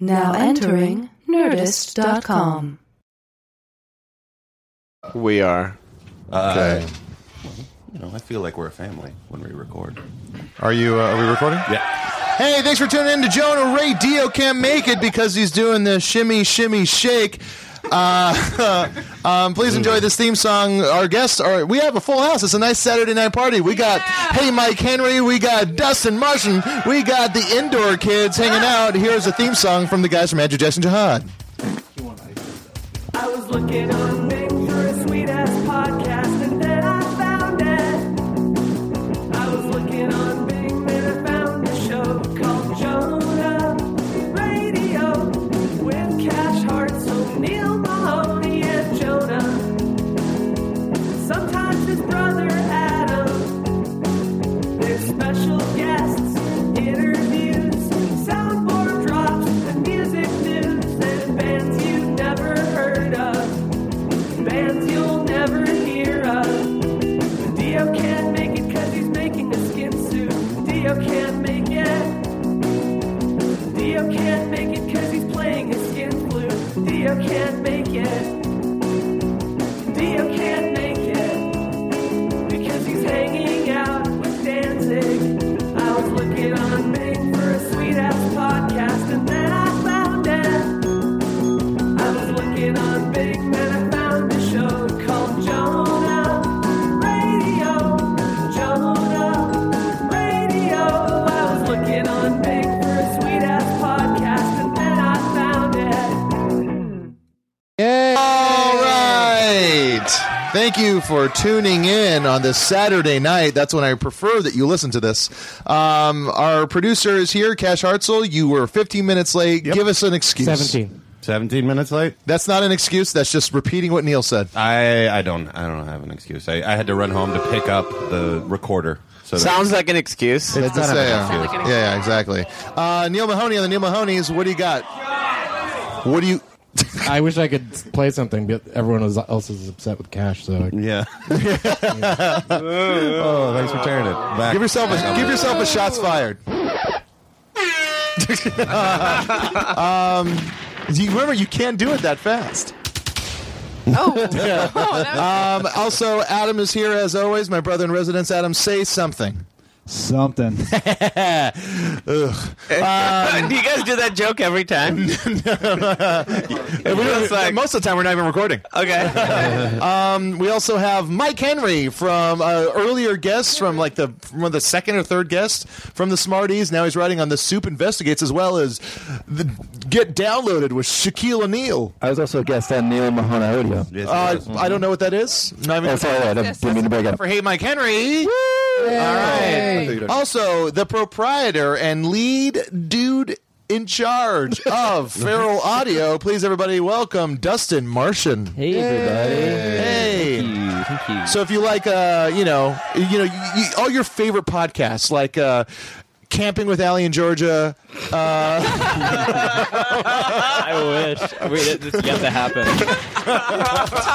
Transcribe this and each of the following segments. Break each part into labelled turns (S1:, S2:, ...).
S1: Now entering Nerdist.com.
S2: We are.
S3: Uh, You know, I feel like we're a family when we record.
S2: Are you? Uh, are we recording?
S3: Yeah.
S2: Hey, thanks for tuning in to Jonah Ray. Dio can't make it because he's doing the shimmy, shimmy, shake. Uh, um, please enjoy this theme song. Our guests are. We have a full house. It's a nice Saturday night party. We got Hey Mike Henry. We got Dustin Martian. We got the indoor kids hanging out. Here's a theme song from the guys from Andrew Jackson Jihad.
S4: I was looking on Nick for a sweet ass podcast, and then I found it. I was looking on Big and I found a show called Jonah Radio with Cash Hart, so Neil Mahoney and Jonah. Sometimes his brother Adam. Their special guests, interviews, soundboard drops, and music news, and bands you've never heard of, bands you'll never hear of. Dio can't make it cause he's making a skin suit. Dio can't make it. Dio can't make it cause he's playing a skin flute. Dio can't make it. Dio can't make it because he's hanging out with Danzig. I was looking on Bing for a sweet ass podcast, and then I found it. I was looking on Bing, and I found a show called Jonah Radio. Jonah Radio. I was looking on Bing for a sweet ass podcast, and then I found it.
S2: All right. Thank you for tuning in on this Saturday night. That's when I prefer that you listen to this. Um, our producer is here, Cash Hartzell. You were 15 minutes late. Give us an excuse.
S5: 17.
S3: 17 minutes late?
S2: That's not an excuse. That's just repeating what Neil said.
S3: I, I don't I don't have an excuse. I, I had to run home to pick up the recorder. So that-
S2: Sounds
S6: like an excuse.
S2: It's the same.
S3: an excuse.
S2: yeah, yeah, exactly. Uh, Neil Mahoney on the Neil Mahonies. What do you got? What do you?
S7: I wish I could play something, but everyone was- else is upset with Cash. So I-
S3: yeah. oh, thanks for tearing it back.
S2: Give yourself a give yourself a shots fired. um, Um, you remember you can't do it that fast. Oh. um, also, Adam is here as always. My brother in residence, Adam, say something.
S8: Something.
S2: Uh,
S6: do you guys do that joke every time? It's like-
S2: most of the time, we're not even recording. Um,
S6: okay.
S2: We also have Mike Henry from uh, earlier guests from like the from the second or third guest from the Smarties. Now he's writing on the Soup Investigates as well as the Get Downloaded with Shaquille O'Neal.
S8: I was also a guest on Neil Mahone Audio.
S3: Yes,
S2: Uh,
S3: it was.
S2: I don't know what that is. Not even-
S8: Oh, sorry, I didn't mean to break it up.
S2: for Hey Mike Henry. All right. Also, the proprietor and lead dude in charge of Feral Audio. Please, everybody, welcome Dustin Martian.
S8: Hey, everybody.
S2: Hey. So if you like, uh, you know, you know, y y all your favorite podcasts, like uh, Camping with Allie in Georgia,
S9: I wish. Wait, that- that's yet to happen.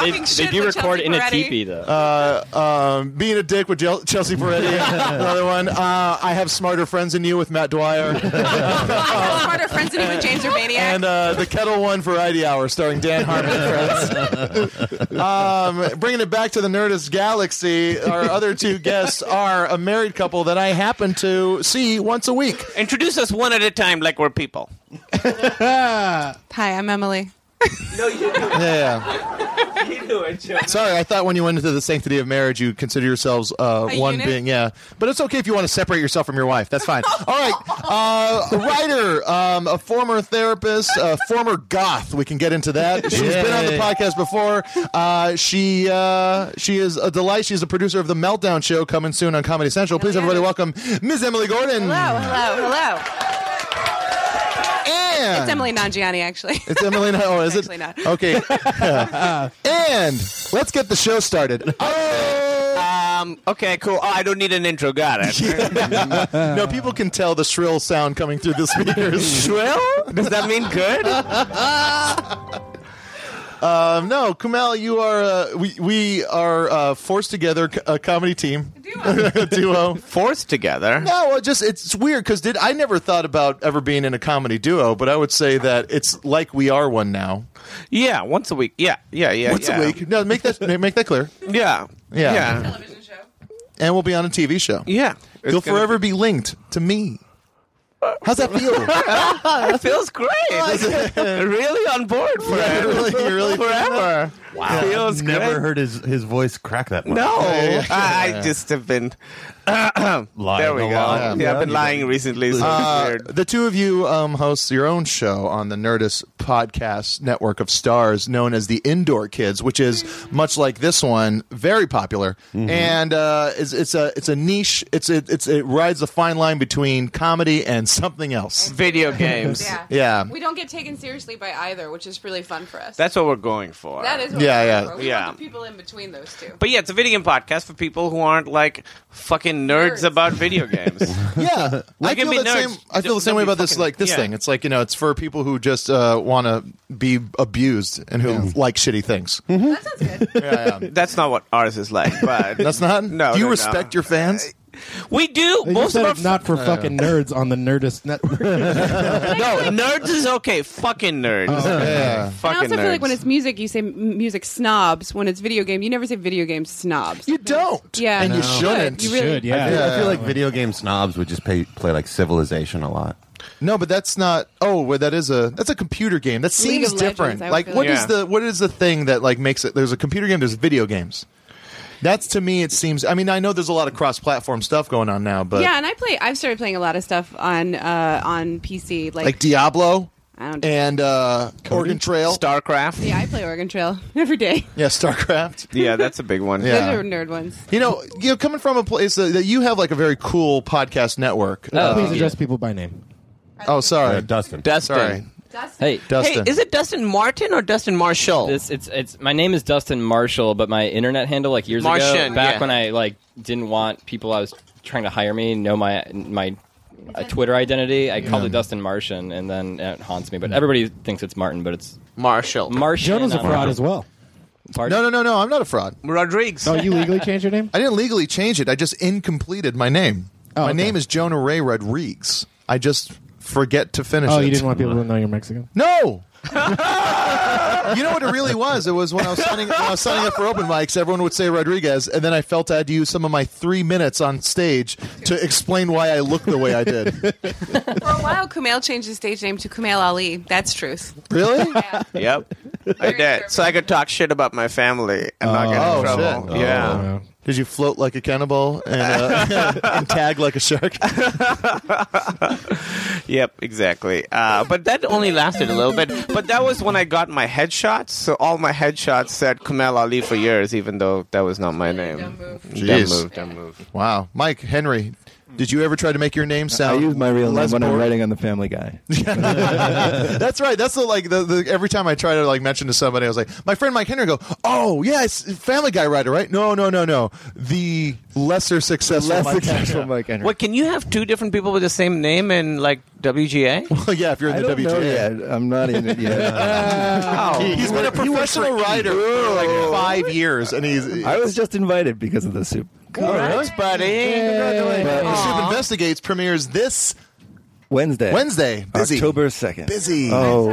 S9: they, they do record in a teepee, though.
S2: um, Being a Dick with Jel- Chelsea Peretti, another one. Uh, I have Smarter Friends Than You with Matt Dwyer,
S10: Smarter friends than even James Urbaniak.
S2: and uh, the Kettle One Variety Hour starring Dan Harmon. and friends. um, bringing it back to the Nerdist Galaxy, our other two guests are a married couple that I happen to see once a week.
S6: Introduce us one at a time like we're people.
S10: Hi, I'm Emily.
S2: Yeah. Sorry, I thought when you went into the sanctity of marriage, you consider yourselves uh,
S10: A
S2: one
S10: unit?
S2: being. Yeah, but it's okay if you want to separate yourself from your wife. That's fine. All right, uh, a writer, um, a former therapist, a former goth. We can get into that. She's been on the podcast before. Uh, she uh, she is a delight. She's a producer of the Meltdown Show, coming soon on Comedy Central. Please, everybody, welcome Ms. Emily Gordon.
S10: Hello, hello, hello. It's Emily Nangiani, actually.
S2: It's Emily. Not, oh, is it?
S10: Actually not.
S2: Okay. and let's get the show started.
S6: Um, okay, cool. Oh, I don't need an intro. Got it.
S2: no, people can tell the shrill sound coming through the speakers.
S6: shrill? Does that mean good?
S2: Um, no, Kumail, you are. Uh, we we are uh, forced together c- a comedy team. Duo. duo.
S6: Forced together.
S2: No, it just it's weird because did I never thought about ever being in a comedy duo, but I would say that it's like we are one now.
S6: Yeah, once a week. Yeah, yeah, yeah.
S2: Once
S6: yeah.
S2: a week. No, make that make that clear.
S6: Yeah.
S2: Yeah.
S6: Yeah.
S2: And we'll be on a TV show.
S6: Yeah.
S2: You'll
S6: It's gonna-
S2: forever be linked to me. How's that feel?
S6: it feels great. really on board for it.
S2: really, really
S6: forever.
S3: Wow.
S6: Feels
S3: I've never
S6: great.
S3: heard his, his voice crack that much.
S6: No,
S3: Yeah, yeah,
S6: I,
S3: yeah.
S6: I just have been.
S3: Lying
S6: there we
S3: a
S6: go.
S3: lot.
S6: Yeah,
S3: Yeah.
S6: I've been lying recently. So it's
S2: Uh,
S6: weird.
S2: the two of you um, host your own show on the Nerdist podcast network of stars known as the Indoor Kids, which is much like this one, very popular. And uh, it's, it's a it's a niche. It's it, it's it rides a fine line between comedy and something else.
S6: Video games.
S10: Yeah.
S2: yeah.
S10: We don't get taken seriously by either, which is really fun for us.
S6: That's what we're going for.
S10: That is what
S2: Yeah,
S10: we're
S2: yeah.
S10: looking for. We
S6: Yeah.
S10: want the people in between those two.
S6: But yeah, it's a video game podcast for people who aren't like fucking nerds, about video games.
S2: Yeah,
S6: We
S2: I
S6: can
S2: feel,
S6: be
S2: that
S6: nerds.
S2: same, I feel the same
S6: Don't
S2: way
S6: be
S2: about this.
S6: fucking-
S2: Like this
S6: yeah.
S2: thing, it's like you know, it's for people who just uh, want to be abused and who like shitty things.
S6: That's not what ours is like, but
S2: That's not.
S6: No,
S2: do you
S6: no, no.
S2: respect your fans?
S6: we do.
S7: They just
S6: Most
S7: said
S6: of our Oh,
S7: it's not for fucking nerds on the Nerdist network.
S6: no nerds is okay. Fucking nerds.
S2: Oh,
S10: And
S2: yeah.
S10: I
S6: Fucking
S10: also feel
S6: nerds.
S10: like when it's music, you say m- music snobs. When it's video game, you never say video game snobs.
S2: You don't.
S10: Yeah.
S2: and you
S10: No.
S2: shouldn't.
S10: You really- Should,
S3: I, feel, I feel
S2: Yeah.
S3: like video game snobs would just pay, play like Civilization a lot.
S2: No, but that's not. Oh, well, that is a that's a computer game. That
S10: League of
S2: seems
S10: Legends,
S2: different.
S10: I would
S2: like
S10: feel
S2: what
S6: like.
S2: is
S6: Yeah.
S2: the what is the thing that like makes it? There's a computer game. There's video games. That's to me. It seems. I mean, I know there's a lot of cross-platform stuff going on now, but
S10: yeah, and I play. I've started playing a lot of stuff on uh, on PC. Like,
S2: like Diablo
S10: I don't.
S2: and uh, Oregon Trail.
S6: Starcraft.
S10: yeah, I play Oregon Trail every day.
S2: yeah, Starcraft.
S6: Yeah, that's a big one.
S2: Yeah.
S10: Those are nerd ones.
S2: You know, you know, coming from a place that that you have like a very cool podcast network.
S10: Oh,
S2: Uh,
S7: Please address people by name.
S2: oh, sorry,
S3: Uh, Dustin.
S6: Dustin.
S2: sorry,
S9: Hey,
S2: Dustin.
S6: Hey, is it Dustin Martin or Dustin Marshall?
S9: This it's it's my name is Dustin Marshall, but my internet handle like years
S6: Martian,
S9: ago, back
S6: yeah.
S9: when I like didn't want people I was trying to hire me know my my uh, Twitter identity. I called it Dustin Martian, and then it haunts me. But everybody thinks it's Martin, but it's
S6: Marshall.
S9: Martian.
S7: Jonah's a fraud as well.
S2: no, no, no, no. I'm not a fraud.
S6: Rodriguez.
S7: Oh, you legally changed your name?
S2: I didn't legally change it. I just incompleted my name.
S7: Oh,
S2: my
S7: okay.
S2: name is Jonah Ray Rodriguez. I just forget to finish
S7: Oh,
S2: it.
S7: you didn't want people to know you're Mexican?
S2: No. you know what it really was? It was when I was, signing, when I was signing up for open mics, everyone would say Rodriguez, and then I felt I had to use some of my three minutes on stage to explain why I looked the way I did.
S10: For a while, Kumail changed his stage name to Kumail Ali. That's truth.
S2: Really?
S6: Yep. I did. So I could talk shit about my family and not get in
S2: Oh,
S6: trouble.
S2: shit.
S6: Yeah.
S7: Uh,
S2: Did you float like a cannibal and, uh, and tag like a shark?
S6: Yep, exactly. Uh, but that only lasted a little bit. But that was when I got my headshots. So all my headshots said Kumail Ali for years, even though that was not my name. Dumb move. Dumb
S2: Jeez.
S6: move. Dumb move.
S2: Wow, Mike Henry, did you ever try to make your name
S8: I
S2: sound?
S8: use my real name
S2: less
S8: when I'm
S2: boring?
S8: writing on the Family Guy.
S2: That's right. That's the like the, the every time I try to like mention to somebody, I was like, my friend Mike Henry, go, oh yeah, it's Family Guy writer, right? No, no, no, no, the lesser successful,
S8: Less
S2: Mike Henry.
S8: successful Mike Henry.
S6: Wait, can you have two different people with the same name in like WGA?
S2: yeah, if you're in
S8: I
S2: the
S8: don't
S2: WGA,
S8: know yet. I'm not in it yet.
S2: he's been a professional writer for like five years, and he's.
S8: I was just invited because of the soup.
S6: Thanks, buddy.
S8: But
S2: the Soup Investigates premieres this
S8: Wednesday.
S2: Wednesday. Busy.
S8: October 2nd.
S2: Busy.
S8: Oh.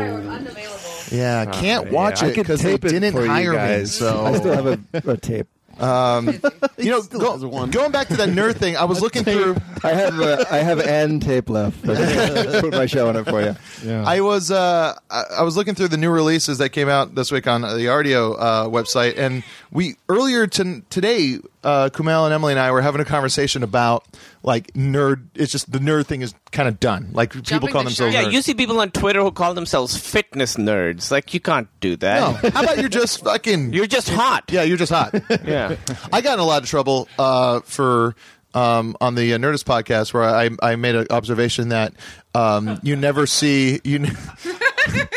S2: Yeah, can't watch
S8: I
S2: it
S8: could
S2: because they
S8: tape it
S2: didn't
S8: for you
S2: hire me.
S8: guys.
S2: So Um,
S8: I still have a, a tape.
S2: you know, go- going back to that nerd thing, I was looking through.
S8: I have uh, I have an tape left. I can put my show on it for you.
S7: yeah.
S2: I was uh, I, I was looking through the new releases that came out this week on the Ardio uh, website, and we earlier to, today, uh, Kumail and Emily and I were having a conversation about like nerd. It's just the nerd thing is kind of done. Like people
S10: Jumping
S2: call
S10: the
S2: themselves.
S10: shark.
S6: Yeah,
S2: nerds.
S6: you see people on Twitter who call themselves fitness nerds. Like, you can't do
S2: No.
S6: that.
S2: How about you're just fucking.
S6: You're just hot.
S2: yeah, you're just hot.
S6: Yeah.
S2: I got in a lot of trouble uh, for um, on the uh, Nerdist podcast where I, I made an observation that um, you never see you. Ne-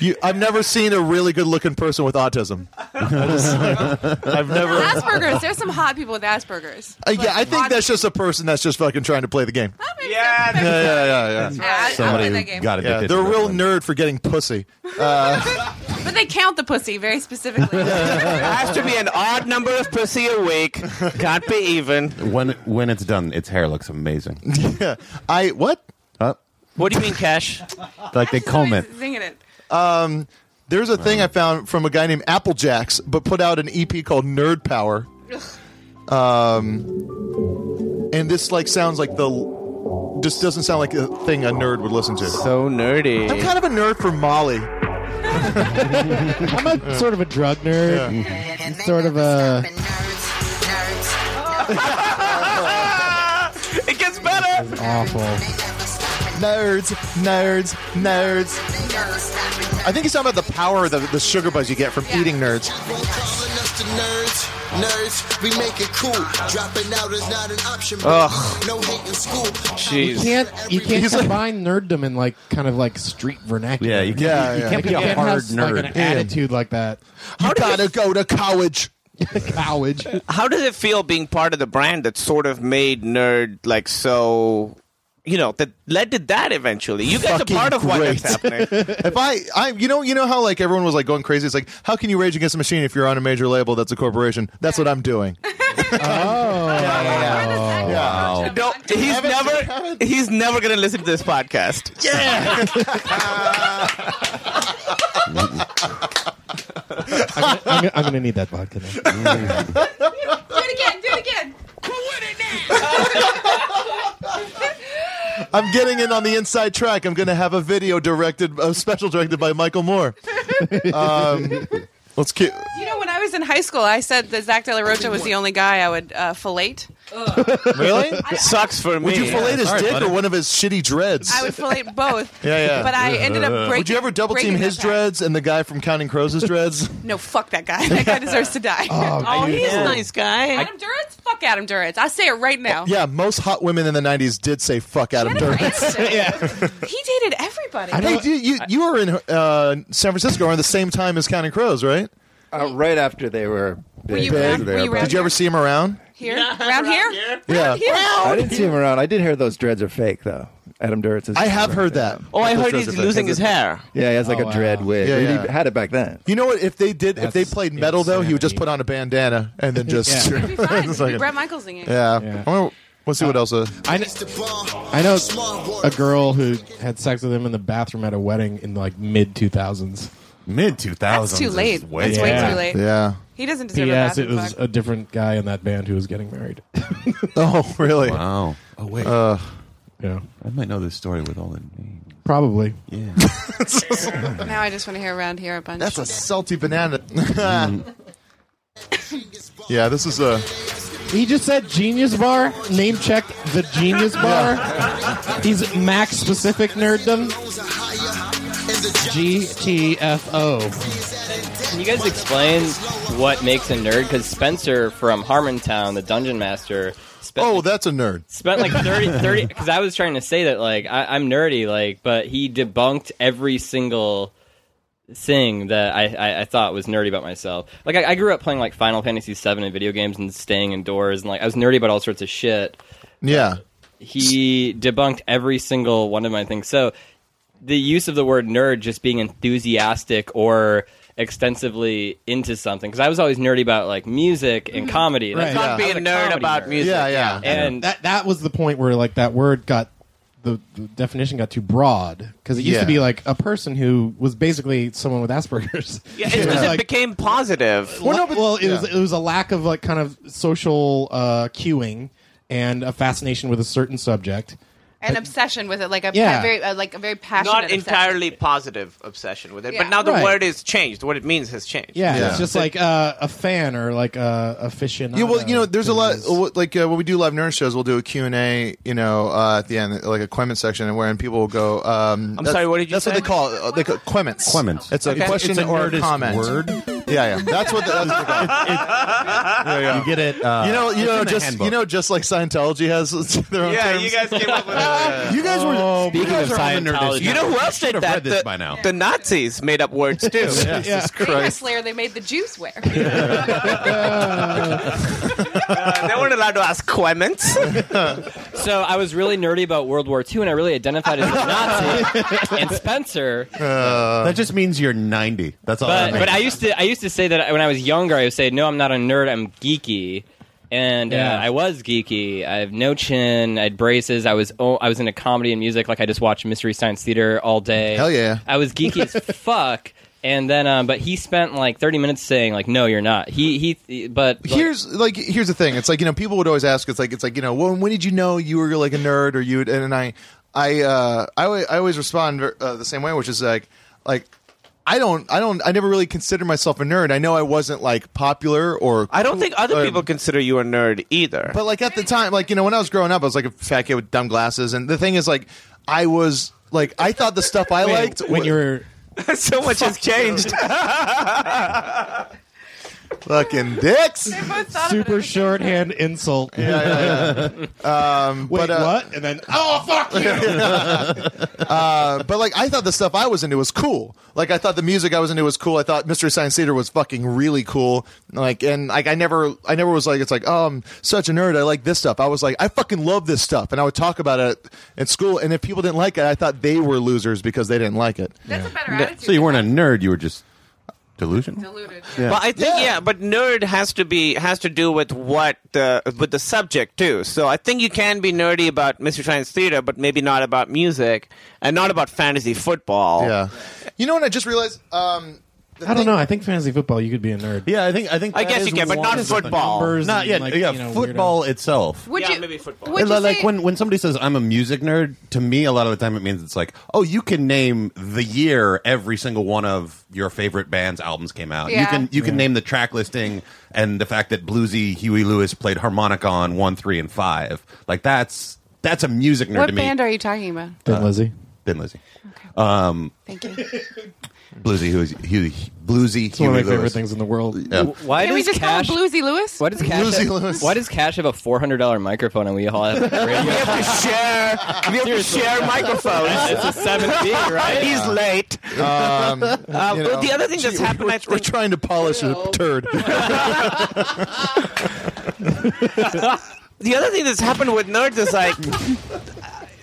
S2: You, I've never seen a really good-looking person with autism. I just- I've never.
S11: Asperger's. There's some hot people with Asperger's.
S2: Uh, yeah, I think that's just a person that's just fucking trying to play the game.
S11: Yeah,
S2: Yeah, yeah, yeah, yeah.
S11: That's right. Yeah, Somebody I played that who game. got
S2: Yeah,
S3: addicted
S2: they're a
S3: to
S2: real nerd for getting pussy. Uh,
S11: But they count the pussy very specifically.
S6: has to be an odd number of pussy a week. Can't be even.
S3: When when it's done, its hair looks amazing.
S2: I what?
S3: Huh?
S6: What do you mean, Cash?
S3: like they comb it.
S11: Singing it.
S2: um, there's a thing I found from a guy named Applejacks, but put out an EP called Nerd Power. Um, and this like sounds like the just doesn't sound like a thing a nerd would listen to.
S6: So nerdy.
S2: I'm kind of a nerd for Molly.
S12: I'm a sort of a drug nerd.
S7: Mm-hmm.
S12: and Sort of a.
S6: it gets better.
S12: Awful.
S2: Nerds, nerds, nerds. I think he's talking about the power, the, the sugar buzz you get from eating nerds.
S8: Nerds, nerds, we make it cool. Dropping out is not an option.
S12: Ugh.
S8: No hate in school.
S12: You can't you can't combine nerddom in like kind of like street vernacular.
S3: Yeah, you can't- Yeah, you yeah. can't be a
S12: You
S3: hard
S12: have, like,
S3: nerd.
S12: an
S3: Yeah.
S12: attitude like that.
S2: You gotta go to college.
S12: college.
S6: How does it feel being part of the brand that sort of made nerd like so? You know that led to that eventually. You guys
S2: Fucking
S6: are part of why
S2: great.
S6: that's happening.
S2: if I, I, you know, you know how like everyone was like going crazy. It's like, how can you rage against the machine if you're on a major label that's a corporation? That's what I'm doing.
S8: oh.
S6: Wow. No, he's never. He's never going to listen to this podcast.
S2: Yeah.
S12: I'm, I'm, I'm gonna need that vodka. Now.
S11: Do it again. Do it again.
S2: I'm getting in on the inside track. I'm going to have a video directed, a special directed by Michael Moore. Um, let's keep.
S11: You know, when I was in high school, I said that Zach De La Rocha was the only guy I would uh, fellate.
S2: Really?
S6: Sucks for me.
S2: Would you
S6: Yeah,
S2: fillet his
S6: sorry,
S2: dick
S6: buddy.
S2: or one of his shitty dreads?
S11: I would fellate both.
S2: yeah, yeah.
S11: But I ended up breaking.
S2: Would you ever double team
S11: breaking
S2: his
S11: that pact.
S2: dreads and the guy from Counting Crows' dreads?
S11: No, fuck that guy. That guy deserves to die.
S2: Oh, Oh, dude. he's a nice
S11: guy. Adam Duritz? Fuck Adam Duritz. I say it right now.
S2: Yeah, most hot women in the '90s did say "fuck Adam Duritz." yeah,
S11: He dated everybody.
S2: hey, dude, you you were in uh, San Francisco around the same time as Counting Crows, right?
S13: Uh, right after they were
S11: Were you
S13: big.
S11: around-
S13: They
S11: were you
S13: big.
S11: around
S2: Did you ever see him around?
S11: Here? Around here?
S13: Yeah,
S11: here.
S13: I didn't see him around. I did hear those dreads are fake, though. Adam Duritz. Is
S2: I have heard that.
S13: Yeah.
S2: Oh, I
S13: Those
S2: heard
S13: dreads
S2: he's
S13: are fake.
S2: losing his hair.
S13: Yeah, he has like
S2: Oh,
S13: a dread wig.
S2: Yeah,
S13: And
S2: yeah.
S13: He had it back then.
S2: You know what? If they did, if they played metal though, he would just put on a bandana and then just.
S12: Yeah. It'd
S11: be fine.
S2: It's
S11: It'd be Bret Michael singing.
S2: Yeah.
S12: Yeah.
S2: I wonder- Let's see what else. Uh,
S12: I know, I know a girl who had sex with him in the bathroom at a wedding in like mid 2000s.
S3: Mid 2000s.
S11: That's too late. That's way too late. He doesn't deserve
S12: P.S.
S11: a
S12: It
S11: bathroom
S12: was
S11: fuck.
S12: a different guy in that band who was getting married.
S2: oh, really? Uh,
S3: Wow. Oh wait.
S12: yeah.
S3: I might know this story with all the names.
S12: Probably.
S3: Yeah.
S11: Now I just want to hear around here a bunch.
S2: That's a salty banana. yeah, this is a.
S12: He just said Genius Bar. Name checked the Genius Bar. He's Mac specific nerddom. G T F O.
S9: Can you guys explain what makes a nerd? Because Spencer from Harmontown, the dungeon master, spent,
S2: Oh, that's a nerd.
S9: spent like 30, 30, because I was trying to say that, like, I, I'm nerdy, like, but he debunked every single thing that I, I, I thought was nerdy about myself. Like, I, I grew up playing, like, Final Fantasy VII and video games and staying indoors, and, like, I was nerdy about all sorts of shit
S2: Yeah.
S9: he debunked every single one of my things. So the use of the word nerd just being enthusiastic or extensively into something because I was always nerdy about like music and comedy. And I
S12: Right.
S9: thought
S12: Not
S9: I
S12: be
S9: was
S12: a
S6: nerd
S9: comedy
S6: about music.
S12: Yeah,
S6: yeah.
S9: And
S12: that that was the point where like that word got the, the definition got too broad because it used
S6: Yeah.
S12: to be like a person who was basically someone with Asperger's.
S6: Yeah, it's 'cause it became positive.
S12: Well, no, but, well it was it was a lack of like kind of social uh, cueing and a fascination with a certain subject.
S11: An obsession with it, like a
S12: Yeah.
S11: a very, uh, like a very passionate.
S6: not
S11: obsession.
S6: entirely positive obsession with it,
S11: Yeah.
S6: but now the
S12: Right.
S6: word is changed. What it means has changed.
S12: Yeah, it's just like uh, a fan or like uh, a aficionado.
S2: Yeah, well, you know, there's a lot. Like uh, when we do live nerd shows, we'll do a Q and A. You know, uh, at the end, like a Quemment section, and wherein people will go. Um,
S6: I'm
S2: that's-
S6: sorry, what did you
S2: That's
S6: say?
S2: what they call it. Uh, they call it Quements. Quements. It's a
S6: Okay.
S2: question
S6: It's a
S2: or a
S6: nerdist
S2: comment.
S3: word?
S2: Yeah, yeah. That's what. The, that's what the
S3: You get it. Uh,
S2: you know, you
S3: it's
S2: know,
S3: in the
S2: just
S3: handbook.
S2: you know, just like Scientology has their own
S6: Yeah,
S2: terms.
S6: you guys came up with
S2: You guys were- Oh, Speaking you guys of are on the Scientology. Nerdist
S6: you know who
S2: Network.
S6: else did
S2: Should've
S6: that?
S2: read this
S6: the,
S2: by now.
S6: the Nazis made up words too.
S2: Yeah.
S11: They
S6: Jesus
S11: were
S6: Christ!
S11: Slayer, they made the Jews wear.
S6: Uh, they weren't allowed to ask Clements.
S9: So I was really nerdy about World War II, and I really identified as a Nazi. and Spencer,
S2: Uh,
S3: that just means you're 90. That's all. that
S12: Oh,
S9: but
S3: means.
S9: but I used to I used to say that when I was younger, I would say, "No, I'm not a nerd. I'm geeky." And
S12: Yeah.
S9: uh, I was geeky. I have no chin. I had braces. I was oh, I was into comedy and music. Like I just watched Mystery Science Theater all day.
S2: Hell yeah.
S9: I was geeky as fuck. And then, um, but he spent like 30 minutes saying like, "No, you're not." He he. But like,
S2: here's like here's the thing. It's like you know people would always ask. It's like it's like you know when when did you know you were like a nerd or you would- and, and I I uh, I al- I always respond uh, the same way, which is like like. I don't. I don't. I never really considered myself a nerd. I know I wasn't like popular or.
S6: I don't think other
S2: or-
S6: people consider you a nerd either.
S2: But like at the time, like you know, when I was growing up, I was like a fat kid with dumb glasses. And the thing is, like, I was like, I thought the stuff I liked
S12: when you're
S6: so much has changed.
S2: fucking dicks.
S12: Super shorthand insult.
S2: yeah, Um,
S12: Wait,
S2: but, uh,
S12: what? And then, oh fuck you!
S2: uh, but like I thought the stuff I was into was cool. Like I thought the music I was into was cool. I thought Mystery Science Theater was fucking really cool. Like and like I never I never was like it's like oh I'm such a nerd. I like this stuff. I was like I fucking love this stuff, and I would talk about it at school. And if people didn't like it, I thought they were losers because they didn't like it.
S3: That's a better attitude. So you weren't a nerd. You were just delusional. Deluded. Yeah.
S6: But I think yeah. but nerd has to be has to do with what the with the subject too. So I think you can be nerdy about Mystery Science Theater, but maybe not about music and not about fantasy football.
S2: Yeah, you know what I just realized. Um,
S12: I don't know. I think fantasy football, you could be a nerd.
S3: Yeah, I think I think
S6: I
S3: that
S6: guess
S3: is
S6: you can, but
S3: one
S6: not
S3: of the
S6: football.
S3: numbers
S12: Not
S3: and,
S12: yet,
S3: Like,
S12: yeah,
S3: you know,
S12: football
S3: weirdo. itself.
S11: Would
S6: yeah,
S11: you-
S6: maybe football.
S11: Would you
S3: like
S11: say-
S3: when when somebody says I'm a music nerd, to me a lot of the time it means it's like, oh, you can name the year every single one of your favorite band's albums came out. You
S14: Yeah.
S3: can you can
S14: Yeah.
S3: name the track listing and the fact that bluesy Huey Lewis played harmonica on one, three, and five. Like that's that's a music nerd to
S11: what
S3: me. Uh,
S11: band are you talking about?
S12: Thin Lizzy.
S3: Thin Lizzy. Um,
S11: Thank you.
S3: bluesy Huey, Huey bluesy
S12: It's
S3: Huey
S12: one of
S3: Lewis.
S12: my favorite things in the world. E.
S3: Yeah.
S9: why
S11: Can
S9: does
S11: we just
S9: Cash?
S11: call him Bluesy Lewis?
S9: why does Cash?
S11: Bluesy
S9: Have, why does Cash have a four hundred dollar microphone and we all have a radio?
S6: We have to share. We have to share microphones.
S9: It's a seven B, right?
S6: He's late.
S2: Um,
S6: Uh,
S2: you
S6: but
S2: know.
S6: the other thing that's
S2: Gee,
S6: happened,
S2: we're,
S6: I
S2: we're
S6: think,
S2: trying to polish a turd.
S6: the other thing that's happened with nerds is like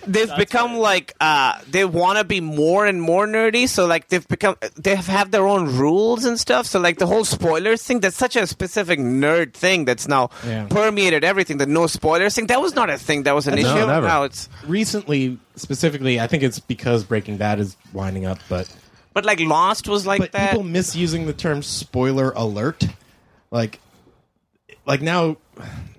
S6: they've become like uh, they want to be more and more nerdy. So like they've become they have have their own rules and stuff. So like the whole spoilers thing that's such a specific nerd thing that's now
S12: Yeah.
S6: permeated everything. The no spoilers thing that was not a thing that was an issue. Now it's
S12: recently, specifically. I think it's because Breaking Bad is winding up, but
S6: but like Lost was like
S12: but
S6: that.
S12: people misusing the term spoiler alert, like like now.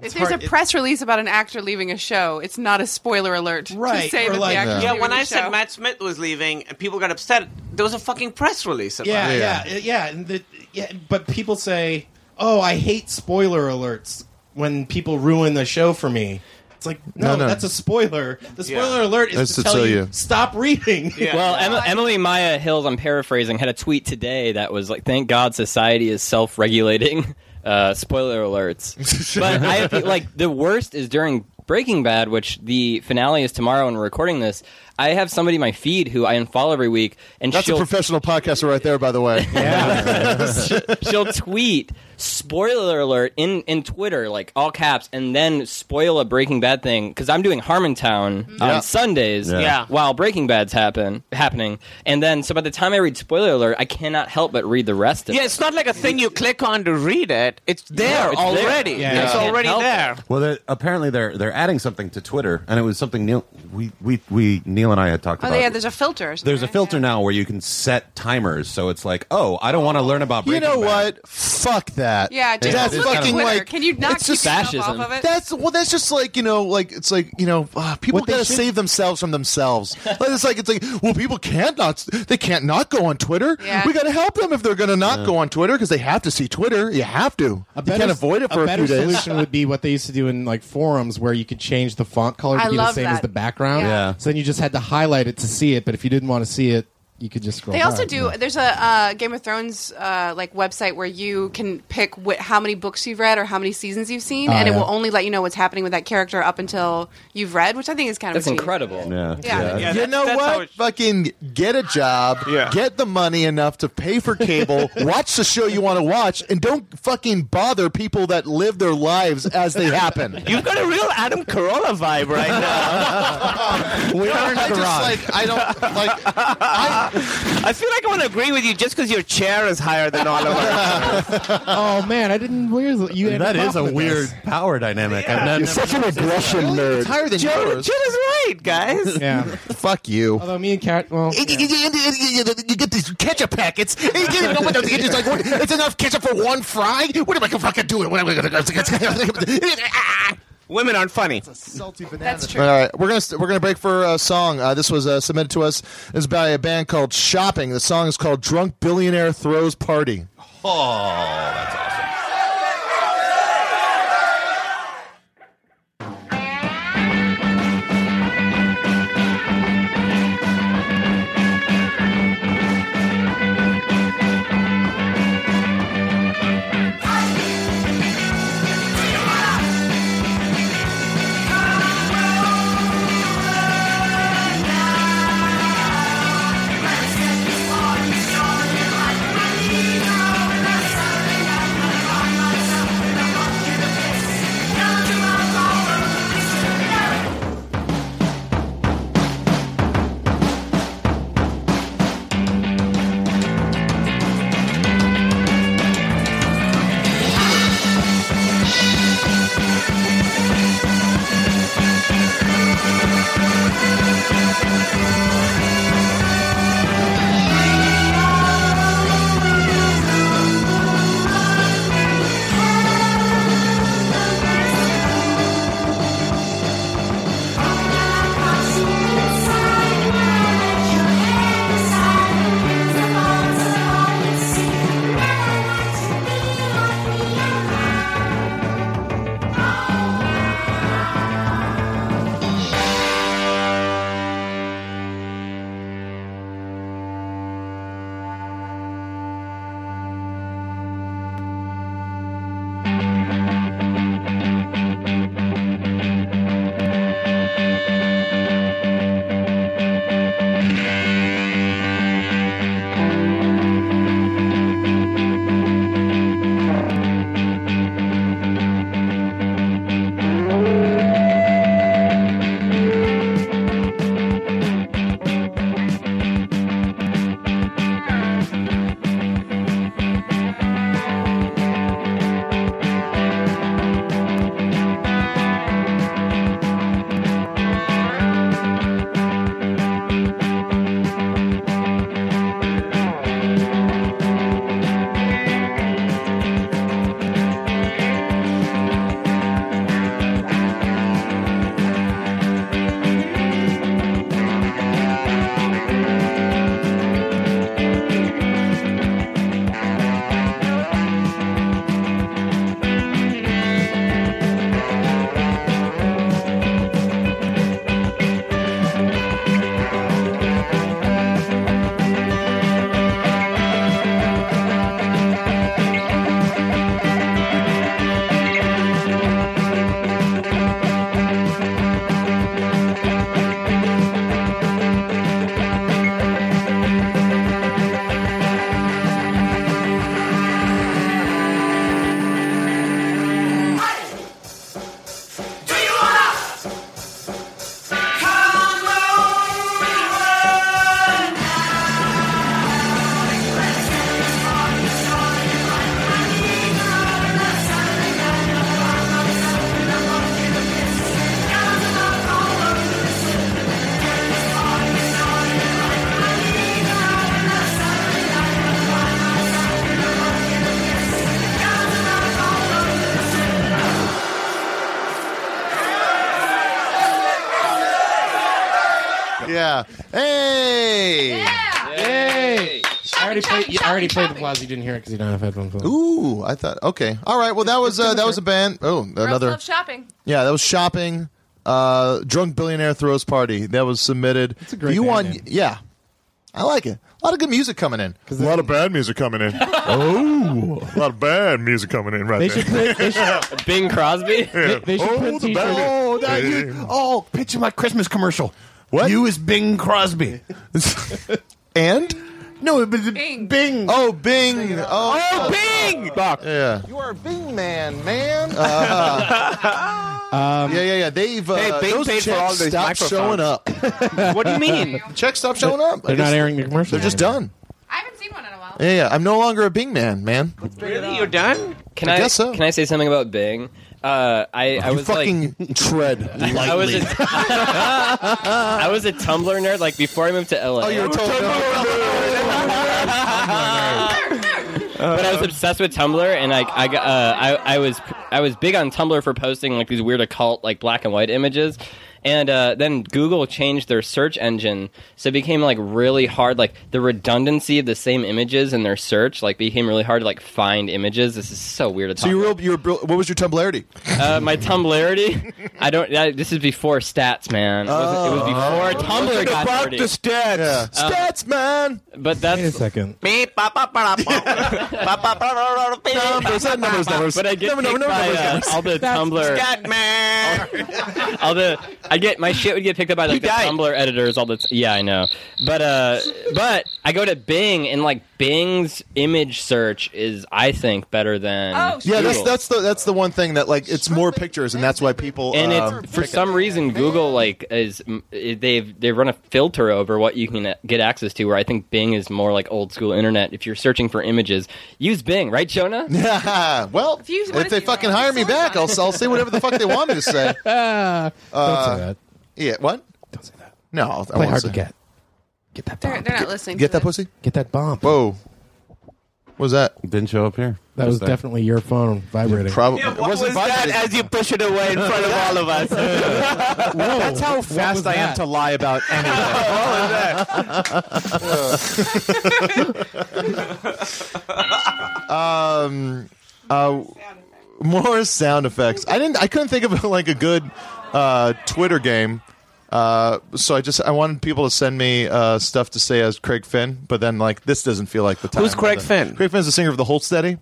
S11: If there's
S12: hard-
S11: a press release about an actor leaving a show, it's not a spoiler alert to
S12: Right,
S11: say
S12: or
S11: that
S12: like-
S11: the actor.
S6: yeah,
S11: leaving
S6: when
S11: the
S6: I
S11: show.
S6: said Matt Smith was leaving and people got upset, there was a fucking press release about
S12: Yeah,
S6: it.
S12: yeah, yeah, yeah, and the, yeah. But people say, "Oh, I hate spoiler alerts when people ruin the show for me." It's like, no,
S2: No, no.
S12: that's a spoiler. The spoiler alert is
S2: That's
S12: to, tell, you, stop reading.
S9: Well, Em- Emily Maya Hills, I'm paraphrasing, had a tweet today that was like, "Thank God society is self-regulating." Uh, spoiler alerts. but I have to- like the worst is during Breaking Bad, which the finale is tomorrow, and we're recording this. I have somebody in my feed who I unfollow every week, and
S2: That's a
S9: she'll
S2: professional podcaster right there, by the way.
S9: she'll tweet spoiler alert in in Twitter like all caps and then spoil a Breaking Bad thing cuz I'm doing Harmontown
S6: Yeah.
S9: on Sundays
S6: Yeah. Yeah.
S9: while Breaking Bad's happen happening and then so by the time I read spoiler alert I cannot help but read the rest of
S6: Yeah,
S9: it.
S6: it's not like a thing you click on to read it. It's there
S9: it's there.
S6: already.
S9: Yeah. Yeah.
S6: It's
S9: Can't
S6: already
S9: help it.
S6: there.
S3: Well, they're, apparently they're they're adding something to Twitter, and it was something Neil we we, we Neil and I had talked
S11: Oh
S3: about.
S11: yeah, there's a filter. or something,
S3: There's a
S11: right?
S3: filter now where you can set timers, so it's like, oh, I don't want to learn about.
S2: You
S3: Breaking
S2: know
S3: Bad.
S2: what? Fuck that.
S11: Yeah, just
S2: that's
S11: look at
S2: fucking
S11: Twitter.
S2: like.
S11: Can you not
S2: it's
S11: keep
S2: just
S11: yourself off of it?
S2: That's well. That's just like you know, like it's like you know, uh, people
S11: What they
S2: gotta
S11: should-
S2: save themselves from themselves. Like, it's like it's like well, people can't not they can't not go on Twitter.
S12: Yeah.
S2: We gotta help them if they're gonna not
S12: Yeah.
S2: go on Twitter because they have to see Twitter. You have to.
S12: A
S2: you can't avoid it for a,
S12: better
S2: few days.
S12: solution would be what they used to do in like forums, where you could change the font color to
S11: I
S12: be the
S11: love
S12: same as
S11: that.
S12: the background.
S11: Yeah. Yeah.
S12: So then you just had to highlight it to see it, but if you didn't want to see it,
S15: you could just scroll.
S11: They also
S15: back,
S11: do.
S15: yeah.
S11: There's a uh, Game of Thrones uh, like website where you can pick what, how many books you've read or how many seasons you've seen,
S15: Oh,
S11: and it
S15: yeah.
S11: will only let you know what's happening with that character up until you've read, which I think is kind of
S9: That's
S11: cheap.
S9: incredible.
S3: Yeah.
S11: Yeah.
S2: you know what? Fucking get a job, get the money enough to pay for cable, watch the show you want to watch, and don't fucking bother people that live their lives as they happen.
S6: You've got a real Adam Carolla vibe right now.
S2: we are in
S6: I
S2: the garage. I don't like.
S6: I, feel like I want to agree with you just because your chair is higher than all of us.
S12: oh man, I didn't. Where's you? had
S3: that is a
S12: compliment
S3: weird
S12: us.
S3: power dynamic. I've
S12: You're
S3: never
S12: such
S3: an
S15: aggression nerd.
S3: It's higher than
S6: Jim,
S3: yours.
S6: Jim is right, guys.
S12: Yeah.
S2: Fuck you.
S12: Although me and Cat, well,
S8: You, you- you- you- you- you get these ketchup packets. and You can't even open them. It's just like what- it's enough ketchup for one fry. What am I gonna fucking do? it? What am I gonna?
S6: Women aren't funny.
S8: Salty
S11: That's
S2: All right, we're gonna we're gonna break for a song. Uh, this was uh, submitted to us. It's by a band called Shopping. The song is called "Drunk Billionaire Throws Party."
S3: Oh, that's awesome.
S2: Yeah. Hey.
S12: Hey! I already played. I already played the Plaza. You didn't hear it because you don't have headphones. on.
S2: Ooh, I thought okay. All right. Well, that was uh, that was a band. Oh, another
S11: love shopping.
S2: Yeah, that was shopping. Uh, drunk billionaire throws party. That was submitted. It's a
S12: great
S2: you
S12: band
S2: want?
S12: name.
S2: Yeah. I like it. A lot of good music coming in.
S16: A lot of bad music coming in. oh, a lot of bad music coming in right
S9: They
S16: there.
S9: should put- they should- Bing Crosby.
S16: Yeah.
S9: They- they should
S16: oh,
S9: put
S16: the
S9: t-shirts-
S16: bad.
S9: Oh, that you-
S17: Oh, picture my Christmas commercial. What? You is Bing Crosby.
S2: and?
S17: No, but Bing. Bing.
S2: Oh, Bing. Oh,
S17: Bing.
S2: Yeah. You are Bing Man, man. Uh-huh.
S17: Um,
S2: yeah, yeah, yeah. They've uh,
S17: Hey, Bing
S2: those
S17: paid
S2: checks
S17: for all these
S2: stopped
S17: microphones.
S2: showing up.
S17: What do you mean?
S2: The checks stopped showing up. I
S16: They're not
S2: guess
S16: airing the commercial.
S2: They're just done.
S11: I haven't seen one in a while.
S2: Yeah, yeah. I'm no longer a Bing Man, man.
S6: Really, you're done?
S9: Can
S2: I
S9: I,
S2: guess so.
S9: Can I say something about Bing? Uh, I, I
S2: you
S9: was
S2: fucking tread
S9: like,
S2: lightly.
S9: I was, a, I was a Tumblr nerd like before I moved to LA. Oh,
S2: you're a
S9: but I was obsessed with Tumblr, and like I, got- uh, I, I was, I was big on Tumblr for posting like these weird occult, like black and white images. And uh, then Google changed their search engine, so it became like really hard. Like the redundancy of the same images in their search, like became really hard to like find images. This is so weird. To talk
S2: so you were, you were what was your tumblarity?
S9: uh, my Tumblrity. I don't. I, this is before stats, man. It, wasn't- it was before Tumblr got
S2: Fuck
S9: dirty.
S2: Oh. the stats.
S9: Um,
S2: Stats, man.
S9: But that's
S7: Wait a second.
S2: numbers, that numbers, numbers.
S9: But I get
S2: Number,
S9: picked
S2: number, number,
S9: by,
S2: numbers,
S9: uh,
S2: numbers.
S9: all the
S2: That's-
S9: Tumblr.
S2: Stat,
S9: all the I get my shit would get picked up by like the Tumblr editors all the t- yeah I know but uh but I go to Bing and like Bing's image search is I think better
S11: Oh,
S9: than
S2: yeah, that's
S9: Google.
S2: that's the that's the one thing that like it's more pictures, and that's why people
S9: and
S2: um,
S9: it's for
S2: pick it.
S9: some reason Google like is mm, they've they run a filter over what you can get access to. Where I think Bing is more like old school internet. If you're searching for images, use Bing, right, Jonah?
S2: Yeah. Well, if, they fucking hire me back, I'll, I'll say whatever the fuck they want me to say. Uh,
S16: that.
S2: Yeah. What? Don't say that. No, I'll- I
S16: Play
S2: won't
S16: hard
S2: say.
S16: to get.
S11: They're, they're not listening.
S2: Get
S11: to
S2: that pussy.
S16: Get that bomb.
S2: Whoa. What was that?
S3: Didn't show up here.
S16: That was
S3: Just there.
S16: definitely your phone vibrating.
S2: Probably.
S6: What was that as you push it away in front of all of us?
S8: That's how fast I am to lie about anything.
S2: um, uh, more sound effects. I didn't. I couldn't think of like a good uh, Twitter game. Uh, so I just I wanted people to send me uh, stuff to say as Craig Finn, but then like this doesn't feel like the time.
S6: Who's Craig Finn?
S2: Craig Finn's the singer of the Holsteady,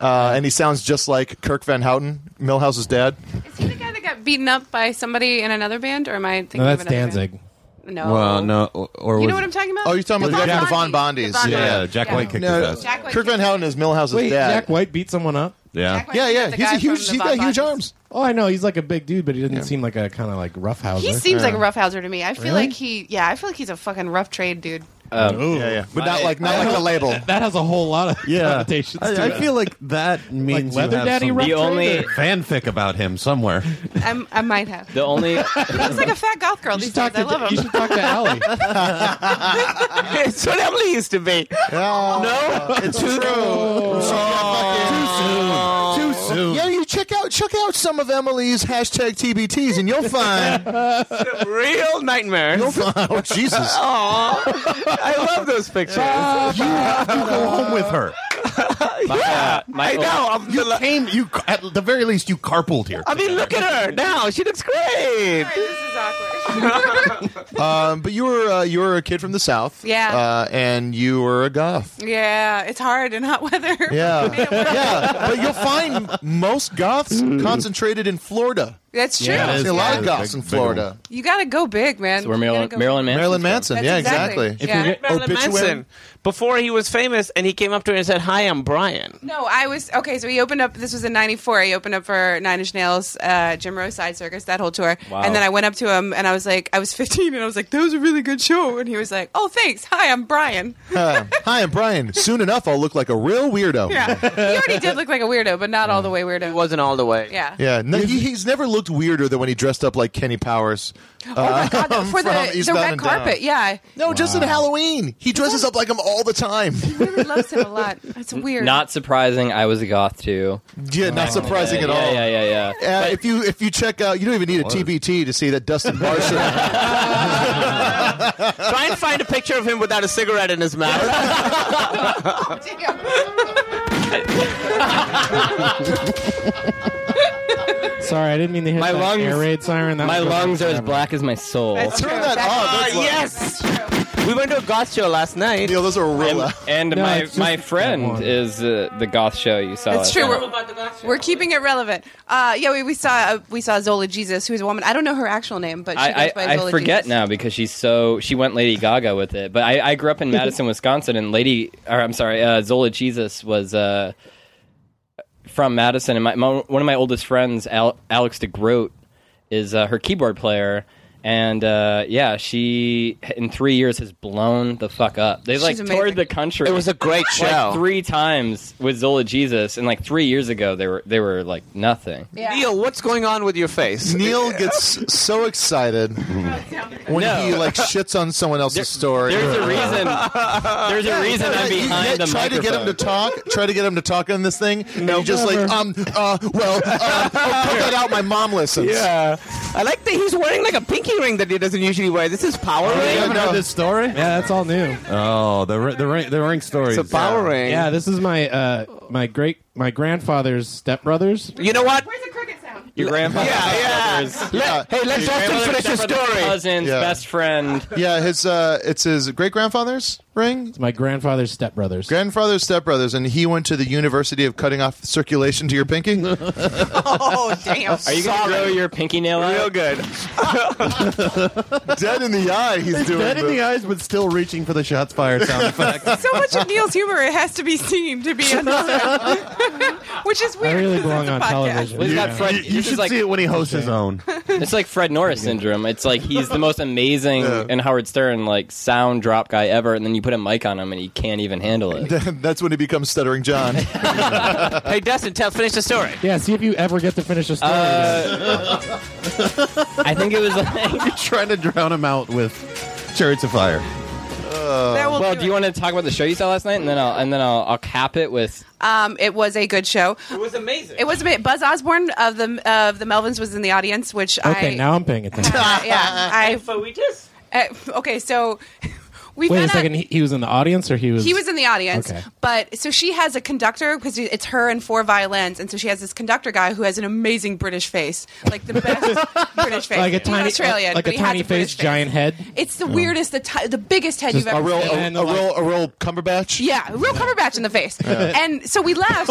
S2: uh, and he sounds just like Kirk Van Houten, Millhouse's dad.
S11: Is he the guy that got beaten up by somebody in another band, or am I thinking of another Band? No.
S3: Well, no, or
S11: You
S3: was
S11: know what I'm talking about?
S2: Oh, you're talking about the guy
S11: Devon
S2: from Devon
S11: Bondi.
S2: Bondies.
S11: Devon
S3: Yeah, Bondi. Jack White kicked his ass.
S11: Jack White
S2: Kirk Van Houten is Millhouse's
S16: Wait,
S2: dad.
S16: Jack White beat someone up?
S3: yeah,
S2: yeah, yeah.
S11: the
S2: He's
S11: guy
S2: a
S11: from
S2: huge.
S11: the
S2: He's got
S11: Von
S2: huge
S11: Bondies.
S2: arms.
S16: Oh, I know. He's like a big dude, but he didn't seem like a kind of like rough house.
S11: He seems like a roughhouser to me. I feel like he, yeah, I feel like he's a fucking rough trade dude.
S3: Um,
S2: yeah, yeah. But not like not like the label.
S16: That has a whole lot of
S3: Yeah.
S16: connotations to
S3: I, I
S16: it.
S3: feel like that means
S16: Leather
S3: you have
S16: Daddy
S3: some
S16: Rough
S3: the only
S16: Trader.
S3: fanfic about him somewhere.
S11: I'm, I might have.
S9: The only
S11: He looks like a fat goth girl these days. I love him.
S16: talk to Allie.
S6: it's what Emily used to be.
S2: no, it's true.
S6: Oh.
S3: Too soon. Too soon.
S2: Yeah, you check out check out some of Emily's hashtag TBTs, and you'll find.
S6: Real nightmares.
S2: You'll find oh Jesus!
S6: Aw. I love those pictures.
S3: You have to go home with her.
S9: my, my
S6: I
S9: old-
S6: know. I'm
S3: uh, You
S6: the-
S3: came. You ca- at the very least you carpooled here.
S6: I mean, look at her now. She looks great.
S11: This is awkward.
S2: Um, but you were uh, you were a kid from the south,
S11: Yeah.
S2: uh, and you were a goth,
S11: Yeah, it's hard in hot weather.
S2: yeah, yeah. But you'll find most goths concentrated in Florida.
S11: That's true.
S2: I see a lot of
S3: Yeah.
S2: goths in
S3: Big- big one.
S2: Florida.
S11: You gotta go big, man.
S9: So we're
S11: You
S9: Marilyn,
S11: gotta go
S9: Marilyn Manson.
S2: Marilyn Manson,
S11: That's
S2: yeah,
S11: exactly.
S2: exactly.
S11: Yeah.
S9: oh,
S6: Marilyn
S2: Obituary.
S6: Manson. Before he was famous, and he came up to her and said, "Hi, I'm Brian."
S11: No, I was okay. So he opened up. This was in '94. He opened up for Nine Inch Nails, uh, Jim Rose Side Circus, that whole tour.
S9: Wow.
S11: And then I went up to him and I was like, I was 15, and I was like, that was a really good show. And he was like, Oh, thanks. Hi, I'm Brian.
S2: Uh, hi, I'm Brian. Soon enough, I'll look like a real weirdo.
S11: Yeah, he already did look like a weirdo, but not all the way weirdo.
S6: Wasn't all the way.
S11: Yeah.
S2: Yeah, no, he, he's never looked weirder than when he dressed up like Kenny Powers.
S11: Oh my god,
S2: um,
S11: for
S2: from
S11: the, the
S2: Eastbound
S11: red
S2: and Down.
S11: carpet. Yeah,
S2: No, just at Halloween. He dresses up like him all the time.
S11: he really loves him a lot. It's weird.
S9: Not surprising. I was a goth too.
S2: yeah, not surprising
S9: yeah,
S2: at all.
S9: Yeah, yeah, yeah. yeah.
S2: Uh, if you if you check out, you don't even need a TBT to see that Dustin Marshall.
S6: Try and find a picture of him without a cigarette in his mouth.
S8: Oh,
S16: Sorry, I didn't mean to hit
S9: My
S16: that
S9: lungs-
S16: air raid siren. That
S9: my
S16: was
S9: lungs are as
S16: forever.
S9: black as my soul.
S11: That's true.
S2: that
S11: That's
S2: off.
S11: true.
S6: Ah, yes.
S11: That's true.
S6: We went to a goth show last night. Neil,
S2: those are real.
S6: And,
S9: And my my friend is uh, the goth show you saw. last
S11: That's true.
S9: night.
S11: We're, we're keeping it relevant. Uh, yeah, we, we saw uh, we saw Zola Jesus, who's a woman. I don't know her actual name, but she
S9: I,
S11: goes
S9: I,
S11: by
S9: I
S11: Zola
S9: forget
S11: Jesus.
S9: now because she's so she went Lady Gaga with it. But I, I grew up in Madison, Wisconsin, and Lady or I'm sorry, uh, Zola Jesus was uh, from Madison, and my, my one of my oldest friends, Al, Alex DeGroat, is uh, her keyboard player. And uh, yeah, she in three years has blown the fuck up. They
S6: She's
S9: like toured
S6: amazing.
S9: the country.
S6: It was a great
S9: like,
S6: show.
S9: three times with Zola Jesus, and like three years ago they were they were like nothing.
S6: Neil, what's going on with your face?
S2: Neil gets so excited when
S9: No.
S2: he like shits on someone else's story.
S9: There's a reason. There's a reason I'm
S2: You
S9: behind
S2: get-
S9: the
S2: try to get him to talk. Try to get him to talk on this thing. No, you just like
S9: Never.
S2: um uh well uh, oh, cut that out. My mom listens.
S6: Yeah, I like that he's wearing like a pinky ring that he doesn't usually wear. This is power ring.
S12: haven't heard this
S6: story?
S12: Yeah, that's all new.
S3: Oh, the ri- the ring, the ring story.
S6: It's a power ring.
S12: Yeah, this is my uh, my great my grandfather's stepbrothers.
S6: You know what?
S9: Your grandpa. Yeah, yeah.
S2: Let-
S12: hey,
S2: let Justin finish his story.
S9: Cousins,
S2: Yeah.
S9: best friend.
S2: Yeah, his uh, it's his great grandfather's ring. It's
S12: my grandfather's stepbrothers.
S2: Grandfather's stepbrothers, and he went to the University of cutting off circulation to your pinky.
S9: oh
S11: damn!
S9: Are you gonna grow your pinky nail out? Real
S6: good.
S2: dead in the eye. He's
S11: doing
S3: dead in
S11: the-
S3: the eyes, but still reaching for the shots fired sound effect.
S11: so much of Neil's humor it has to be seen to be understood, which is weird.
S12: really
S11: 'cause
S12: belong
S11: it's a
S12: on
S11: podcast.
S12: television.
S9: Well, he's got
S12: Yeah.
S9: Fred-
S12: You- you
S9: this is
S12: should
S9: like,
S12: see it when he hosts
S3: his own.
S9: It's like Fred Norris syndrome. It's like he's the most amazing and Howard Stern like sound drop guy ever, and then you put a mic on him and he can't even handle it.
S2: That's when he becomes stuttering John.
S6: hey, Dustin, tell finish the story.
S12: Yeah, see if you ever get to finish a story.
S9: Uh, I think it was like
S3: you're trying to drown him out with chariots of fire.
S9: well, do you want to talk about the show you saw last night, and then I'll and then I'll, I'll cap it with
S11: Um, it was a good show. It
S6: was amazing.
S11: It was a bit. Buzz Osborne of the of the Melvins was in the audience, which
S12: okay,
S11: I
S12: now I'm paying attention.
S11: uh, yeah. I Uh,
S6: but we just
S11: okay. So we
S12: Wait a
S11: found out-
S12: second. He, he was in the audience, or he was
S11: He was in the audience,
S12: Okay.
S11: but so she has a conductor because it's her and four violins, and so she has this conductor guy who has an amazing British face, like the best British face.
S12: like a
S11: He's
S12: tiny,
S11: Australian,
S12: like
S11: but he
S12: a
S11: has
S12: tiny Oh.
S11: British
S12: face, giant head.
S11: It's the weirdest, the ti the biggest head
S2: Just
S11: you've
S2: a
S11: ever
S2: real,
S11: seen.
S2: a, a real, a real Cumberbatch.
S11: yeah, real Cumberbatch in the face.
S2: Yeah.
S11: And so we left.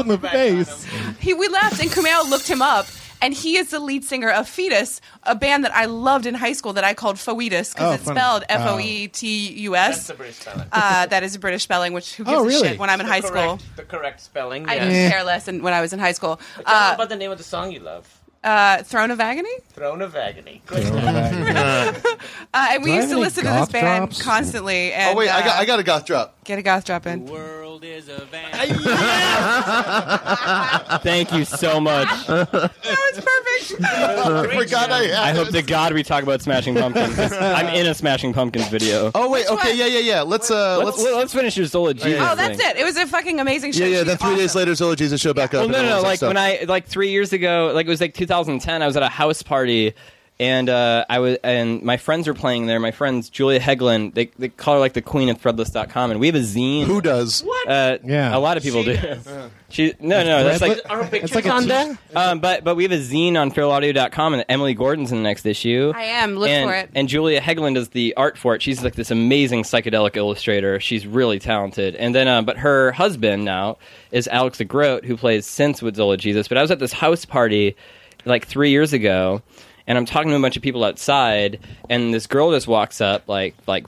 S12: in the face.
S11: He we left, and Kumail looked him up. And he is the lead singer of Fetus, a band that I loved in high school that I called Foetus because
S12: Oh,
S11: it's
S12: funny.
S11: spelled
S12: Oh.
S11: F O E T U S. Uh, that is a British spelling, which who gives
S12: Oh,
S11: a
S12: really?
S11: shit when I'm in
S6: The
S11: high school.
S6: correct- The correct spelling.
S11: I
S6: yes.
S11: didn't care less in, when I was in high school.
S6: Tell us
S11: Uh,
S6: about the name of the song you love.
S11: uh, Throne of Agony?
S6: Throne of Agony.
S11: Uh, and
S2: Do
S11: we
S2: I
S11: used
S2: have
S11: to
S2: any
S11: listen to this
S2: goth
S11: band
S2: drops?
S11: constantly. And,
S2: oh wait, I got,
S11: uh,
S2: I got a goth drop.
S11: Get a goth drop in.
S9: Thank you so much. that
S11: was perfect.
S8: Uh,
S2: forgot I had
S9: hope to God we talk about Smashing Pumpkins. 'cause I'm in a Smashing Pumpkins video.
S2: Oh wait, okay, yeah, yeah, yeah. Let's uh,
S9: let's,
S2: let's.
S9: let's, finish your Zola Jesus.
S11: Oh, that's it. It was a fucking amazing show.
S2: yeah, yeah.
S11: She's
S2: Then three days later, Zola Jesus show back up.
S9: Well,
S2: and
S9: no,
S2: all
S9: no,
S2: that
S9: like
S2: stuff.
S9: when I like three years ago, like it was like 2010. I was at a house party, and uh, I was and my friends were playing there. My friends Julia Heglin, they they call her like the queen of Threadless.com, and we have a zine. Who
S2: does?
S9: What? Uh,
S12: Yeah.
S9: a lot of people
S12: She
S9: do. She no no that's like
S6: Are her pictures
S12: like a
S6: on
S12: t-
S6: there?
S9: um, but but we have a zine on feralaudio.com and Emily Gordon's in the next issue.
S11: I am. Look
S9: and,
S11: for it.
S9: And Julia Hegland is the art for it. She's like this amazing psychedelic illustrator. She's really talented. And then, uh, but her husband now is Alex DeGroat, who plays synth with Zola Jesus. But I was at this house party like three years ago, and I'm talking to a bunch of people outside, and this girl just walks up, like like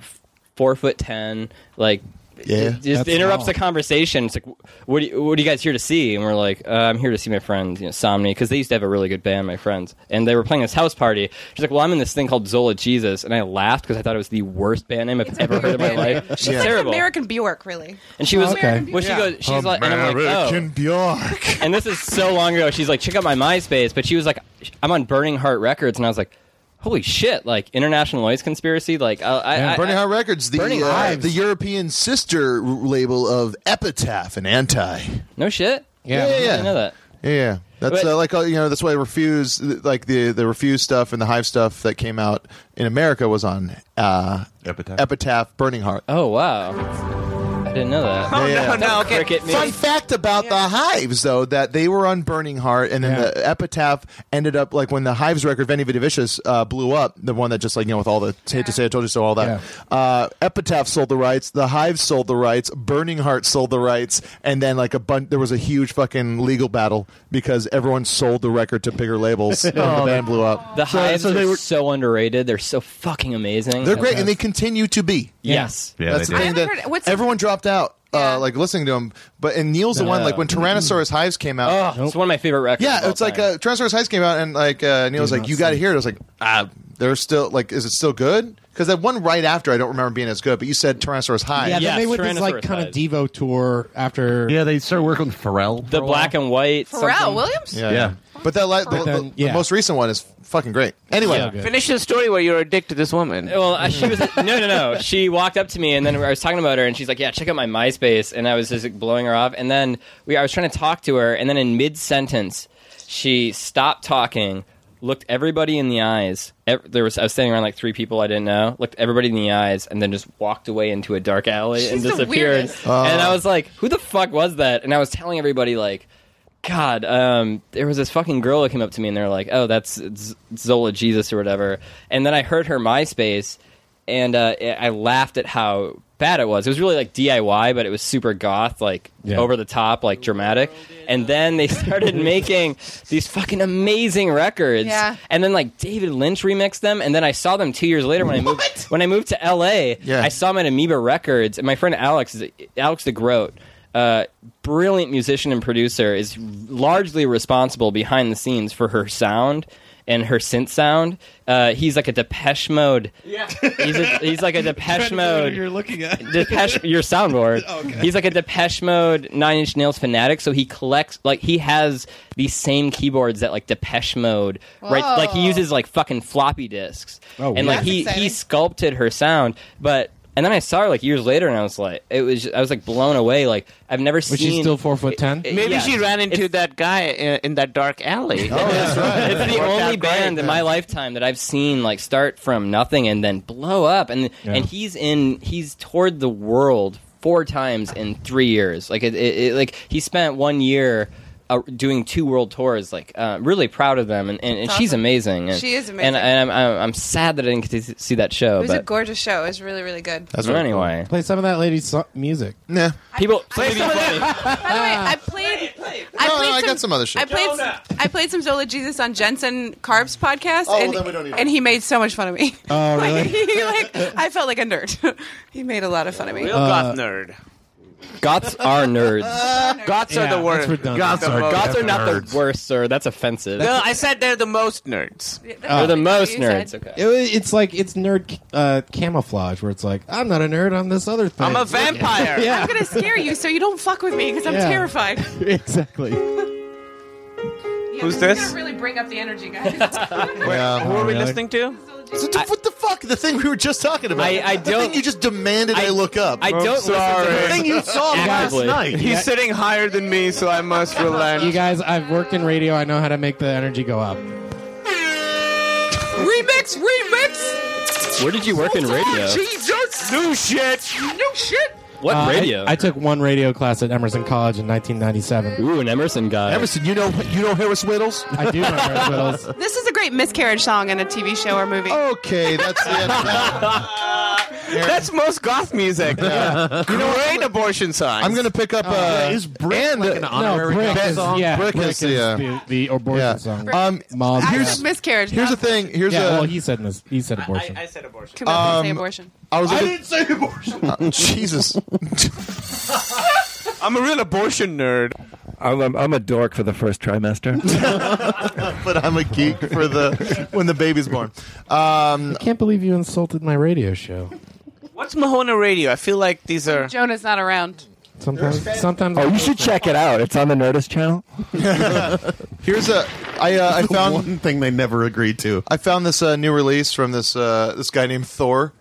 S9: four foot ten, like.
S2: Yeah,
S9: just
S2: that's
S9: interrupts
S2: small.
S9: the conversation. It's like, what do you, what are you guys here to see? And we're like, uh, I'm here to see my friends, you know, Somni, because they used to have a really good band, my friends, and they were playing this house party. She's like, well, I'm in this thing called Zola Jesus, and I laughed because I thought it was the worst band name I've ever heard in my life.
S11: She's like
S9: terrible.
S11: American Bjork, really.
S9: and she was,
S11: American
S9: well, she
S11: Bjork.
S9: goes, she's like, and I'm like, oh.
S16: American
S2: Bjork.
S9: and this is so long ago. She's like, check out my MySpace, but she was like, I'm on Burning Heart Records, and I was like. Holy shit! Like international noise conspiracy. Like I, I,
S2: Man,
S9: I,
S2: Burning
S9: I-
S2: Heart Records, the
S9: Burning
S2: uh,
S9: Hives.
S2: the European sister r- label of Epitaph and Anti.
S9: No shit.
S2: Yeah, yeah, yeah.
S9: I know that.
S2: Yeah, yeah. That's
S9: But-
S2: uh, like uh, you know that's why refuse like the the refuse stuff and the hive stuff that came out in America was on uh, epitaph epitaph burning heart.
S9: Oh wow! didn't know that.
S2: Yeah.
S9: Cricket
S2: Fun
S9: music.
S2: fact about the Hives, though, that they were on Burning Heart, and then the epitaph ended up like when the Hives record "Veni Vidi Vicious" uh, blew up, the one that just like you know with all the "Hate to Say I Told You So" all that. Uh, epitaph sold the rights, the Hives sold the rights, Burning Heart sold the rights, and then like a bunch, there was a huge fucking legal battle because everyone sold the record to bigger labels, and the
S9: Oh,
S2: band blew up.
S9: The Hives are so underrated. They're so fucking amazing.
S2: They're great, and they continue to be.
S9: Yes. Yeah,
S2: that's
S9: they do.
S2: the thing
S9: I
S2: that
S9: haven't heard- what's-
S2: everyone dropped out. Uh, like listening to him, but and Neil's the
S9: No.
S2: one. Like when Tyrannosaurus Hives came out,
S9: Oh, It's one of my favorite records. of
S2: yeah,
S9: all
S2: it's like
S9: time.
S2: uh, Tyrannosaurus Hives came out, and like uh, Neil was like, "You got to hear it." I was like, "Ah, they're still like, is it still good?" Because that one right after, I don't remember being as good. But you said Tyrannosaurus Hives,
S12: Yeah, then they went this like kind of Devo tour after. Yeah,
S3: they started working with Pharrell.
S9: the black and white. something.
S2: Yeah, yeah. but that like the,
S9: But then-
S2: the- the most recent one is fucking great. Anyway,
S6: Finish the story where you're a dick to this woman.
S9: Well, uh, she was no, no, no. She walked up to me, and then I was talking about her, and she's like, "Yeah, check out my MySpace," and I was just like, blowing her off. And then we, I was trying to talk to her, and then in mid sentence, she stopped talking, looked everybody in the eyes. Ev- there was I was standing around like three people I didn't know, looked everybody in the eyes, and then just walked away into a dark alley and
S18: She's the
S9: disappeared.
S18: weirdest.
S2: Oh.
S9: and I was like, "Who the fuck was that?" And I was telling everybody like. God, um, there was this fucking girl that came up to me and they're like, "Oh, that's Z- Zola Jesus or whatever." And then I heard her MySpace, and uh, I- I laughed at how bad it was. It was really like DIY, but it was super goth, like
S18: Yeah.
S9: over the top, like dramatic. And then they started making these fucking amazing records.
S18: Yeah.
S9: And then like David Lynch remixed them, and then I saw them two years later when I moved when I moved to LA. I saw them at Amoeba Records, and my friend Alex is Alex DeGroat. Uh, brilliant musician and producer is largely responsible behind the scenes for her sound and her synth sound. Uh, he's like a Depeche Mode. Yeah, he's, a, he's like a Depeche Mode.
S7: You're looking at
S9: Depeche, your soundboard. He's like a Depeche Mode Nine Inch Nails fanatic, so he collects like he has these same keyboards that like Depeche Mode, right?
S18: Whoa.
S9: Like he uses like fucking floppy disks,
S18: Oh,
S9: and
S18: wow.
S9: like
S18: That's
S9: he he
S18: exciting.
S9: sculpted her sound, but. And then I saw her like years later, and I was like, it was I was like blown away. Like I've never
S12: Was
S9: seen.
S12: she still four foot ten?
S6: Maybe she ran into that guy in, in that dark alley. Oh, that's right.
S9: it's the only band in my lifetime that I've seen like start from nothing and then blow up. And and he's in he's toured the world four times in three years. Like it, it, it like he spent one year. Uh, doing two world tours, like uh, really proud of them, and, and, and
S11: That's
S9: she's
S11: awesome.
S9: amazing. And,
S11: She is
S9: and,
S11: amazing.
S9: and I'm, I'm I'm sad that I didn't get to see that show.
S11: It was
S9: Oh, but
S11: a gorgeous show. It was really, really good.
S9: Well, anyway.
S12: Play some of that lady's so- music.
S2: Yeah.
S9: People
S11: By the way, I played. I
S2: No,
S11: played
S2: no, I
S11: some,
S2: got some other shit.
S11: I played. I played some Zola Jesus on Jensen Carp's podcast,
S2: Oh, well,
S11: and,
S2: then we don't need
S11: and he made so much fun of me.
S12: Oh,
S11: Like,
S12: really?
S11: he, like, I felt like a nerd. he made a lot of fun of me.
S6: Real
S9: Uh,
S12: Uh,
S6: goth nerd.
S9: Goths are nerds.
S6: Goths are the worst.
S9: Goths
S6: The
S9: are,
S6: most
S9: goths are not
S6: nerds.
S9: the worst, sir. That's offensive.
S6: No, I said they're the most nerds.
S9: They're the most nerds. Okay.
S12: It, it's like it's nerd uh, camouflage, where it's like I'm not a nerd. I'm this other thing.
S6: I'm a vampire.
S11: I'm gonna scare you, so you don't fuck with me because I'm
S12: Yeah.
S11: terrified.
S12: exactly.
S6: Who's this?
S11: Really bring up the energy, guys.
S6: Who are we
S2: Oh,
S6: listening to?
S2: So, dude, what the fuck? The thing we were just talking about.
S6: I- I
S2: The
S6: don't-
S2: thing you just demanded I, look up.
S6: I don't listen to
S2: The
S6: her.
S2: thing you saw last
S6: Actively.
S2: night.
S6: He's sitting higher than me, so I must relent.
S12: You guys, I've worked in radio. I know how to make the energy go up.
S17: Remix, remix.
S9: Where did you work in radio?
S17: Jesus. New shit. New shit.
S9: What
S12: Uh, I-
S9: radio?
S12: I, took one radio class at Emerson College in 1997.
S9: Ooh, an Emerson guy.
S2: Emerson, you know you know Harris Whittles.
S12: I do know Harris Whittles.
S11: This is a great miscarriage song in a TV show or movie.
S2: Okay, that's the
S6: That's most goth music.
S2: Yeah.
S6: You know, Great abortion signs.
S2: I'm going to pick
S8: Oh,
S2: up. Uh,
S6: is
S2: Brick like an
S12: honorary Brick goth is- song? yeah,
S2: Brick,
S12: Brick
S2: is,
S12: is
S2: yeah.
S12: the- uh, the abortion song.
S2: Um,
S12: Mom,
S2: here's,
S11: miscarriage.
S2: here's the thing. Here's
S12: yeah,
S2: a.
S12: well, he said mis- he said abortion.
S6: said abortion.
S11: Come up and say
S2: Um,
S11: abortion.
S2: I was. looking-
S7: didn't say abortion.
S2: Uh, Jesus.
S6: I'm a real abortion nerd.
S8: I'm, I'm, I'm a dork for the first trimester.
S2: but I'm a geek for the when the baby's born. Um,
S12: I can't believe you insulted my radio show.
S6: What's Mahona Radio? I feel like these are.
S11: Jonah's not around.
S12: Sometimes, sometimes.
S8: oh, you should check it out. It's on the Nerdist channel.
S2: Here's a I uh, I
S3: The
S2: found
S3: one thing they never agreed to.
S2: I found this uh, new release from this uh, this guy named Thor.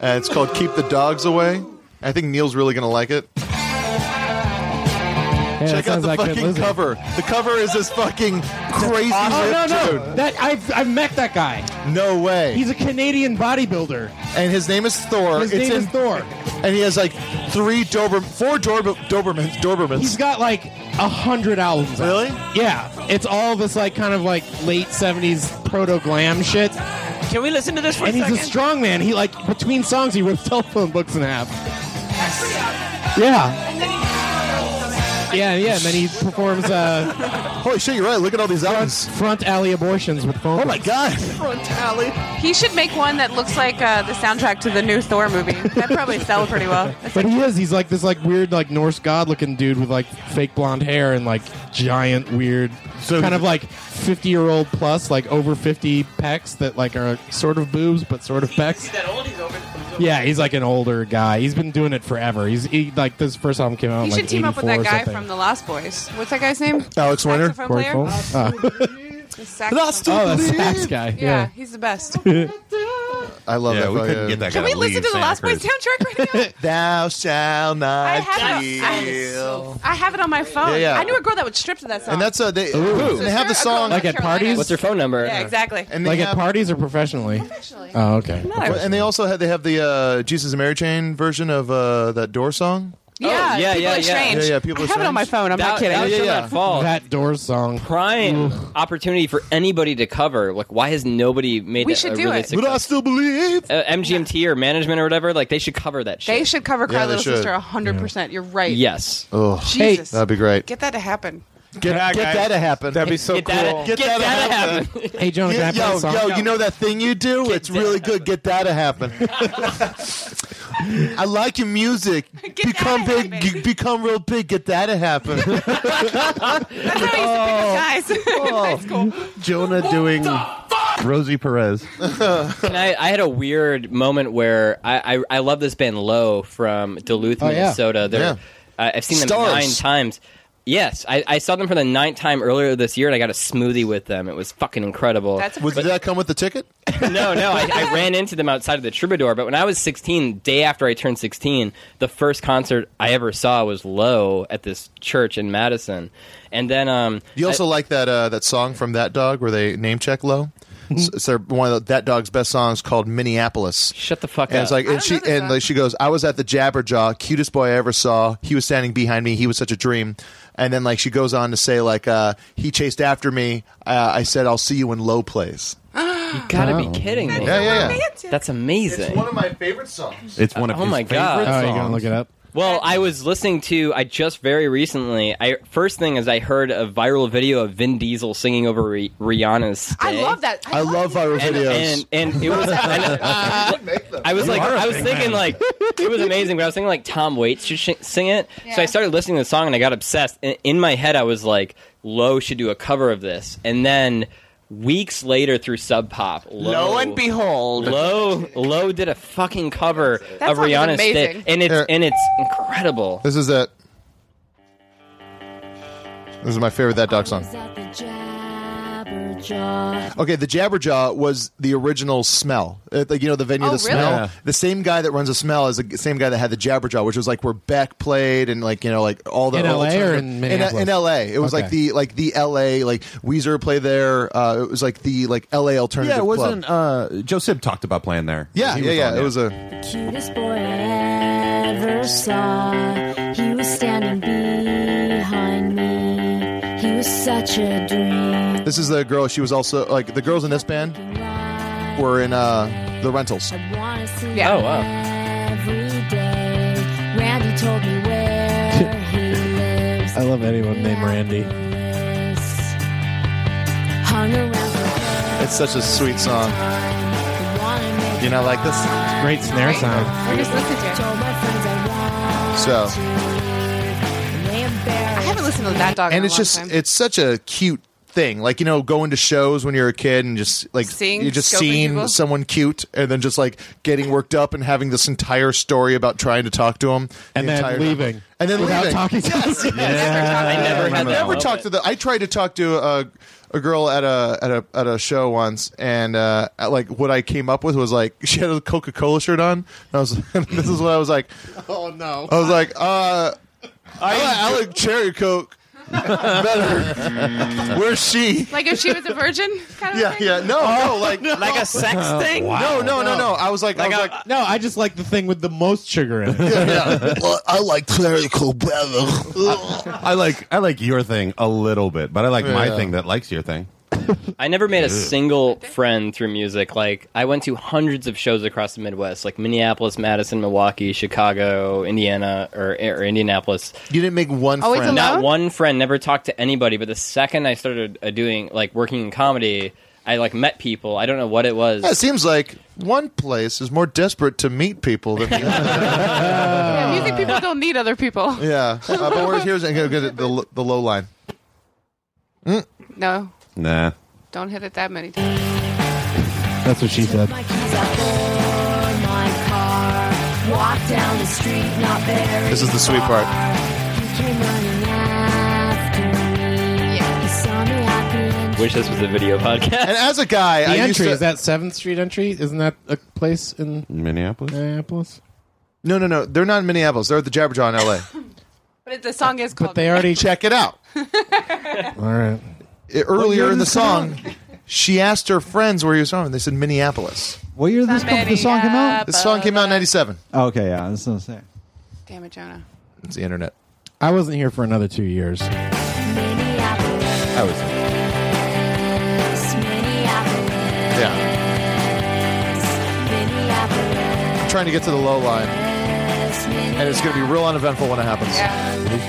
S2: Uh, it's called "Keep the Dogs Away." I think Neil's really gonna like it.
S12: that
S2: Check out
S12: sounds
S2: the
S12: like Kid
S2: fucking
S12: Lizard.
S2: cover. The cover is this fucking crazy.
S12: Oh
S2: ripped
S12: no,
S2: dude.
S12: no! That I've I've met that guy.
S2: No way.
S12: He's a Canadian bodybuilder.
S2: and his name is Thor.
S12: His
S2: it's
S12: name
S2: in,
S12: is Thor.
S2: And he has like three Dober, four Dorber, Dobermans, Dobermans.
S12: He's got like a hundred albums. Really? Yeah. It's all this like kind of like late seventies proto glam shit.
S6: Can we listen to this for
S12: and
S6: a
S12: he's
S6: second?
S12: a strong man. He like between songs he rips telephone books in half. Yeah. Yeah, yeah, and then he performs. Uh,
S2: Holy shit, you're right. Look at all these
S12: albums. Front, alley abortions with phone. Oh
S2: my god!
S11: He should make one that looks like uh, the soundtrack to the new Thor movie. That probably sell pretty well.
S12: But he is. He's like this like weird like Norse god looking dude with like fake blonde hair and like giant weird kind of like 50 year old plus like over 50 pecs that like are sort of boobs but sort of pecs. Yeah, he's like an older guy. He's been doing it forever. He's he, like this first album came out.
S11: He
S12: in, like,
S11: should team up with that
S12: 84 or
S11: guy
S12: something.
S11: from The Lost Boys. What's that guy's name?
S2: Alex Winter,
S11: Saxophone Corey player? Cole? The saxophone-
S12: Oh, that's sax guy.
S11: Yeah,
S12: Yeah.
S11: he's the best.
S2: I love
S3: Yeah,
S2: that.
S3: we couldn't
S2: fucking-
S3: get that
S11: Can we listen to the Lost Boys soundtrack right now?
S2: Thou shall not
S11: I have, it,
S2: kill.
S11: I, I have it on my phone.
S2: Yeah, yeah.
S11: I knew a girl that would strip to that song.
S2: And that's a they.
S12: Ooh.
S2: Ooh, they have the song
S12: Like at parties.
S9: What's her phone number?
S11: yeah, exactly.
S2: And they
S12: Like at
S2: have-
S12: parties or professionally? Professionally. Oh, okay.
S2: and they also had they have the uh, Jesus and Mary Chain version of uh, that Door song.
S11: yeah,
S9: yeah,
S11: people
S9: yeah,
S11: are
S9: yeah.
S11: strange.
S2: Yeah, yeah, people
S11: I
S2: are
S11: have it on
S2: strange.
S11: my phone. I'm not
S9: That-
S11: kidding.
S9: that was
S2: Yeah,
S9: from
S2: yeah.
S9: that fall.
S12: That Doors song.
S9: Prime opportunity for anybody to cover. Like, why has nobody made
S11: We
S9: that
S11: should
S9: a
S11: do
S9: really
S11: it.
S9: success-
S2: I still believe.
S9: uh, MGMT or management or whatever? Like, they should cover that shit.
S11: They should cover Cry
S9: Yeah, they
S11: Little Sister
S9: should.
S11: 100%. You're right.
S9: Yes.
S2: Oh,
S11: Jesus.
S2: that'd be great.
S11: Get that to happen.
S2: Get,
S11: Yeah,
S2: get
S11: guys.
S2: that to happen.
S8: That'd be so
S2: get
S8: Get that- cool.
S2: get, that, to happen.
S12: Hey, Jonah,
S2: Yeah,
S12: can I play a song?
S2: yo, yo, you know that thing you do? it's really good. Get that to happen. I like your music. become big. g- become real big. Get that to happen.
S11: That's how I used to pick up guys. That's cool.
S3: Jonah doing Rosie Perez.
S9: and I, I had a weird moment where I, I, I love this band Low from Duluth,
S12: Oh, yeah.
S9: Minnesota. They're,
S12: Yeah.
S9: I- I've seen them
S12: Stars.
S9: nine times. Yes, I, I saw them for the ninth time earlier this year, and I got a smoothie with them. It was fucking incredible.
S2: Was, did that come with the ticket?
S9: no, no, I, I ran into them outside of the Troubadour. But when I was 16, day after I turned 16, the first concert I ever saw was Low at this church in Madison. And then, um,
S2: You also like that uh, that song from That Dog where they name check low.
S9: Mm-hmm.
S2: It's it's their- one of the, that dog's best songs called Minneapolis.
S9: Shut the fuck
S2: and
S9: up.
S2: It's like, and she and like she goes, I was at the Jabberjaw, cutest boy I ever saw. He was standing behind me. He was such a dream. And then like she goes on to say like uh, he chased after me. Uh, I said I'll see you in low place.
S9: you gotta
S2: Wow.
S9: be kidding me.
S2: Oh. Yeah, yeah, yeah.
S9: That's amazing.
S2: of my favorite songs.
S3: It's one of
S9: Oh
S3: his
S9: my
S3: favorite
S9: God.
S3: songs.
S9: Oh, you gonna look
S12: it up?
S9: Well, I was listening to I just very recently. I first thing is I heard a viral video of Vin Diesel singing over Rih- Rihanna's.
S11: I
S9: Stay.
S11: love that. I, love
S2: viral
S9: And, and and it was and uh, I was
S17: You
S9: like
S17: are a
S9: I was
S17: big
S9: thinking
S17: man.
S9: like it was amazing, but I was thinking like Tom Waits should sh- sing it. So I started listening to the song and I got obsessed. And in my head, I was like, Low should do a cover of this. And then weeks later, through Sub Pop, Low,
S6: Lo and behold.
S9: Low Low did a fucking cover
S6: That
S9: of
S6: song is
S9: Rihanna's
S6: amazing.
S9: Stay, and it's and it's incredible.
S2: This is it. This is my favorite That Dog song. Okay, the Jabberjaw was the original smell. Uh, like you know, the venue,
S17: Oh,
S2: the smell.
S17: really? Yeah.
S2: The same guy that runs the smell is the g- same guy that had the Jabberjaw, which was like where Beck played and like you know, like all the
S12: In
S2: all
S12: LA or
S2: alternative-
S12: in
S2: in,
S12: Minneapolis?
S2: in L.A. It was like
S12: Okay.
S2: the like the L.A. like Weezer played there. Uh, it was like the like L.A. alternative.
S3: Yeah, it
S2: club.
S3: wasn't. Uh, Joe Sib talked about playing there.
S2: Yeah,
S3: He
S2: yeah,
S3: was
S2: yeah.
S3: on
S2: It
S3: there.
S2: was a.
S1: Cutest boy I ever saw. He was standing behind me. He was such a dream.
S2: This is the girl. She was also like the girls in this band were in uh the Rentals.
S1: Wanna see
S11: Yeah.
S1: him
S11: Oh, wow.
S1: every day. Randy told me where he lives.
S12: I love anyone named Randy.
S1: Hung around
S2: It's such a sweet song. You know, like this
S12: great snare sound.
S11: We're just listening to it.
S2: So,
S11: I haven't listened to that dog. in
S2: and
S11: a
S2: it's
S11: long
S2: just
S11: time.
S2: it's such a cute thing. Like you know, going to shows when you're a kid and just like
S11: Seeing-
S2: you're just
S11: scoping
S2: seeing
S11: people.
S2: someone cute, and then just like getting worked up and having this entire story about trying to talk to him,
S12: And then leaving.
S2: and then
S12: Without
S2: leaving.
S12: talking to
S2: yes,
S12: them.
S2: yes.
S12: I never had that.
S2: never
S12: Love
S2: talked to the. I tried to talk to a, a girl at a at a at a show once, and uh, at, like what I came up with was like she had a Coca Cola shirt on, and I was this is what I was like.
S12: Oh no!
S2: I was like, uh, I, like, I like cherry coke better. Where's she?
S11: Like if she was a virgin, kind of.
S2: Yeah, yeah. No, no, like
S6: like a sex thing?
S2: No, no, no, no. I was like, I was like,
S12: no, I just like the thing with the most sugar in it.
S17: Well, I like clerical better.
S3: I like I like your thing a little bit, but I like my
S9: Yeah.
S3: thing that likes your thing.
S9: I never made a
S3: Ugh.
S9: single friend through music. Like I went to hundreds of shows across the Midwest, like Minneapolis, Madison, Milwaukee, Chicago, Indiana, or, or Indianapolis.
S2: You didn't make one
S17: Always friend.
S9: Not
S17: alone?
S9: one friend. Never talked to anybody. But the second I started uh, doing like working in comedy, I like met people. I don't know what it was.
S2: Yeah, it seems like one place is more desperate to meet people than the other.
S11: Yeah, music people don't need other people.
S2: yeah. Uh, but we're, here's okay, okay, the, the low line.
S11: No,
S3: Nah.
S11: don't hit it that many times.
S12: That's what she said.
S1: my car, walk down the street, not very
S2: This is the sweet part.
S1: Came running after me. He saw me happy and
S9: Wish this was a video podcast.
S2: And as a guy,
S12: the
S2: I used
S12: entry
S2: to-
S12: is that Seventh Street entry. Isn't that a place in
S3: Minneapolis?
S12: Minneapolis.
S2: No, no, no. They're not in Minneapolis. They're at the Jabberjaw in L.A.
S11: But it, the song is called.
S12: they already
S2: check it out. E,
S12: All right.
S2: earlier
S12: year
S2: in the
S12: did this come
S2: song, she asked her friends where he was from, and they said Minneapolis.
S8: What year did this, come, this song come out?
S2: This song came out
S12: uh,
S2: in '97.
S8: Okay, yeah, that's what I'm saying.
S11: Damn it, Jonah.
S2: It's the internet.
S12: I wasn't here for another two years.
S2: I was. Yeah. I'm trying to get to the low line, and it's going to be real uneventful when it happens.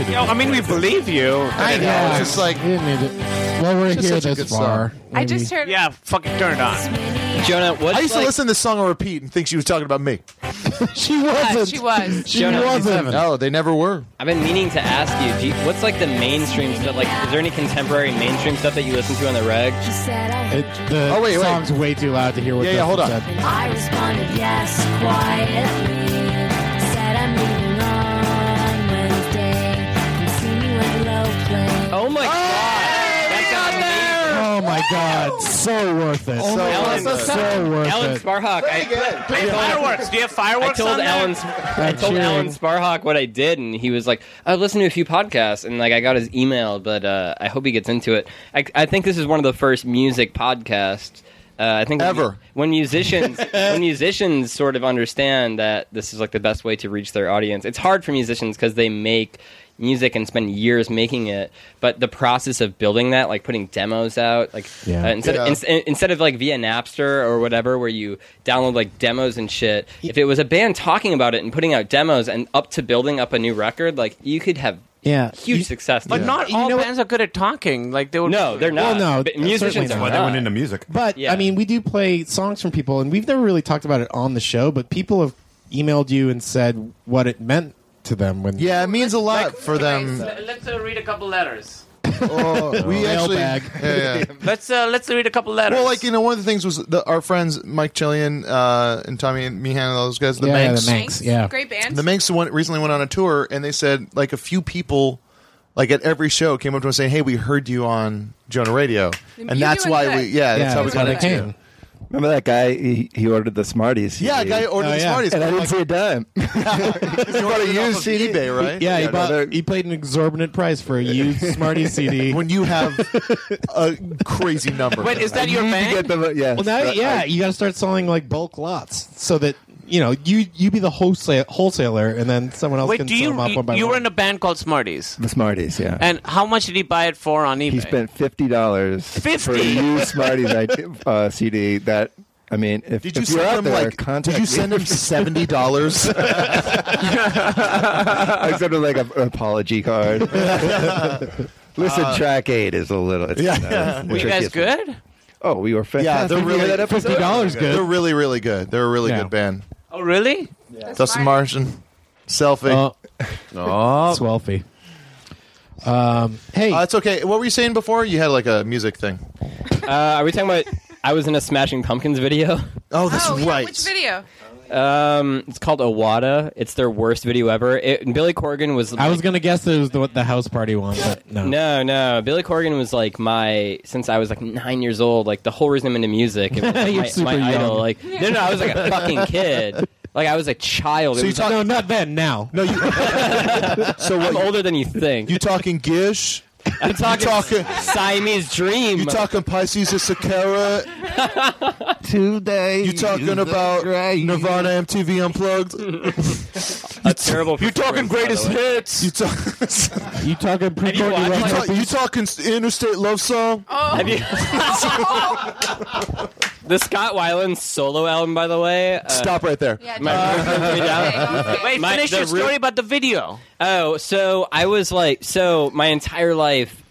S6: Yo, I mean, we believe you.
S2: I know. It's just like
S12: Well, we're
S2: Just
S12: here
S2: such a
S12: this
S2: good song.
S12: far.
S11: I just heard.
S6: Yeah, fucking turn it on.
S9: Jonah, what?
S2: I used to
S6: like-
S2: listen to this song on repeat and think she was talking about me.
S12: she
S11: wasn't. She was.
S2: No, they never were.
S9: I've been meaning to ask you, do you- what's like the mainstream stuff? Like, is there any contemporary mainstream stuff that you listen to on the reg?
S12: It, the
S9: Oh, wait, wait.
S12: song's way too loud to hear what
S9: Yeah, yeah,
S12: Dustin
S9: hold on.
S12: said.
S1: I responded yes quietly. Said I'm leaving on Wednesday. Come see me when low play.
S9: Oh my
S12: Oh my god, so worth it.
S9: Oh,
S12: so
S9: Ellen,
S12: worth it. So worth
S9: Ellen
S12: it.
S9: Sparhawk. I, I told-
S6: Fireworks. Do you have
S9: I
S6: fireworks
S9: told
S6: on there?
S9: Alan, I told
S6: cheering.
S9: Alan Sparhawk what I did, and he was like, "I listened to a few podcasts, and like I got his email, but uh, I hope he gets into it." I, I think this is one of the first music podcasts. Uh, I think
S2: Ever.
S9: when musicians when musicians sort of understand that this is like the best way to reach their audience. It's hard for musicians because they make music and spend years making it, but the process of building that, like putting demos out, like
S12: Yeah.
S9: uh, instead
S12: Yeah.
S9: in- in- instead of like via Napster or whatever, where you download like demos and shit, if it was a band talking about it and putting out demos and up to building up a new record, like you could have
S12: Yeah.
S9: huge success.
S6: But
S9: there.
S6: not all bands are good at talking. Like they would.
S9: No, they're not.
S12: Well, no,
S9: But
S12: certainly
S9: musicians
S12: not.
S9: are
S12: That's why they
S9: not.
S12: went
S3: into music.
S12: But I mean, we do play songs from people, and we've never really talked about it on the show. But people have emailed you and said what it meant to them when.
S2: Yeah, it means a lot for them.
S6: Let's uh, read a couple letters.
S2: Oh, we actually.
S12: Mailbag.
S2: Yeah, yeah.
S6: Let's uh, let's read a couple letters.
S2: Well, like you know, one of the things was the, our friends Mike Chillian uh, and Tommy and Meehan and those guys, the
S12: Yeah, yeah,
S2: Manx.
S12: the Manx, yeah.
S11: Great band.
S2: The Manx went, recently went on a tour, and they said like a few people, like at every show, came up to us saying, "Hey, we heard you on Jonah Radio," and
S8: You're
S2: that's
S8: doing
S2: why
S8: good.
S2: we, yeah, that's how we got into it.
S8: Remember that guy? He, he ordered the Smarties.
S2: Yeah, a guy ordered Oh, the yeah. Smarties.
S8: and I didn't
S2: Like-
S8: see a dime.
S2: You bought a used eBay, right?
S12: Yeah, he, bought, he paid an exorbitant price for a used Smarty CD.
S2: When you have a crazy number.
S6: Wait, is that your band?
S8: yeah.
S12: Well, now, yeah, you got to start selling like bulk lots so that you know you you be the wholesale wholesaler, and then someone else
S6: Wait,
S12: can
S6: do
S12: sell
S6: you
S12: them up one by
S6: you
S12: one.
S6: were in a band called Smarties?
S8: The Smarties, yeah.
S6: And how much did he buy it for on eBay?
S8: he spent fifty dollars for a
S6: 50?
S8: new Smarties I- uh, CD. That I mean, if,
S2: Did you
S8: if you're
S2: send
S8: out
S2: him
S8: there,
S2: like?
S8: contact
S2: Did you
S8: me.
S2: send him seventy dollars?
S8: I sent him like a, an apology card. Listen,
S2: Uh,
S8: track eight is a little. It's, uh,
S2: yeah. Were you guys
S8: tricky.
S6: good?
S8: Oh, we were fantastic.
S2: yeah, they're
S8: You hear
S2: really
S8: that episode?
S2: They're really, really good. They're a really
S8: Yeah.
S2: good band.
S6: Oh, really?
S2: Dustin Martian, selfie.
S12: Oh.
S2: Oh.
S12: Swelfie. Um, hey,
S2: it's okay. What were you saying before? You had like a music thing.
S9: Uh, are we talking about? I was in a Smashing Pumpkins video.
S2: Oh, that's
S11: Which video?
S9: Um, it's called Awada. It's their worst video ever. It, and Billy Corgan was.
S12: I was gonna guess that it was the, the house party one, but no.
S9: No, no. Billy Corgan was like my since I was like nine years old. Like the whole reason I'm into music, it was like,
S12: You're
S9: my,
S12: super
S9: my idol.
S12: young.
S9: Like no, no, I was like a fucking kid. Like I was a child.
S12: So you talk-
S9: no,
S12: not then. Now.
S9: No, you. so I'm older than you think.
S2: You talking Gish?
S9: I'm talking, Siamese Dream.
S2: You talking Pisces is Sakara? Today. You talking about Nirvana MTV Unplugged?
S9: a terrible.
S2: you talking
S9: performance, by the
S2: greatest
S9: way.
S2: hits? You talk.
S12: you talking pre
S2: you, talk, you talking Interstate Love Song?
S9: Have you- the Scott Weiland solo album, by the way. uh,
S2: Stop right there.
S9: my-
S6: Wait,
S9: my-
S6: finish
S9: the
S6: your story
S9: real-
S6: about the video.
S9: Oh, so I was like, so my entire life,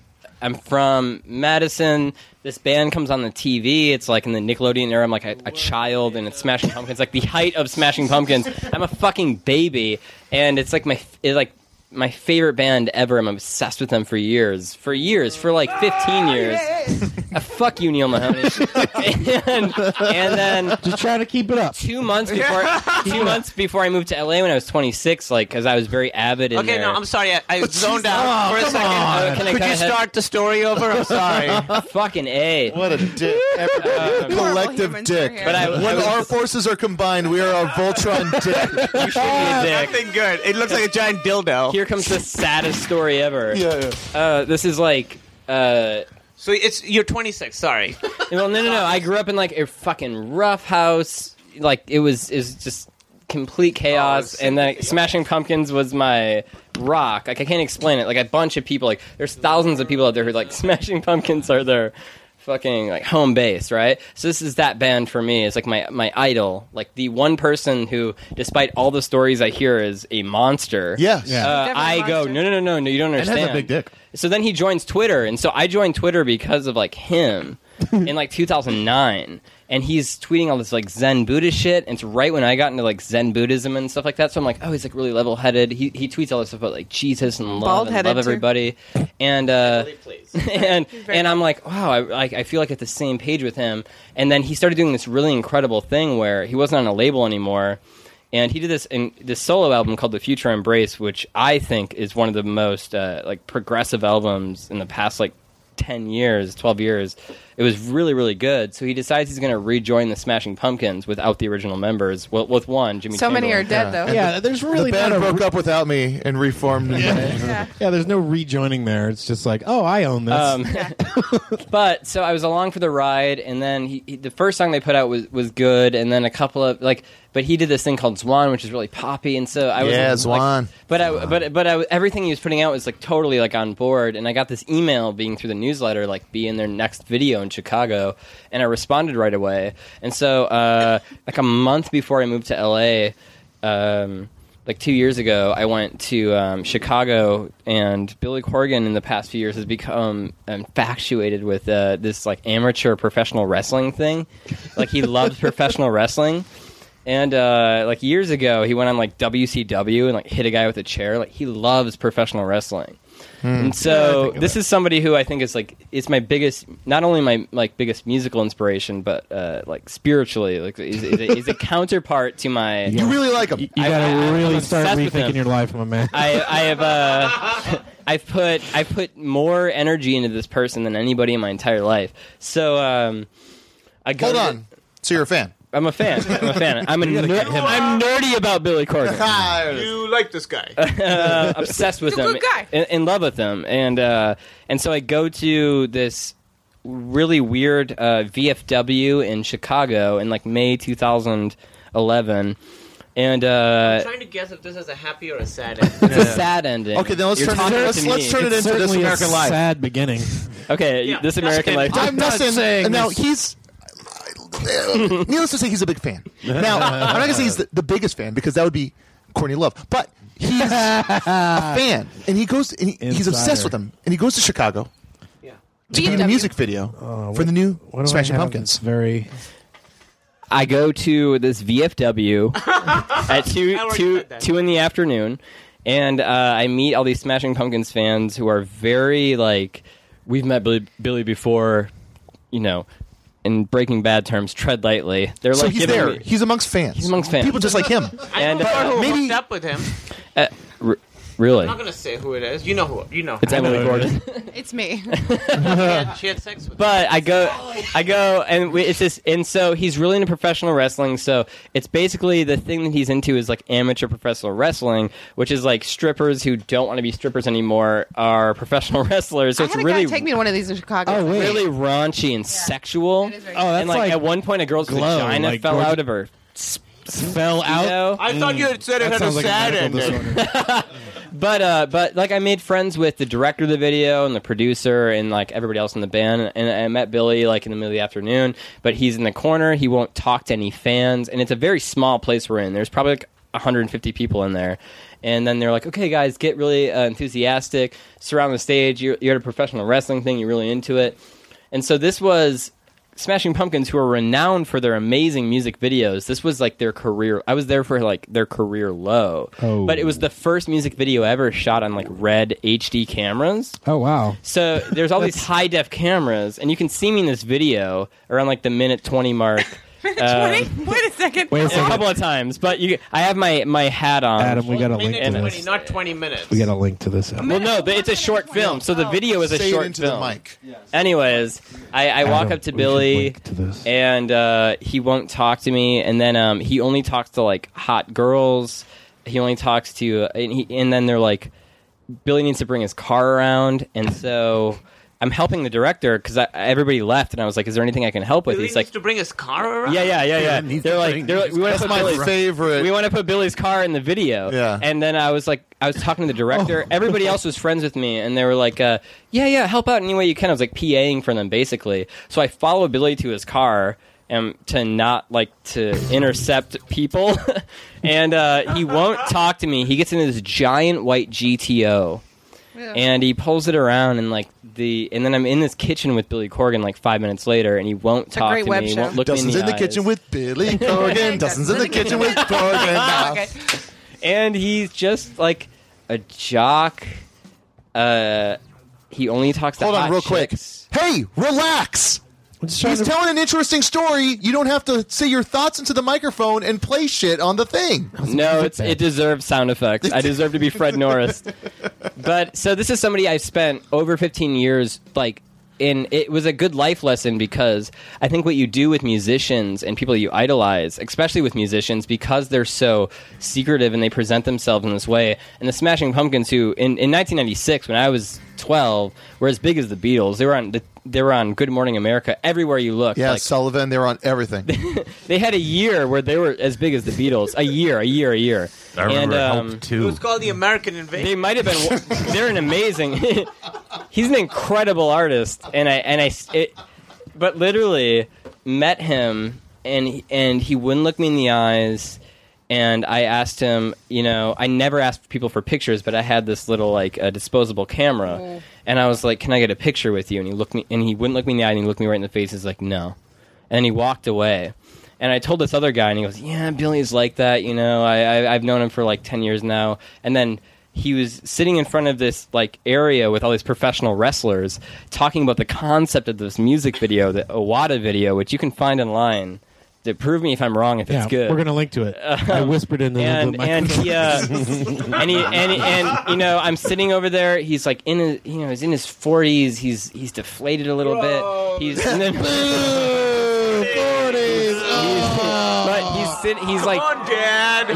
S9: I'm from Madison. This band comes on the TV. It's like in the Nickelodeon era. I'm like a, a child, and it's Smashing Pumpkins, like the height of Smashing Pumpkins. I'm a fucking baby, and it's like my it's like my favorite band ever. I'm obsessed with them for years, for years, for like 15 years. Uh, fuck you, Neil Mahoney. and, and then
S12: just trying to keep it up.
S9: Two months before, two months before I moved to LA when I was 26, like because I was very avid. In
S6: Okay,
S9: their-
S6: no, I'm sorry. I, I zoned out
S9: Oh,
S6: for a
S9: come
S6: second.
S9: on.
S6: Uh,
S9: Can I
S6: Could
S9: cut
S6: you
S9: ahead?
S6: start the story over? I'm sorry.
S9: Fucking a.
S2: What a dick. uh, collective dick.
S9: But I-
S2: when
S9: I was-
S2: our forces are combined, we are a Voltron dick.
S9: You should be a dick.
S6: Ah, Nothing good. It looks like a giant dildo.
S9: Here comes the saddest story ever.
S6: Yeah,
S9: Uh, this is like. Uh,
S6: so it's you're 26. Sorry.
S9: well, no, no, no. I grew up in like a fucking rough house. Like it was is just complete chaos.
S6: Oh,
S9: and then Smashing Pumpkins was my rock. Like I can't explain it. Like a bunch of people. Like there's thousands of people out there who like Smashing Pumpkins are their fucking like home base, right? So this is that band for me. It's like my my idol. Like the one person who, despite all the stories I hear, is a monster.
S2: Yes.
S9: Uh, I go no no no no no. You don't
S3: And has a
S9: understand.
S3: big dick.
S9: So then he joins Twitter, and so I joined Twitter because of like him in like 2009, and he's tweeting all this like Zen Buddhist shit. And it's right when I got into like Zen Buddhism and stuff like that. So I'm like, oh, he's like really level headed. He he tweets all this stuff about like Jesus and love and
S11: Bald-headed,
S9: love
S11: too.
S9: everybody, and uh, and
S11: very
S9: and I'm like, wow, I like I feel like at the same page with him. And then he started doing this really incredible thing where he wasn't on a label anymore. And he did this in this solo album called "The Future Embrace," which I think is one of the most uh, like progressive albums in the past like ten years, twelve years. It was really, really good. So he decides he's going to rejoin the Smashing Pumpkins without the original members, well, with one Jimmy.
S11: So many
S9: Chamberlain.
S11: are dead, Yeah. though.
S12: Yeah, there's really
S2: the band
S12: not a
S2: broke up without me and reformed. in May.
S12: Yeah, there's no rejoining there. It's just like, oh, I own this.
S9: Um, but so I was along for the ride, and then he, he, the first song they put out was, was good, and then a couple of like, but he did this thing called Zwan, which is really poppy, and so I was
S2: Yeah,
S9: like-
S2: Zwan.
S9: but I, but but I, everything he was putting out was like totally like on board, and I got this email being through the newsletter like be in their next video in Chicago, and I responded right away, and so uh, like a month before I moved to LA. Um, like two years ago, I went to um, Chicago, and Billy Corgan in the past few years has become infatuated with uh, this like amateur professional wrestling thing. Like he loves professional wrestling, and uh, like years ago, he went on like WCW and like hit a guy with a chair. Like he loves professional wrestling.
S4: Hmm.
S9: And so this is somebody who I think is like it's my biggest, not only my like biggest musical inspiration, but uh, like spiritually, like is, is, a, is a counterpart to my.
S2: You really like them.
S12: you gotta really
S9: I'm
S12: start
S9: obsessed with
S12: rethinking
S9: him.
S12: your life, my man.
S9: I, I have uh, I've put I've put more energy into this person than anybody in my entire life. So um, I go
S2: Hold
S9: to-
S2: on. So you're a fan.
S9: I'm a fan. I'm a fan. I'm a
S2: You gotta
S9: ner-
S2: get him.
S9: I'm nerdy about Billy Corgan.
S6: you like this guy.
S9: uh, obsessed with
S6: He's a
S9: them,
S6: good guy.
S9: In, in love with them, and uh, and so I go to this really weird uh, VFW in Chicago in like May 2011, and uh,
S6: trying to guess if this is a happy or a sad.
S9: it's a sad ending.
S2: Okay, then let's
S9: You're
S2: turn it-
S9: talking
S2: let's-
S9: to
S2: let's
S9: me.
S2: turn it It's into This
S12: Certainly a
S2: American Life.
S12: Sad beginning.
S9: Okay, this American life.
S2: I'm not saying. Now he's. uh, Needless to say, he's a big fan. Now I'm not gonna say he's the, the biggest fan because that would be Courtney Love, but he's
S8: Uh,
S2: a fan, and he goes. And he, he's obsessed
S12: Insider.
S2: with them, and he goes to Chicago. To do the music video for the new Smashing Pumpkins.
S12: Very.
S9: I go to this VFW at two
S6: I already
S9: two
S6: said that.
S9: two in the afternoon, and uh, I meet all these Smashing Pumpkins fans who are very like, we've met Billy, Billy before, you know, in Breaking Bad terms, tread lightly. They're
S2: so
S9: like
S2: he's
S9: giving
S2: there.
S9: me-
S2: He's amongst fans.
S9: He's amongst fans.
S2: People just like him.
S6: I know
S9: And, uh,
S6: who
S2: maybe-
S6: hooked up with him.
S9: uh, r- Really?
S6: I'm not gonna say who it is. You know who. You know.
S9: It's
S6: I know
S9: Emily
S6: who it
S9: Gordon.
S6: is.
S11: It's me.
S6: she had sex with.
S9: But I go, I go, and we- it's this, and so he's really into professional wrestling. So it's basically the thing that he's into is like amateur professional wrestling, which is like strippers who don't want to be strippers anymore are professional wrestlers. So
S11: I
S9: it's
S11: had a
S9: really,
S11: guy take me to one of these in Chicago.
S9: really raunchy and sexual. Oh,
S11: that's
S9: and like,
S11: like
S9: at one point, a girl's
S11: glow,
S9: vagina
S11: like
S9: fell
S11: gorgeous-
S9: out of her. Fell
S6: out? I thought you had said it had a sad ending.
S9: but uh, but like I made friends with the director of the video and the producer and like everybody else in the band, and I met Billy like in the middle of the afternoon. But he's in the corner; he won't talk to any fans, and it's a very small place we're in. There's probably like 150 people in there, and then they're like, "Okay, guys, get really uh, enthusiastic, surround the stage. You're, you're at a professional wrestling thing; you're really into it." And so this was Smashing Pumpkins, who are renowned for their amazing music videos, this was like their career. I was there for like their career low,
S12: Oh.
S9: but it was the first music video ever shot on like red HD cameras.
S12: Oh wow.
S9: So there's all these high def cameras, and you can see me in this video around like the minute twenty mark. Um,
S11: Wait, wait a second.
S9: a couple of times, but you, I have my my hat on. Adam, we got a link
S6: Minute twenty, not twenty minutes.
S9: We got a link to this. Well, no, but it's a short film, so the video is a
S6: Say it
S9: short
S6: into the
S9: film.
S6: mic.
S9: Anyways, I, I walk
S6: Adam,
S9: up to
S6: we should
S9: Billy, and uh, he won't talk to me. And then um, he only talks to like hot girls. He only talks to, and, he, and then they're like, Billy needs to bring his car around, and so. I'm helping the director because everybody left, and I was like, "Is there anything I can help with?"
S6: Billy
S9: He's like,
S6: needs to bring his car around.
S9: yeah, yeah, yeah, yeah. They're like, they're like, we want to
S6: That's
S9: put
S6: my
S9: Billy's,
S6: favorite.
S9: We want to put Billy's car in the video.
S6: Yeah. Oh.
S9: And then I was like, I was talking to the director. Everybody else was friends with me, and they were like, uh, yeah, yeah, help out any way you can. I was like PAing for them basically. So I follow Billy to his car. Um, to not like to intercept people, and uh, he won't talk to me. He gets in this giant white GTO, and he pulls it around and like the and then I'm in this kitchen with Billy Corgan like five minutes later, and he won't
S2: a
S9: talk
S2: great
S9: to
S2: web
S9: me. he
S2: show.
S9: Won't look
S2: Dustin's
S9: me in
S2: in the
S9: the,
S2: kitchen with Billy
S9: Corgan.
S2: Dustin's in the kitchen with Corgan.
S9: Now. and he's just like a jock. Uh, he only talks to
S2: Hold on,
S9: hot
S2: real quick.
S9: chicks.
S2: Hey, relax. He's telling an interesting story. You don't have to say your thoughts into the microphone and play shit on the thing.
S9: No, it's, it deserves sound effects. I deserve to be Fred Norris. But so this is somebody I've spent over 15 years like in. It was a good life lesson because I think what you do with musicians and people you idolize, especially with musicians, because they're so secretive and they present themselves in this way. And the Smashing Pumpkins, who in, in 1996 when I was 12, were as big as the Beatles. They were on. The, they were on Good Morning America everywhere you look.
S2: Yeah,
S9: like,
S2: Sullivan, they're on everything.
S9: they had a year where they were as big as the Beatles. A year, a year, a year.
S3: I remember Help
S6: It was called the American Invasion.
S9: They might have been. They're an amazing. he's an incredible artist, and I and I. s- It, but literally met him, and and he wouldn't look me in the eyes. And I asked him, you know, I never asked people for pictures, but I had this little like uh, disposable camera, and I was like, "Can I get a picture with you?" And he looked me, and he wouldn't look me in the eye, and he looked me right in the face. He's like, "No," and he walked away. And I told this other guy, and he goes, "Yeah, Billy's like that, you know. I, I I've known him for like ten years now." And then he was sitting in front of this like area with all these professional wrestlers talking about the concept of this music video, the Owada video, which you can find online. To prove me if I'm wrong, if
S12: Yeah,
S9: it's good,
S12: we're gonna link to it. I whispered into the-
S9: and,
S12: the
S9: and he, uh,
S12: microphone.
S9: and he, and, and you know, I'm sitting over there. He's like in, his, you know, he's in his 40s. He's he's deflated a little bit. He's and then, He's- but he's sit, he's like,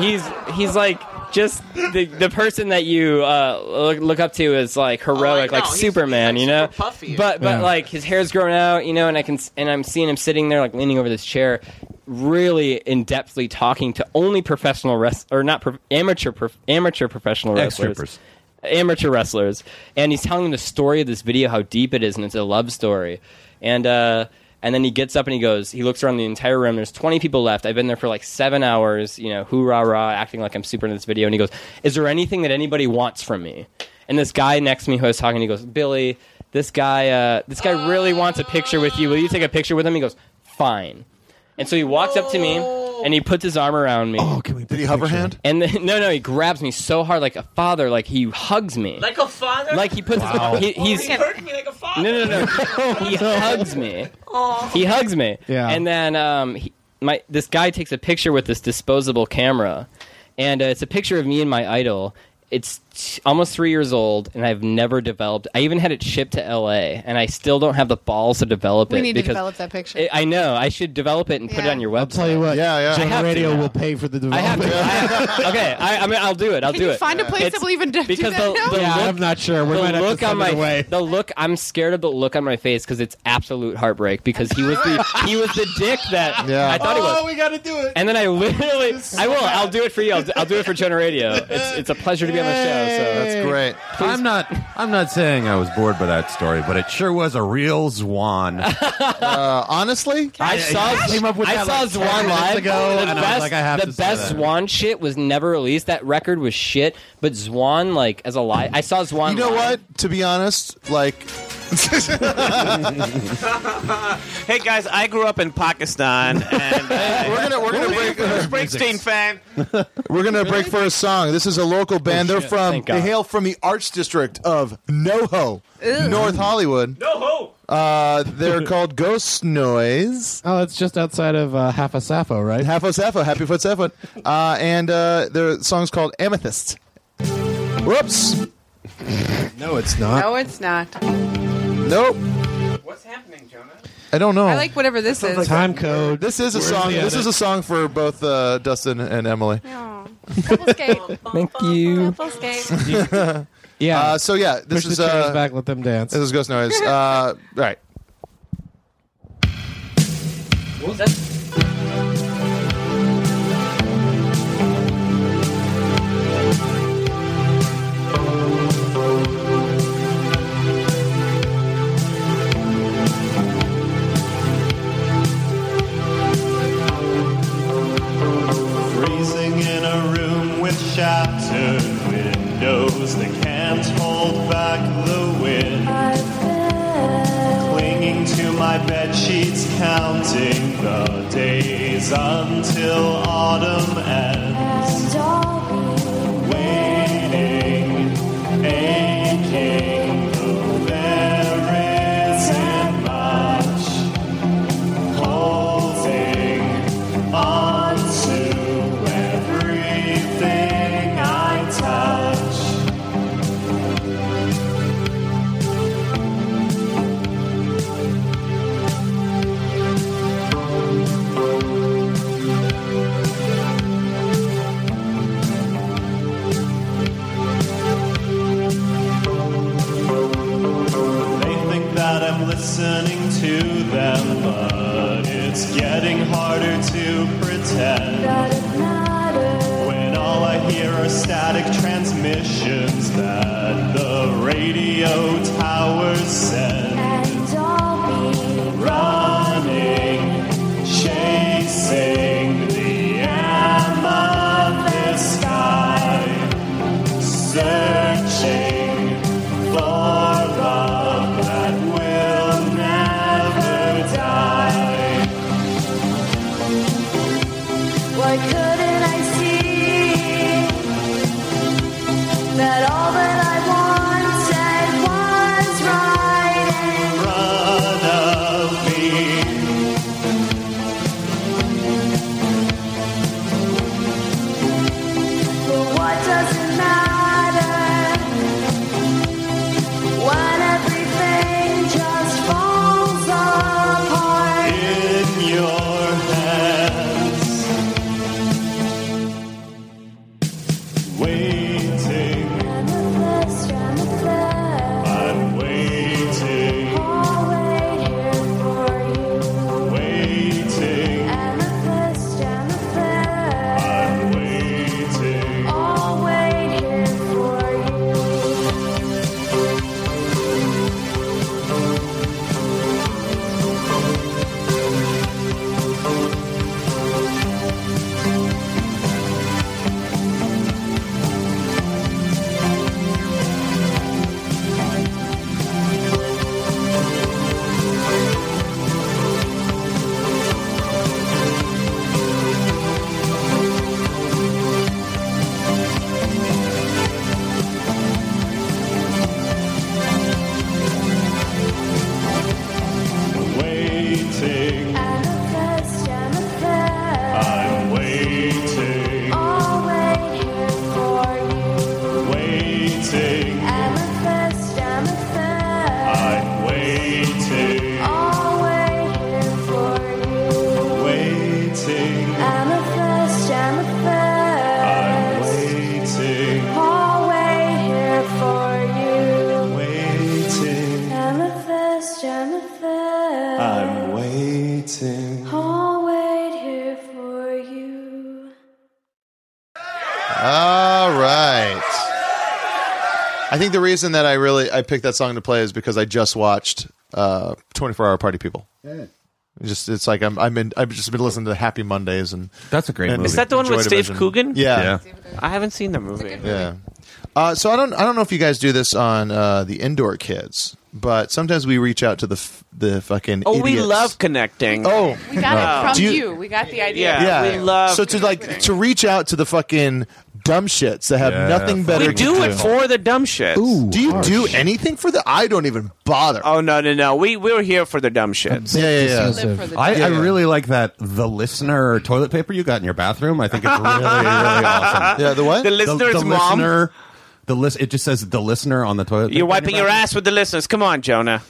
S9: He's he's like just the the person that you uh, look, look up to is like heroic, like Superman, you know.
S6: puffy.
S9: But but
S6: Yeah.
S9: like his hair's growing out, you know, and I can s- and I'm seeing him sitting there like leaning over this chair, really in depthly talking to only professional wrest or not prof- amateur prof- amateur professional wrestlers.
S3: Ex-strippers.
S9: Amateur wrestlers, and he's telling the story of this video, how deep it is, and it's a love story. And uh, and then he gets up and he goes, he looks around the entire room. There's 20 people left. I've been there for like seven hours, you know, hoorah, rah, acting like I'm super into this video. And he goes, Is there anything that anybody wants from me? And this guy next to me who I was talking to he goes, Billy, this guy, uh, this guy really wants a picture with you. Will you take a picture with him? He goes, Fine. And so he walks up to me and he puts his arm around me. Oh, can we
S2: Did he hover hand?
S9: And then, no, no, he grabs me so hard, like a father, like he hugs me.
S6: Like a father.
S9: Like he puts
S6: Wow.
S9: his, he,
S6: Oh,
S9: he's
S6: he hurt me like a father.
S9: no, no, no. he hugs me. He hugs me.
S6: Yeah.
S9: And then um, he, my this guy takes a picture with this disposable camera, and uh, it's a picture of me and my idol. It's t- almost three years old, and I've never developed. I even had it shipped to L.A., and I still don't have the balls to develop
S18: We
S9: it.
S18: need to
S9: because
S18: develop that picture.
S9: I- I know. I should develop it and put it on your website. I'll tell you
S12: what.
S9: Yeah, I have
S12: John
S9: to
S12: Radio
S9: now.
S12: will pay for the development.
S9: okay, I, I mean, I'll do it. I'll
S18: Can
S9: do
S18: you
S9: it.
S18: find a place
S9: It's-
S18: that will even do
S9: because
S18: that
S9: the,
S18: now?
S9: the
S12: Yeah,
S9: look,
S12: I'm not sure. We
S9: the
S12: might have to
S9: look on
S12: send it
S9: my
S12: away.
S9: the look. I'm scared of the look on my face because it's absolute heartbreak. Because he was the he was the dick that I thought he was.
S7: Oh, we got to do it.
S9: And then I literally, I will. I'll do it for you. I'll do, I'll do it for Jonah Radio. It's, it's a pleasure to be on the show. So
S3: That's great. I'm not. I'm not saying I was bored by that story, but it sure was a real Zwan.
S2: uh, honestly,
S9: I saw,
S3: I came up with
S9: I
S3: that,
S9: saw
S3: like, 10
S9: Zwan
S3: minutes
S9: live
S3: ago,
S9: The
S3: and I was
S9: best,
S3: like, I have
S9: the
S3: to say
S9: best
S3: that.
S9: Zwan shit was never released. That record was shit, but Zwan like as a live. I saw Zwan.
S2: You know
S9: live.
S2: what? To be honest, like.
S6: hey guys, I grew up in Pakistan, and uh,
S2: we're gonna we're gonna break.
S6: Springsteen fan.
S2: We're gonna break for a song. This is a
S12: Oh,
S2: local band. They're
S6: shit.
S2: from.
S6: Thank God.
S2: They hail from the Arts District of NoHo,
S12: Ew.
S2: North Hollywood.
S12: NoHo.
S2: Uh, they're called Ghost Noise.
S12: Oh, it's just outside of uh, Half a Sappho, right?
S2: Half a Sappho, Happy Foot Sappho, uh, and uh, their song's called Amethyst. Whoops.
S12: No, it's not.
S11: No, it's not.
S2: Nope.
S11: What's happening, Jonah?
S2: I don't know.
S11: I like whatever this is.
S12: Time code.
S2: This is a
S12: Where's
S2: song.
S12: the
S2: This
S12: edit?
S2: is a song for both uh, Dustin and Emily.
S9: Thank you.
S12: Yeah.
S2: Uh, so yeah, this
S12: Push
S2: is
S12: the chairs
S2: uh,
S12: back. Let them dance.
S2: This is Ghost Noise. Uh, right.
S19: Freezing in a room with shattered windows that can't hold back the wind. Clinging to my bed sheets, counting the days until autumn ends. Waiting, aching, though there isn't much. Holding on to everything I touch. They think that I'm listening to them, but it's getting harder to pretend. When all I hear are static transmissions that the radio towers send. And I'll be running, chasing the amethyst sky, searching for love that will never die.
S1: Why couldn't I see that all that I wanted was right?
S19: front of me.
S1: But what does it matter when everything just falls apart?
S19: In your hands, waiting, waiting.
S1: Amethyst, amethyst.
S19: I'm waiting.
S1: Always here for you.
S19: Waiting.
S1: Amethyst, amethyst.
S19: I'm waiting.
S1: Always here for you.
S19: Waiting.
S1: Amethyst, amethyst.
S19: I'm waiting.
S1: Always here for you.
S2: All right. I think the reason that I really I picked that song to play is because I just watched uh, 24 Hour Party People.
S6: Yeah.
S2: Just it's like I'm I'm in, I've just been listening to Happy Mondays and
S3: that's a great
S2: and
S6: Is that the one
S2: Joy
S6: with Steve
S2: Division.
S6: Coogan?
S2: Yeah,
S6: I haven't seen the movie.
S2: yeah. Uh, so I don't I don't know if you guys do this on uh, the indoor kids, but sometimes we reach out to the f- the fucking
S6: Oh, we
S2: idiots.
S6: love connecting.
S2: Oh,
S11: We got
S2: no.
S11: it from
S2: Do
S11: you, We got the idea.
S2: Yeah,
S6: we love
S2: so to like to reach out to the fucking dumb shits that have
S6: Yeah,
S2: nothing better.
S6: We do
S2: to
S6: it for the dumb shits.
S2: Ooh, do you do anything for the? I don't even bother.
S6: Oh no no no! We we're here for the dumb shits.
S3: I, I really like that the listener toilet paper you got in your bathroom. I think it's really, really awesome.
S2: Yeah, the what? The listener's mom?
S3: Listener, the list. It just says the listener on the toilet.
S6: You're wiping your ass with the listeners. Come on, Jonah.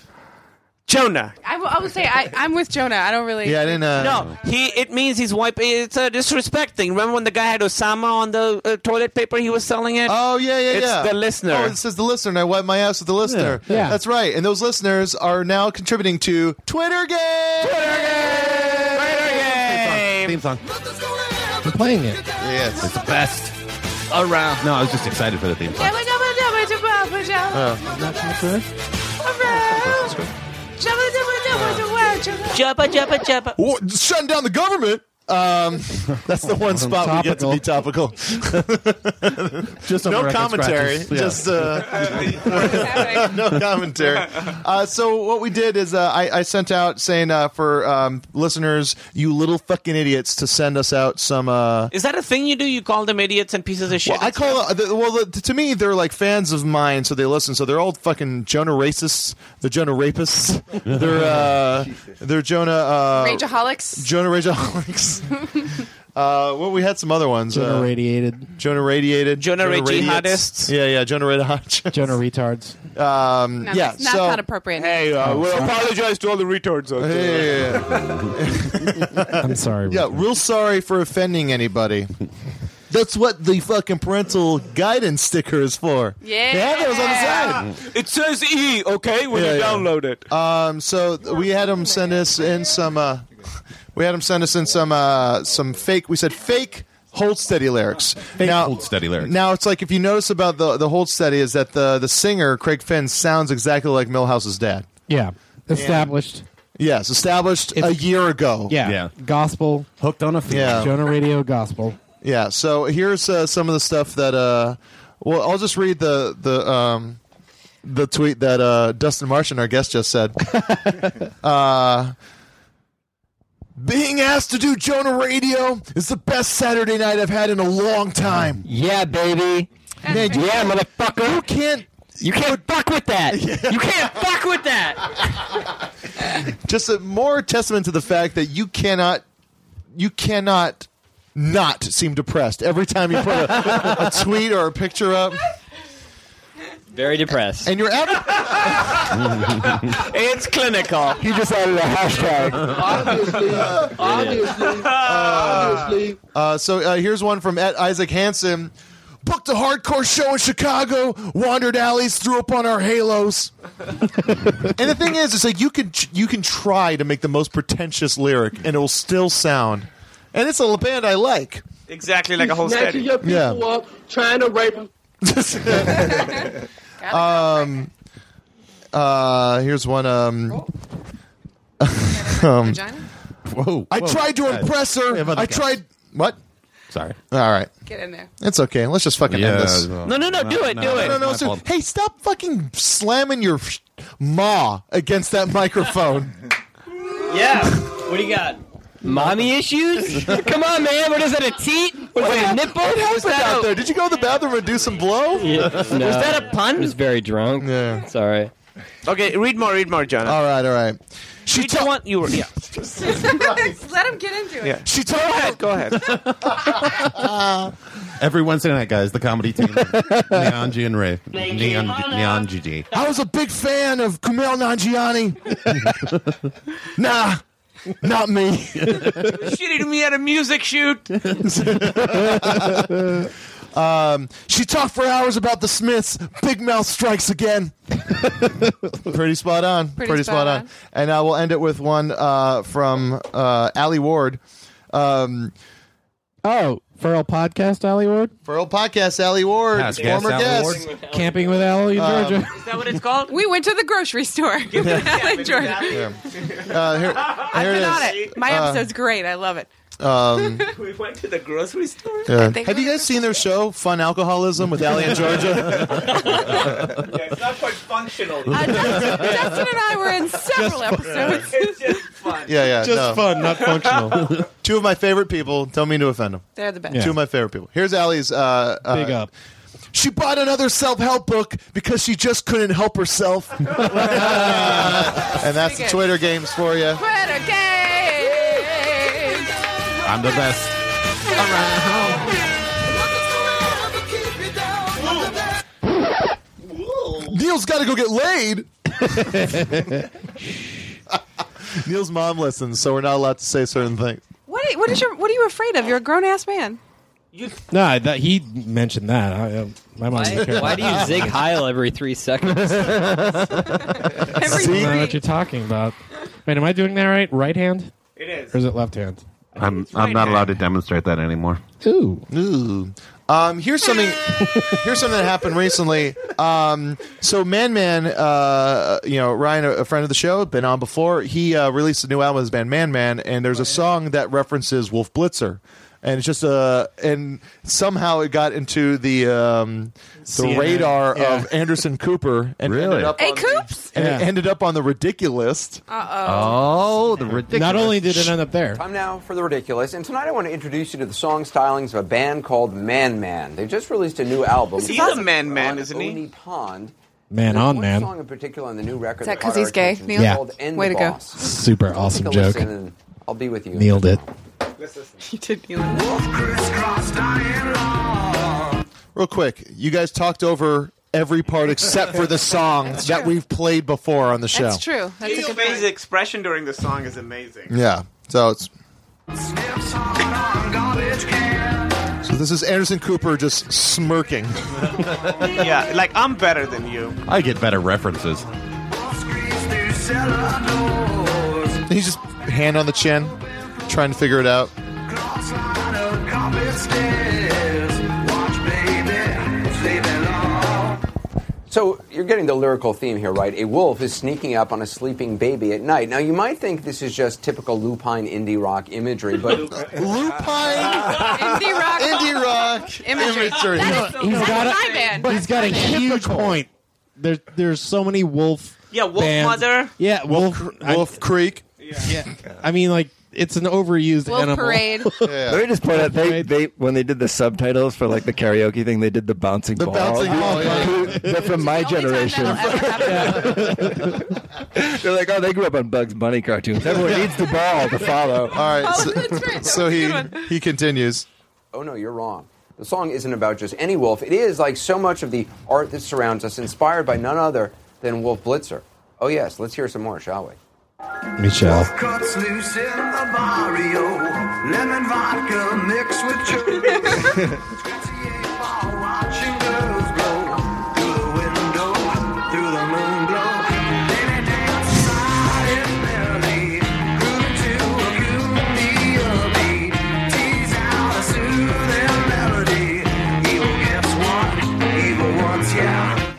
S6: Jonah.
S11: I, w- I would say I, I'm with Jonah. I don't really.
S2: uh,
S6: No, he. It means he's wiping. It's a disrespect thing. Remember when the guy had Osama on the uh, toilet paper? He was selling it.
S2: Oh yeah, yeah,
S6: it's
S2: yeah.
S6: The listener.
S2: Oh, it says the listener. and I wipe my ass with the listener.
S6: Yeah, yeah.
S2: that's right. And those listeners are now contributing to Twitter game. Twitter game.
S3: Theme song.
S2: I'm playing it. Yes,
S3: it's the best around. No, I was just excited for the theme song.
S2: Oh.
S6: Jabba jabba jabba.
S2: Wha- shutting down the government. Um, that's the one spot we get to be topical.
S3: just
S2: no
S16: record
S2: commentary.
S16: scratches. Yeah.
S2: Just uh, no commentary. Uh, so what we did is uh, I, I sent out saying uh, for um, listeners, you little fucking idiots, to send us out some. Uh,
S6: Is that a thing you do? You call them idiots and pieces of shit?
S2: well, I call uh, the, well the, to me they're like fans of mine, so they listen. So they're all fucking Jonah racists. They're Jonah rapists. they're uh, they're Jonah uh,
S11: Rageaholics.
S2: Jonah rageaholics. Uh, well, we had some other ones.
S12: Jonah
S2: uh,
S12: radiated.
S2: Jonah radiated.
S12: Jonah
S2: Radiates.
S12: jihadists.
S2: Yeah, yeah. Jonah radiated.
S12: Jonah retards.
S2: Um,
S11: No,
S2: yeah.
S11: that's not,
S2: so
S11: not appropriate.
S2: Hey, uh,
S11: we
S2: we'll
S6: apologize to all the retards. Out
S2: I'm sorry. Yeah, real sorry for offending anybody. That's what the fucking parental guidance sticker is for.
S11: Yeah.
S2: They have those on the side.
S6: It says E, okay, when
S2: Yeah,
S6: you
S2: yeah.
S6: download it.
S2: Um, so th- we had them send us in some. Uh, we had them send us in some uh, some fake. We said fake hold steady lyrics. Fake
S3: hold steady lyrics.
S2: Now it's like if you notice about the the hold steady is that the the singer Craig Finn sounds exactly like Millhouse's dad.
S12: Yeah. Established.
S2: Yes, established a year ago.
S12: Yeah. Gospel.
S3: Hooked on a
S2: feeling. Yeah.
S12: Jonah Radio Gospel.
S2: Yeah. So here's uh, some of the stuff that. Uh, well, I'll just read the the um, the tweet that uh, Dustin Martian, our guest, just said. uh, being asked to do Jonah Radio is the best Saturday night I've had in a long time.
S18: Yeah, baby.
S2: Man, you-
S18: yeah, motherfucker.
S2: You can't.
S18: You can't fuck with that. You can't fuck with that.
S2: Just a more testament to the fact that you cannot, you cannot not seem depressed every time you put a, a tweet or a picture up.
S9: Very depressed.
S2: And you're
S6: it's clinical.
S18: He just added a
S2: hashtag.
S18: Obviously. Obviously.
S2: Uh, so uh, here's one from at Isaac Hansen. Booked a hardcore show in Chicago, wandered alleys, threw up on our halos. and the thing is, it's like you can you can try to make the most pretentious lyric, and it will still sound. And it's a band I like.
S6: Exactly like a whole
S18: Snatching
S6: steady.
S18: your people
S2: Yeah.
S18: up, trying to rape them.
S2: Um, uh, here's one. Um, um,
S3: whoa,
S2: I tried to impress her. I tried. What?
S3: Sorry.
S2: All right.
S11: Get in there.
S2: It's okay. Let's just fucking
S3: Yeah,
S2: end this.
S3: no. No, no, no, do it, No, do no, it.
S2: No, no, no.
S3: my
S2: so-
S3: fault.
S2: hey, stop fucking slamming your sh- maw against that microphone.
S9: Yeah. What do you got?
S18: Mommy issues? Come on, man. What is that, a teat? What is that, a nipple?
S2: What
S18: Was
S2: happened
S18: that
S2: out
S18: a...
S2: there? Did you go to the bathroom and do some blow?
S9: Yeah, no.
S18: Was that a
S9: I'm
S18: pun?
S9: just very drunk. Yeah. Sorry.
S6: Okay, read more, read more, Jonah. All
S2: right, all right.
S6: She told want you were yeah.
S11: Let him get into it.
S6: Yeah. She told go ahead, go ahead.
S3: Every Wednesday night, guys, the comedy team, Neonji and Ray, Neon, Neonji.
S2: I was a big fan of Kumail Nanjiani. nah, not me.
S6: she did me at a music shoot.
S2: um, she talked for hours about the Smiths. Big Mouth strikes again. Pretty spot on. Pretty, spot,
S17: spot
S2: on.
S17: on.
S2: And uh, we'll end it with one uh, from uh, Ali Ward. Um,
S12: Oh, Feral Podcast Alley Ward?
S2: Feral Podcast, Ali Ward,
S12: Past guest,
S2: former
S12: Ally
S2: guest.
S12: Camping with Alley in
S2: Um,
S12: Georgia.
S6: Is that what it's called?
S11: We went to the grocery store. Like Jordan.
S2: Yeah. Uh, here,
S11: I've
S2: here
S11: been
S2: it
S11: on
S2: is.
S11: it. My
S2: Uh,
S11: episode's great. I love it.
S2: Um,
S6: we went to the grocery store.
S2: yeah.
S11: think
S2: Have you guys seen their show, Fun Alcoholism, with Ali and Georgia?
S6: it's not quite functional.
S11: Justin and I were Uh, in several episodes.
S2: Yeah, yeah.
S11: Just
S2: no.
S11: fun, not functional.
S2: Two of my favorite people. Don't mean to offend them.
S11: They're the best. Yeah.
S2: Two of my favorite people. Here's Allie's. Uh, uh,
S12: Big up.
S2: She bought another self help book because she just couldn't help herself. and that's the Twitter games for you.
S11: Twitter game.
S3: I'm the best.
S2: Neil's got to go get laid. Neil's mom listens, so we're not allowed to say certain things.
S11: What? What is your? What are you afraid of? You're a grown ass man.
S12: Nah, that, he mentioned that. I, uh, my mom didn't
S9: Why,
S12: care.
S9: why do you zig heil every three seconds?
S12: I don't know what you're talking about. Wait, am I doing that right? Right hand?
S6: It is.
S12: Or is it left hand?
S3: I'm I'm not allowed to demonstrate that anymore.
S12: Ooh.
S2: Ooh. Um, here's something. here's something that happened recently. Um, so Man Man, uh, you know Ryan, a, a friend of the show, been on before. He uh, released a new album with his band Man Man, and there's a song that references Wolf Blitzer, and it's just uh, and somehow it got into the um, the
S17: CNN,
S2: radar
S17: yeah.
S2: of Anderson Cooper, and ended up
S11: Hey,
S2: on,
S11: Coops.
S2: and it
S12: Yeah.
S2: ended up on the ridiculous.
S3: Oh, the ridiculous.
S12: Not only did it end up there.
S20: Time now for the ridiculous, and tonight I want to introduce you to the song stylings of a band called Man Man. They just released a new album.
S6: He's a man man, isn't he?
S20: Oni Pond.
S12: Man
S20: There's
S12: on
S20: one
S12: man.
S20: song in particular on the new record.
S11: Is that
S20: caught
S11: 'cause he's
S20: our
S11: gay,
S20: attention.
S11: Neil?
S20: It's
S12: Yeah.
S20: called End
S11: Way
S20: the
S11: to go.
S20: Boss.
S12: Super awesome
S20: Take a
S12: joke.
S20: listen, and I'll be with you.
S12: Nailed it.
S11: You did kneel in.
S2: Real quick, you guys talked over every part except for the song that we've played before on the show.
S11: That's true. That's a
S6: Neil's
S11: good
S6: face
S11: point.
S6: expression during the song is amazing.
S2: Yeah. So it's. So this is Anderson Cooper just smirking.
S6: yeah, like I'm better than you.
S3: I get better references.
S2: He's just hand on the chin, trying to figure it out.
S20: So you're getting the lyrical theme here, right? A wolf is sneaking up on a sleeping baby at night. Now you might think this is just typical lupine indie rock imagery, but
S2: lupine
S11: Indie rock.
S2: Indie rock.
S11: Imagery.
S2: Imagery.
S11: That is,
S12: He's
S11: that's
S12: got
S11: my
S12: a-
S11: band.
S12: He's got a huge point. There's there's so many wolf.
S6: Yeah, Wolf
S12: bands.
S6: Mother.
S12: Yeah, wolf.
S2: Wolf Creek.
S12: Yeah. I mean, like it's an overused
S11: Wolf
S12: animal.
S11: Parade.
S8: Let me just point out they, they when they did the subtitles for like the karaoke thing, they did the bouncing ball.
S2: bouncing ball,
S8: Who- They're from my generation. They're like, oh, they grew up on Bugs Bunny cartoons. Everyone needs the ball to follow.
S2: All
S12: Oh,
S2: right. So, so he he continues.
S20: oh no, you're wrong. The song isn't about just any wolf. It is like so much of the art that surrounds us, inspired by none other than Wolf Blitzer. Oh yes, let's hear some more, shall we?
S12: Michelle.
S17: Cuts loose in the barrio, lemon vodka mixed with churros. watching girls go through the window, through the moon glow. Then I dance silent merrily, grooving to a beauty of me. Tease out a soothing melody. Evil gets one, evil wants yeah.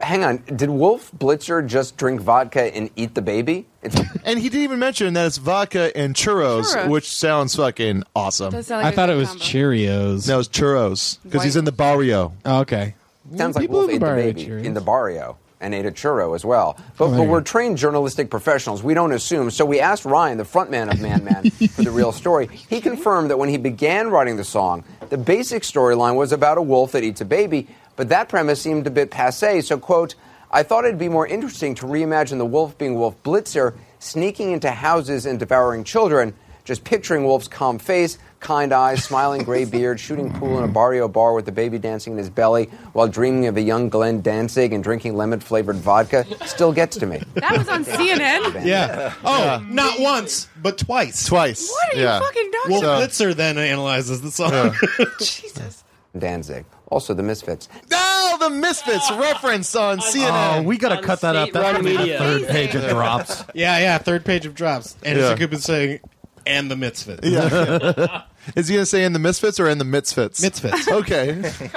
S20: Hang on, did Wolf Blitzer just drink vodka and eat the baby? It's
S2: And he didn't even mention that it's vodka and churros,
S20: Churros.
S2: which sounds fucking awesome.
S11: Does sound like
S12: I thought
S11: a
S12: it was Cheerios.
S2: No, it's churros because he's in the barrio.
S12: Oh, okay.
S20: Sounds like
S12: People
S20: Wolf
S12: in
S20: ate
S12: the
S20: the
S12: barrio
S20: baby
S12: cheers.
S20: in the barrio and ate a churro as well. But,
S12: Oh, there
S20: but
S12: you
S20: we're trained journalistic professionals. We don't assume. So we asked Ryan, the frontman of Man Man, for the real story. He confirmed that when he began writing the song, the basic storyline was about a wolf that eats a baby, but that premise seemed a bit passe. So, quote, I thought it'd be more interesting to reimagine the wolf being Wolf Blitzer sneaking into houses and devouring children. Just picturing Wolf's calm face, kind eyes, smiling gray beard, shooting pool in a barrio bar with the baby dancing in his belly while dreaming of a young Glenn Danzig and drinking lemon flavored vodka still gets to me.
S10: That was on CNN.
S7: Yeah. Oh, not once, but twice.
S2: Twice.
S10: What are you Yeah. fucking talking
S7: Well,
S10: about?
S7: Blitzer then analyzes the song.
S20: Jesus. Danzig. Also, the Misfits.
S2: No, the Misfits reference on CNN.
S3: Oh, we gotta cut that up. That's gonna be the third page of drops.
S7: Yeah, yeah. Third page of drops, and
S2: Yeah.
S7: yeah. Shakubin's saying, "And the Mitzvah."
S2: Yeah. Is he going to say in the Misfits or in the Mitzfits? Mitzfits. Okay.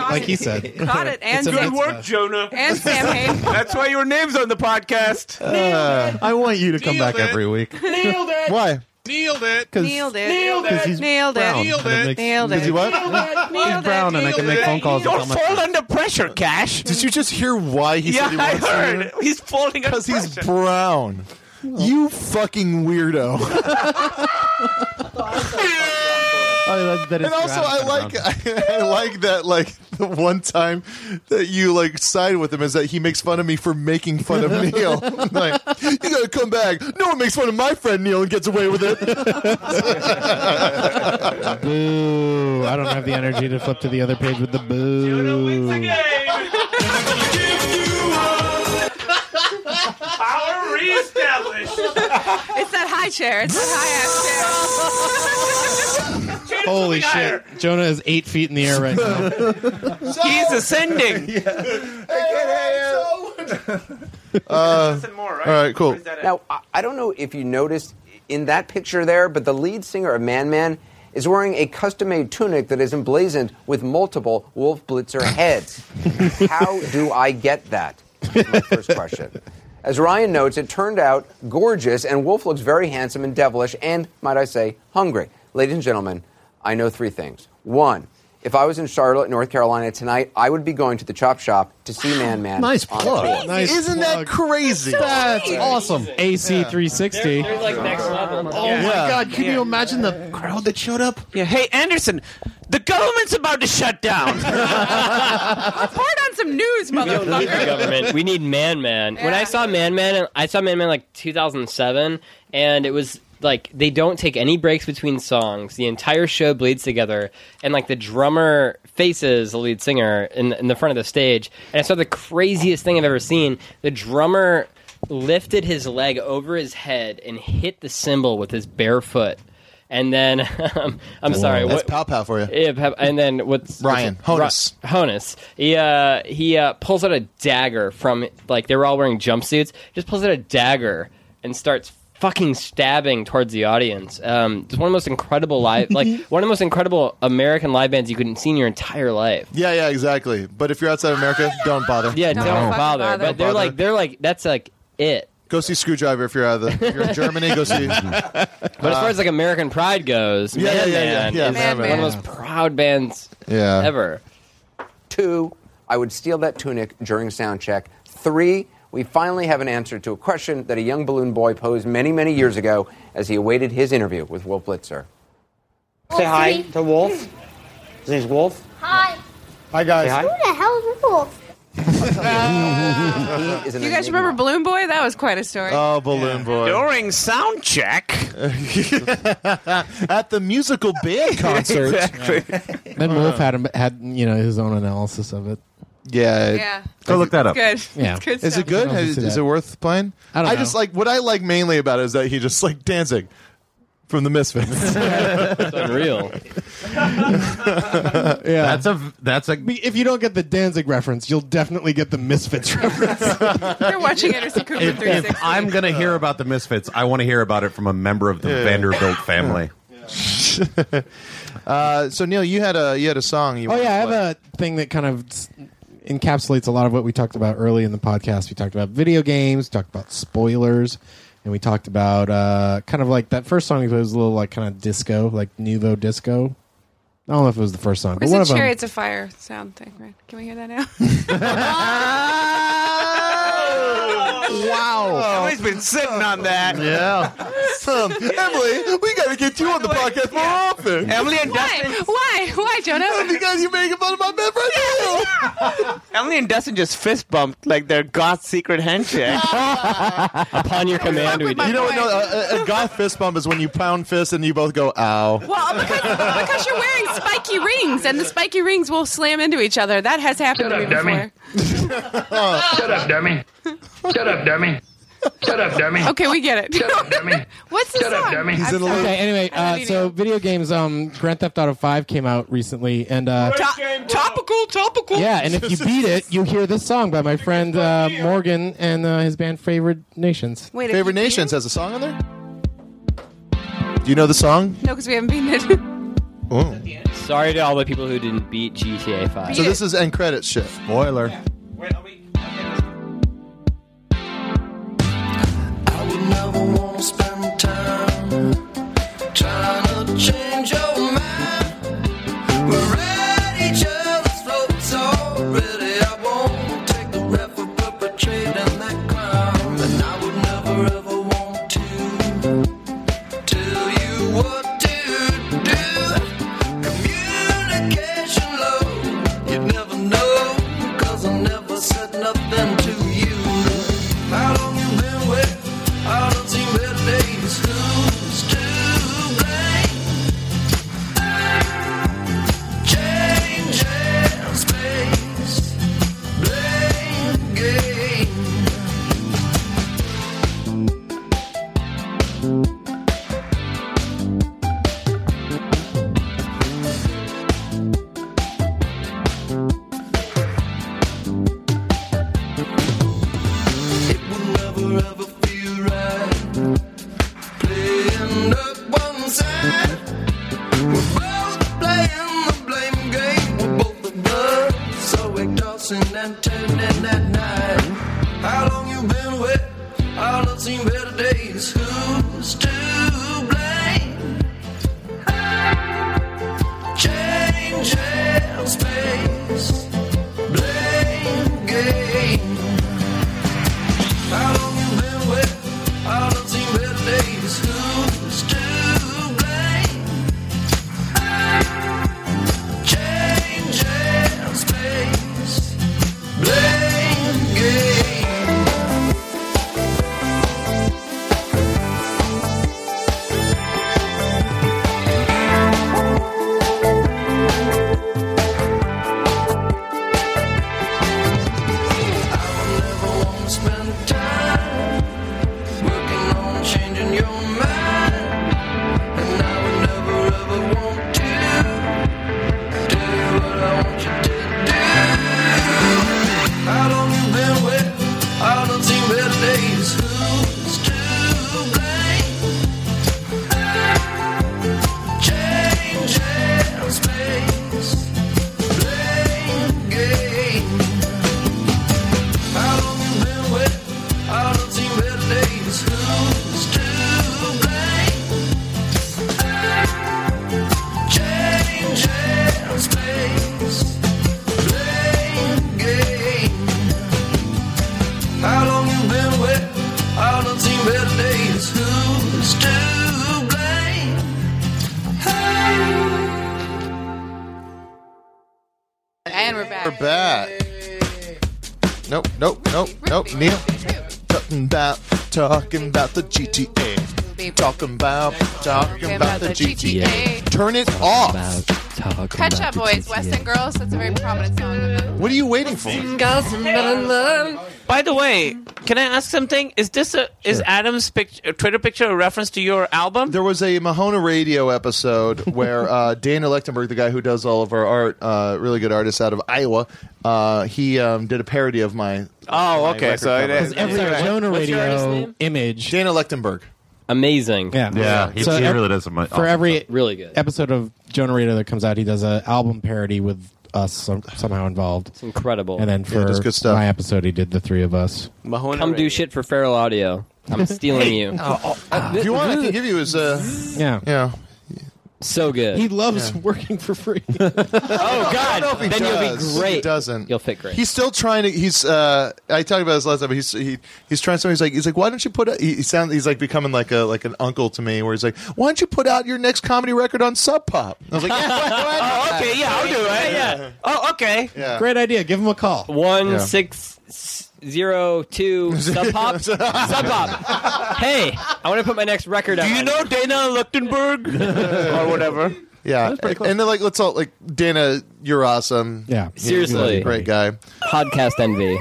S7: like he said.
S11: Caught it. And
S6: Good
S11: Sam,
S6: work, Jonah.
S11: and Sam Hayden.
S6: That's why your name's on the podcast.
S2: Uh,
S3: I want you to come
S6: Nailed
S3: back
S6: it.
S3: every week.
S7: Nailed it.
S2: Why?
S7: Nailed it.
S11: Nailed it. Nailed
S3: 'cause
S11: it.
S3: he's
S11: Nailed it.
S3: brown,
S11: Nailed
S3: and it
S11: it.
S3: makes-
S11: Nailed
S3: Is he
S11: it.
S3: what?
S11: Nailed it.
S3: brown and I can make phone calls.
S6: Don't fall under pressure, Cash.
S2: Did you just hear why he
S6: yeah,
S2: said he
S6: I
S2: wants to
S6: heard.
S2: do
S6: He's folding under
S2: Because he's
S6: pressure.
S2: brown. You fucking weirdo.
S12: Oh,
S2: and also, I like I, like that like the one time that you like side with him is that he makes fun of me for making fun of Neil. like you gotta come back. No one makes fun of my friend Neil and gets away with it.
S12: Boo. I don't have the energy to flip to the other page with the boo.
S17: Power reestablished.
S11: It's that high chair. It's that high ass chair.
S12: Holy shit. Jonah is eight feet in the air right now.
S6: He's ascending.
S2: Uh,
S20: more,
S2: right? all right, cool. Or is that it?
S20: Now, I- I don't know if you noticed in that picture there, but the lead singer of Man Man is wearing a custom made tunic that is emblazoned with multiple Wolf Blitzer heads. How do I get that? Is my first question. As Ryan notes, it turned out gorgeous, and Wolf looks very handsome and devilish, and, might I say, hungry. Ladies and gentlemen, I know three things. One, if I was in Charlotte, North Carolina tonight, I would be going to the Chop Shop to see Man Man.
S3: Nice
S20: on
S3: plug.
S20: tour.
S12: Nice
S2: Isn't that
S12: plug.
S2: crazy?
S12: That's awesome. AC 360.
S6: Oh
S12: Yeah. Yeah. Yeah.
S6: imagine the crowd that showed up? Yeah. Hey, Anderson, the government's about to shut down.
S11: Report on some news,
S9: We don't need the
S11: motherfucker.
S9: government. We need Man Man. When I saw Man Man, I saw Man Man like 2007, and it was like they don't take any breaks between songs. The entire show bleeds together, and like the drummer faces the lead singer in, in the front of the stage. And I saw the craziest thing I've ever seen. The drummer lifted his leg over his head and hit the cymbal with his bare foot. And then, um, I'm sorry.
S2: That's
S9: what-
S2: pow pow for you.
S9: yeah, Pep- and then what's
S2: Ryan,
S9: what's it? Ro- Honus. He uh, he uh, pulls out a dagger from like they were all wearing jumpsuits. Just pulls out a dagger and starts fucking stabbing towards the audience. Um, it's one of the most incredible live, like one of the most incredible American live bands you could see in your entire life.
S2: Yeah, yeah, exactly. But if you're outside of America, don't bother.
S9: Yeah, don't
S2: fucking
S9: bother.
S2: bother.
S9: But they're
S2: Don't bother.
S9: like they're like that's like it.
S2: Go see Screwdriver if you're out of the. If you're in Germany, go see.
S9: But as far as like American Pride goes,
S2: Yeah, yeah,
S9: Man,
S2: yeah, yeah,
S9: Man
S2: yeah,
S9: is
S2: Man
S9: one of
S2: Man.
S9: the most proud bands
S2: Yeah.
S9: ever.
S20: Two, I would steal that tunic during sound check. Three, we finally have an answer to a question that a young balloon boy posed many, many years ago as he awaited his interview with Wolf Blitzer.
S21: Say hi to Wolf. His name's Wolf.
S22: Hi.
S21: Hi,
S20: Say hi.
S22: Who the hell is Wolf?
S20: He is an
S11: You guys remember Balloon Boy? That was quite a story.
S2: Oh, balloon boy!
S6: During sound check
S2: at the musical band concert. Uh-huh.
S12: Then Wolf had him had you know his own analysis of it.
S2: Yeah.
S11: Yeah.
S2: Go look that up.
S11: Good.
S12: Yeah.
S11: It's good
S2: is
S11: stuff.
S2: it good?
S12: I'll just
S2: Is,
S12: do
S2: is
S12: that.
S2: it worth playing?
S12: I don't
S2: just
S12: know.
S2: like what I like mainly about it is that he just like dancing from the Misfits.
S9: It's unreal.
S12: yeah,
S3: that's a that's a.
S12: If you don't get the Danzig reference, you'll definitely get the Misfits reference.
S11: You're watching Anderson Cooper
S3: If, if
S11: 360.
S3: I'm gonna hear about the Misfits, I want to hear about it from a member of the
S2: Yeah.
S3: Vanderbilt family.
S2: uh, so Neil, you had a you had a song. You
S12: oh
S2: wanted
S12: yeah, I
S2: to
S12: have a thing that kind of s- encapsulates a lot of what we talked about early in the podcast. We talked about video games, talked about spoilers, and we talked about uh, kind of like that first song we played was a little like kind of disco, like nouveau disco. I don't know if it was the first song, but
S11: Where's
S12: one
S11: the
S12: of them.
S11: chariots of fire sound thing? Right? Can we hear that now?
S2: wow.
S6: I've always been Oh, sitting on that.
S2: Yeah. awesome. Um, Emily, we got to get you on the podcast more often.
S6: Emily and
S11: Why? Why? Why, Jonah?
S2: because you're making fun of my best friend.
S6: Emily and Dustin just fist bumped like their God's secret handshake. Upon your command, we
S2: You know what? No, a, a- a goth fist bump is when you pound fist and you both go, ow.
S11: Well, because, because you're wearing spiky rings, and the spiky rings will slam into each other. That has happened to me before.
S17: Shut up, dummy. Shut up, dummy. Shut up, dummy.
S11: Okay, we get it. What's the
S17: Shut up,
S11: song?
S17: dummy. He's
S11: I'm
S17: in a little-
S11: sorry.
S12: Okay, anyway,
S11: I don't
S12: uh,
S11: even
S12: so video games, um, Grand Theft Auto 5 came out recently, and uh,
S17: topical, topical.
S12: yeah, and if you beat it, you hear this song by my friend uh, Morgan and uh, his band Favored Nations.
S11: Wait, if
S2: Favorite
S11: you beat
S2: Nations has a song on there? Do you know the song?
S11: No, because we haven't beaten it.
S2: Oh.
S9: Sorry to all the people who didn't beat GTA 5.
S2: So this is end credits shit. Spoiler.
S17: I would never want to spend time trying to change your mind. We're at each other's throats already. I won't take the rap for perpetrating that crime. And I would never ever want to tell you what to do. Communication low, you'd never know. Cause I never said nothing to you. How long you been with? I don't see red days. Who's to blame? Changing space, blame game. never ever feel right. Playing up one side. We're both playing the blame game. We're both the blood. So we're tossing and turning at night. How long you been with? All I've seen better days. Who's to blame? Changing space. Blame game. How long you been with? All I've seen better days. Who's to blame? Changing space. Blame game. Spend time working on changing your mind, and I would never ever want to do what I want you to do. How long you been with? I don't see better days. Who's to blame? Changing space, blame game. How long you been with? I don't see better days. Who's to blame? Changing space, blame game. How long you been with? I don't see better days. Who's to blame? Hey.
S11: And we're back.
S2: We're back. Nope, nope, nope, nope. Neil. Talking about, talking about the GTA. Talking about, talking about the GTA. Turn it off.
S11: Catch up, boys. West End Girls. That's a very prominent song.
S2: What are you waiting for?
S6: By the way, can I ask something? Is this a is Adam's pic- uh, Twitter picture a reference to your album?
S2: There was a Mahona Radio episode where uh, Dan Lechtenberg, the guy who does all of our art, uh, really good artist out of Iowa, uh, he um, did a parody of my.
S6: Oh,
S2: my
S6: okay.
S2: record
S6: So it
S2: cover.
S6: is.
S12: Every Jonah Radio image.
S2: Dana Lechtenberg.
S9: Amazing.
S12: Yeah, So ev- For every
S9: really good.
S12: episode of Jonah Radio that comes out, he does an album parody with us some, somehow involved. It's
S9: incredible.
S12: And then
S9: Yeah,
S12: for
S9: does good stuff.
S12: my episode, he did the three of us.
S6: Mahona
S9: Come do shit for Feral Audio. I'm stealing you.
S2: If you want, I can give you his. Uh,
S12: Yeah.
S2: Yeah.
S9: So good.
S7: He loves working for free.
S9: oh God!
S2: know if he
S9: then
S2: does.
S9: you'll be great.
S2: He doesn't.
S9: You'll fit great.
S2: He's still trying to. He's. Uh, I talked about this last time. But he's he, he's trying something. He's like he's like why don't you put out? He, he sound he's like becoming like a like an uncle to me. Where he's like why don't you put out your next comedy record on Sub Pop? I was like yeah, why- why
S6: oh,
S2: not?
S6: okay, yeah, I'll do it.
S9: Yeah,
S6: Oh, okay.
S2: Yeah.
S7: Great idea. Give him a call.
S9: One
S7: Yeah.
S9: six s- zero two sub pop sub pop. Hey, I want to put my next record out. Do you know
S6: Dana Lichtenberg or whatever?
S2: Yeah, and then like let's all like Dana, you're awesome. Yeah,
S9: Seriously.
S2: great guy.
S9: Podcast envy.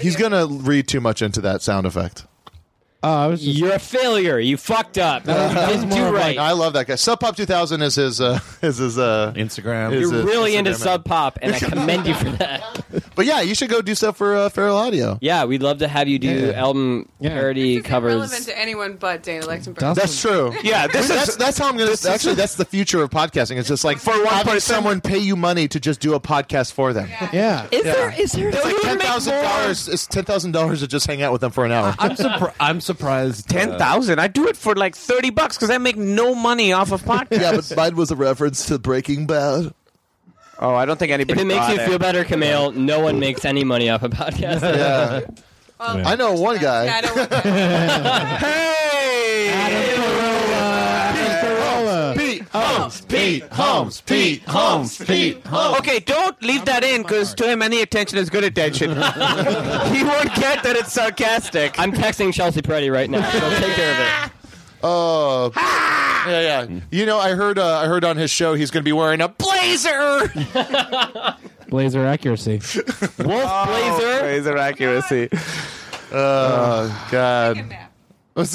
S2: He's gonna read too much into that sound effect.
S9: You're a failure. You fucked up. you didn't do right.
S2: I love that guy. Sub Pop 2000 is his uh, is his uh,
S3: Instagram.
S9: You're really into sub pop, and I commend you for that.
S2: But yeah, you should go do stuff for uh, Feral Audio.
S9: Yeah, we'd love to have you do album parody
S11: Relevant
S9: covers.
S11: to anyone but Dana Lechtenberg.
S2: That's true.
S6: Yeah, this
S2: that's,
S6: is-
S2: that's how I'm gonna.
S6: this is-
S2: Actually, that's the future of podcasting. It's just like for
S6: one
S2: having
S6: person-
S2: someone pay you money to just do a podcast for them.
S12: Yeah.
S2: Is there-
S12: is there
S2: It's like ten thousand dollars. It's ten thousand dollars to just hang out with them for an hour.
S3: I'm surprised. I'm surprised. uh,
S6: Ten thousand. I do it for like thirty bucks because I make no money off of podcasts.
S2: yeah, but mine was a reference to Breaking Bad.
S6: Oh, I don't think
S9: If
S6: anybody.
S9: it makes
S6: got
S9: you feel better, Camille, no one makes any money off a podcast.
S2: Yeah. I know one guy.
S6: Uh, Pete Holmes, Pete Holmes, Pete Holmes, Pete Holmes. Okay, don't leave that in because to him any attention is good attention. he won't get that it's sarcastic.
S9: I'm texting Chelsea Peretti right now. So take care of it.
S2: Oh. Yeah, yeah. You know, I heard. Uh, I heard on his show he's going to be wearing a blazer.
S12: Blazer accuracy.
S6: Wolf
S2: Oh, blazer.
S6: Blazer accuracy.
S2: Oh God.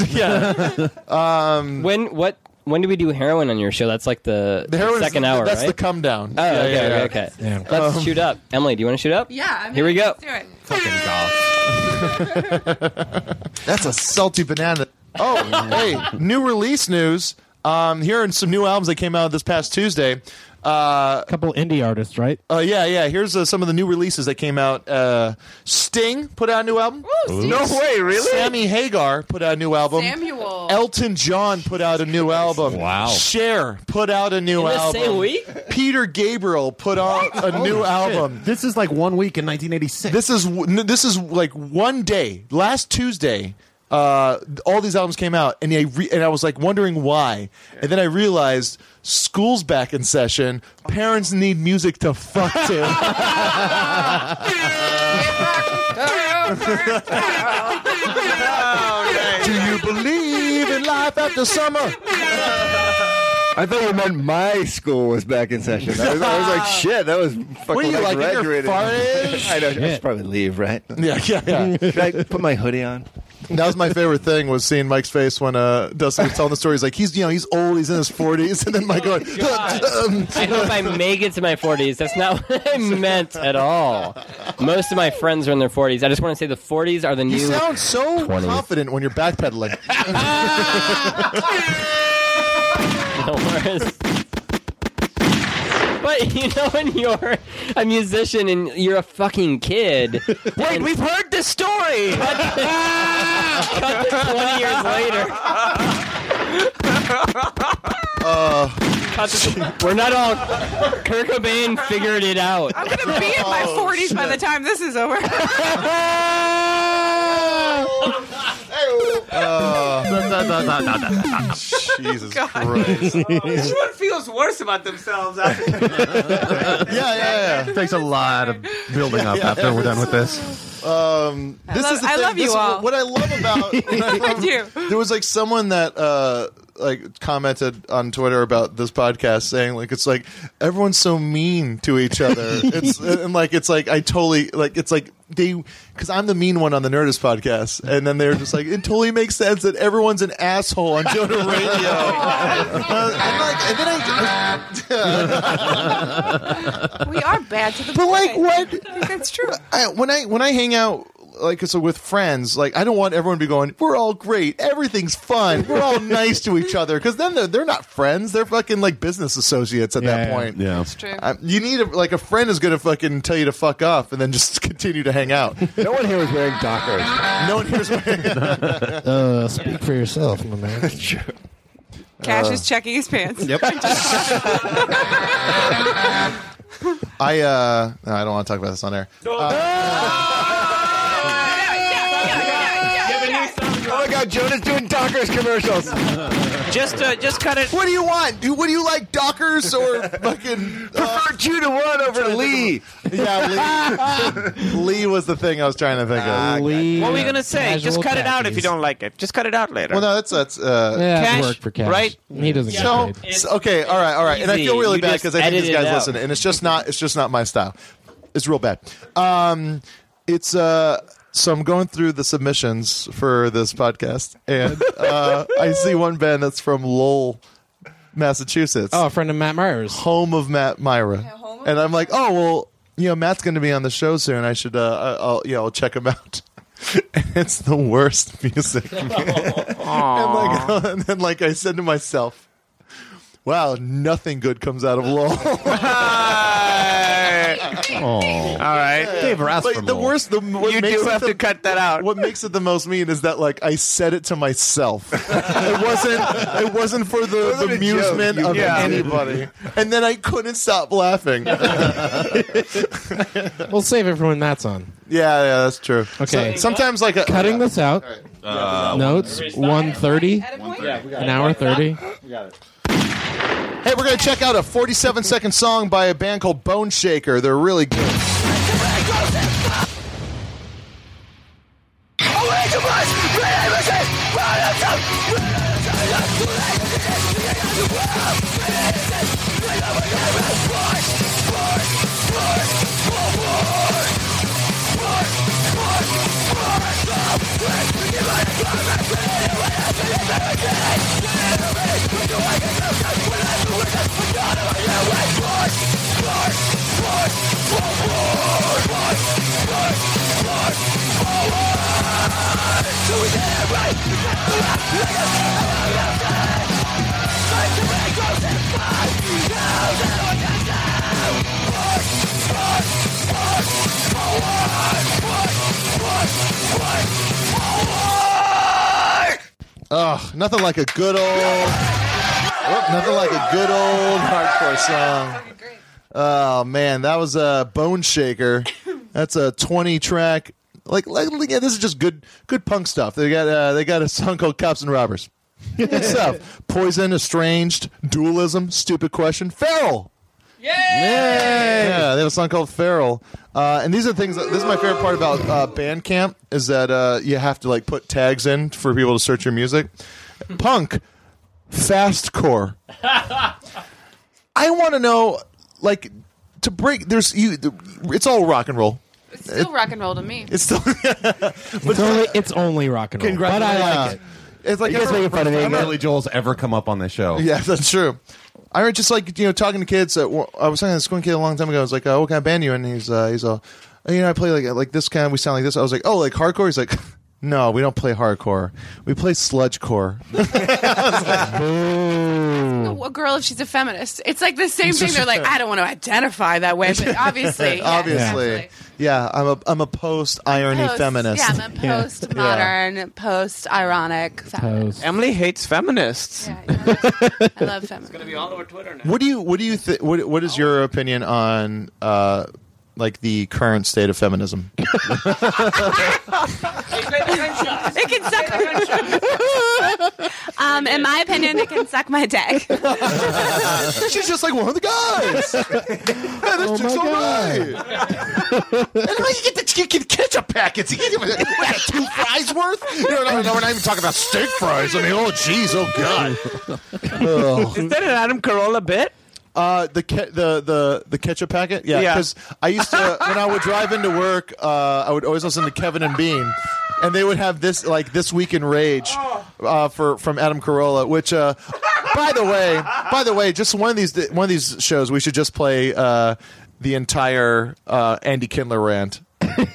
S9: yeah.
S2: um,
S9: when what when do we do heroin on your show? That's like the, the
S2: heroin's
S9: second
S2: the-
S9: hour,
S2: that's
S9: right?
S2: the come down.
S9: Oh,
S2: Yeah,
S9: okay,
S2: yeah, yeah.
S9: okay, okay.
S2: Yeah.
S9: Let's
S2: Um,
S9: shoot up. Emily, do you want to shoot up?
S11: Yeah, I'm
S9: Here we go.
S11: Let's do it.
S3: Fucking
S2: That's a salty banana. Oh, hey, new release news. Um, here are some new albums that came out this past Tuesday. Uh,
S12: couple indie artists, right?
S2: uh, yeah, yeah. Here's uh, some of the new releases that came out. Uh, Sting put out a new album.
S17: Sting.
S2: No
S17: way, really?
S2: Sammy Hagar put out a new album.
S11: Samuel.
S2: Elton John put out a new album. Wow. Cher put out a new
S3: In the
S2: album.
S3: same
S9: week?
S2: Peter Gabriel put out a new album.
S3: This is like one week in 1986.
S2: This is w- n- this is like one day. Last Tuesday, uh, th- all these albums came out, and I re- and I was like wondering why, and then I realized school's back in session. Parents need music to fuck to. Do you believe in life after summer?
S8: I thought you meant my school was back in session. I was, I was like, shit, that was fucking
S2: What are you,
S8: when I
S2: like, in your
S8: graduated.
S2: forties?
S8: I know. I
S2: Shit.
S8: should probably leave, right?
S2: Yeah, yeah, yeah.
S8: Should I put my hoodie on?
S2: That was my favorite thing was seeing Mike's face when uh, Dustin was telling the story. He's like, he's you know he's old, he's in his forties, and then Mike going, um,
S9: I hope I make it to my 40s. That's not what I meant at all. Most of my friends are in their 40s. I just want to say the 40s are the new.
S2: You sound so
S9: 20.
S2: confident when you're backpedaling.
S9: the worst. But you know, when you're a musician and you're a fucking kid,
S6: Wait, we've heard this story.
S9: cut to 20 years later. Cut to- Uh, we're not all. Kurt Cobain figured it out.
S11: I'm gonna be in my
S2: Oh,
S11: 40s by the time this is over.
S2: oh. Jesus Christ.
S6: Everyone feels worse about themselves.
S2: yeah, yeah, yeah.
S3: Takes a lot of building up
S2: Yeah.
S3: after we're done with this.
S2: Um,
S11: I
S2: this
S11: love-
S2: is the
S11: I
S2: thing.
S11: love you
S2: This-
S11: all.
S2: What I love about what I
S11: I
S2: love-
S11: do.
S2: there was like someone that uh, like commented on Twitter about this podcast saying like it's like everyone's so mean to each other. it's and like it's like I totally like it's like they because I'm the mean one on the Nerdist podcast, and then they're just like it totally makes sense that everyone's an asshole on Jonah Radio. Uh, I'm like, and then I.
S11: we are bad to the
S2: But like
S11: point.
S2: what?
S11: I think that's true.
S2: I, when I when I hang out like so with friends, like I don't want everyone to be going. We're all great. Everything's fun. We're all nice to each other because then they're, they're not friends. They're fucking like business associates at that point.
S3: Yeah.
S2: That's
S11: true.
S2: you need a, like a friend is going to fucking tell you to fuck off and then just continue to hang out.
S8: No one here was wearing Dockers.
S2: Oh, no one hears.
S12: Uh, speak for yourself, my man.
S11: Cash
S2: Uh,
S11: is checking his pants.
S2: Yep. I uh, no, I don't want to talk about this on air.
S8: Oh my God, Jonah's doing Dockers commercials.
S6: Just, uh, just cut it.
S2: What do you want? Do, what do you like, Dockers or fucking? uh,
S8: Prefer two to one over Lee.
S2: Yeah, Lee. Lee was the thing I was trying to think
S6: Ah,
S2: of. Lee.
S6: What were you gonna say? Just cut it out if you don't like it. Just cut it out later.
S2: Well, no, that's that's uh,
S6: Yeah, Cash, work for cash. right? He doesn't get
S2: So,
S6: paid.
S2: so- okay, all right, all right, and I
S6: Easy.
S2: feel really
S6: You
S2: bad
S6: just
S2: because I think
S6: edit
S2: these
S6: it
S2: guys
S6: out.
S2: listen, and it's just not it's just not my style. It's real bad. Um, it's uh, so I'm going through the submissions for this podcast, and uh, I see one band that's from Lowell, Massachusetts.
S12: Oh, a friend of Matt Myers,
S2: home of Matt Myra, and I'm like, oh well, you know, Matt's going to be on the show soon. I should, uh, I- I'll, you know, I'll check him out. it's the worst music. and, like, and then, like, I said to myself, wow, nothing good comes out of Lowell.
S3: All
S6: right.
S3: Dave Rath
S2: But
S3: from
S2: the
S3: Lowell.
S2: worst, the, what
S6: You
S2: makes
S6: do
S2: it
S6: have
S2: the-
S6: to cut that out.
S2: What makes it the most mean is that like I said it to myself. it wasn't. It wasn't for the
S17: wasn't a
S2: amusement
S17: joke, you
S2: of
S17: did.
S2: anybody. And then I couldn't stop laughing.
S12: We'll save it for when Matt's on.
S2: Yeah, yeah, that's true.
S12: Okay.
S2: So- sometimes like a,
S12: Cutting this out.
S2: Uh,
S12: Notes one thirty. An hour thirty.
S2: Hey, we're gonna check out a 47 second song by a band called Bone Shaker. They're really good. Ugh, nothing like a good old. Oh, nothing like a good old hardcore song. Oh man, that was a bone shaker. That's a twenty track. Like, like yeah, this is just good, good punk stuff. They got uh, they got a song called "Cops and Robbers." Good stuff. Poison, estranged, dualism, stupid question, feral. Yeah, they have a song called Feral. Uh, and these are things. That, this is my favorite part about uh, Bandcamp is that uh, you have to like put tags in for people to search your music. Punk, fastcore. I want to know, like, to break. There's you. It's all rock and roll.
S11: It's still rock and roll to me.
S2: It's still.
S12: it's only it's only rock and roll. But I like it.
S2: It's like
S12: You guys
S2: ever-
S12: making fun of me
S2: ever-
S12: again.
S3: Billy Joel's ever come up on this show?
S2: Yeah, that's true. I remember just like you know talking to kids. At, wo- I was talking to this one kid a long time ago. I was like, oh, "What kind of band you?" in?" And he's uh, he's all, "Oh, you know, I play like like this kind. We sound like this. I was like, "Oh, like hardcore." He's like, "No, we don't play hardcore. We play sludgecore."
S11: A girl, if she's a feminist, it's like the same thing. They're like, I don't want to identify that way, but obviously, yes,
S2: obviously, yeah. I'm a I'm a post irony
S11: Post-
S2: feminist.
S11: Yeah, I'm a post modern, post ironic.
S6: Emily hates feminists.
S11: I love feminine. It's
S6: gonna be all over Twitter now.
S2: What do you what do you think? What, what is your opinion on uh like the current state of feminism?
S11: it can suck. um, in my opinion, it can suck my dick.
S2: She's just like one of the guys. Man, this chick's all right. and how you get the chicken ketchup packets? You get, what, two fries worth? You know, no, no, we're not even talking about steak fries. I mean, oh, jeez, oh, God. Oh.
S6: Is that an Adam Carolla bit?
S2: Uh, the ke- the the the ketchup packet, yeah.
S6: Yeah.
S2: Because I used to when I would drive into work, uh, I would always listen to Kevin and Bean, and they would have this like this week in rage
S6: Oh.
S2: uh, for from Adam Carolla. Which, uh, by the way, by the way, just one of these one of these shows, we should just play uh, the entire uh, Andy Kindler rant.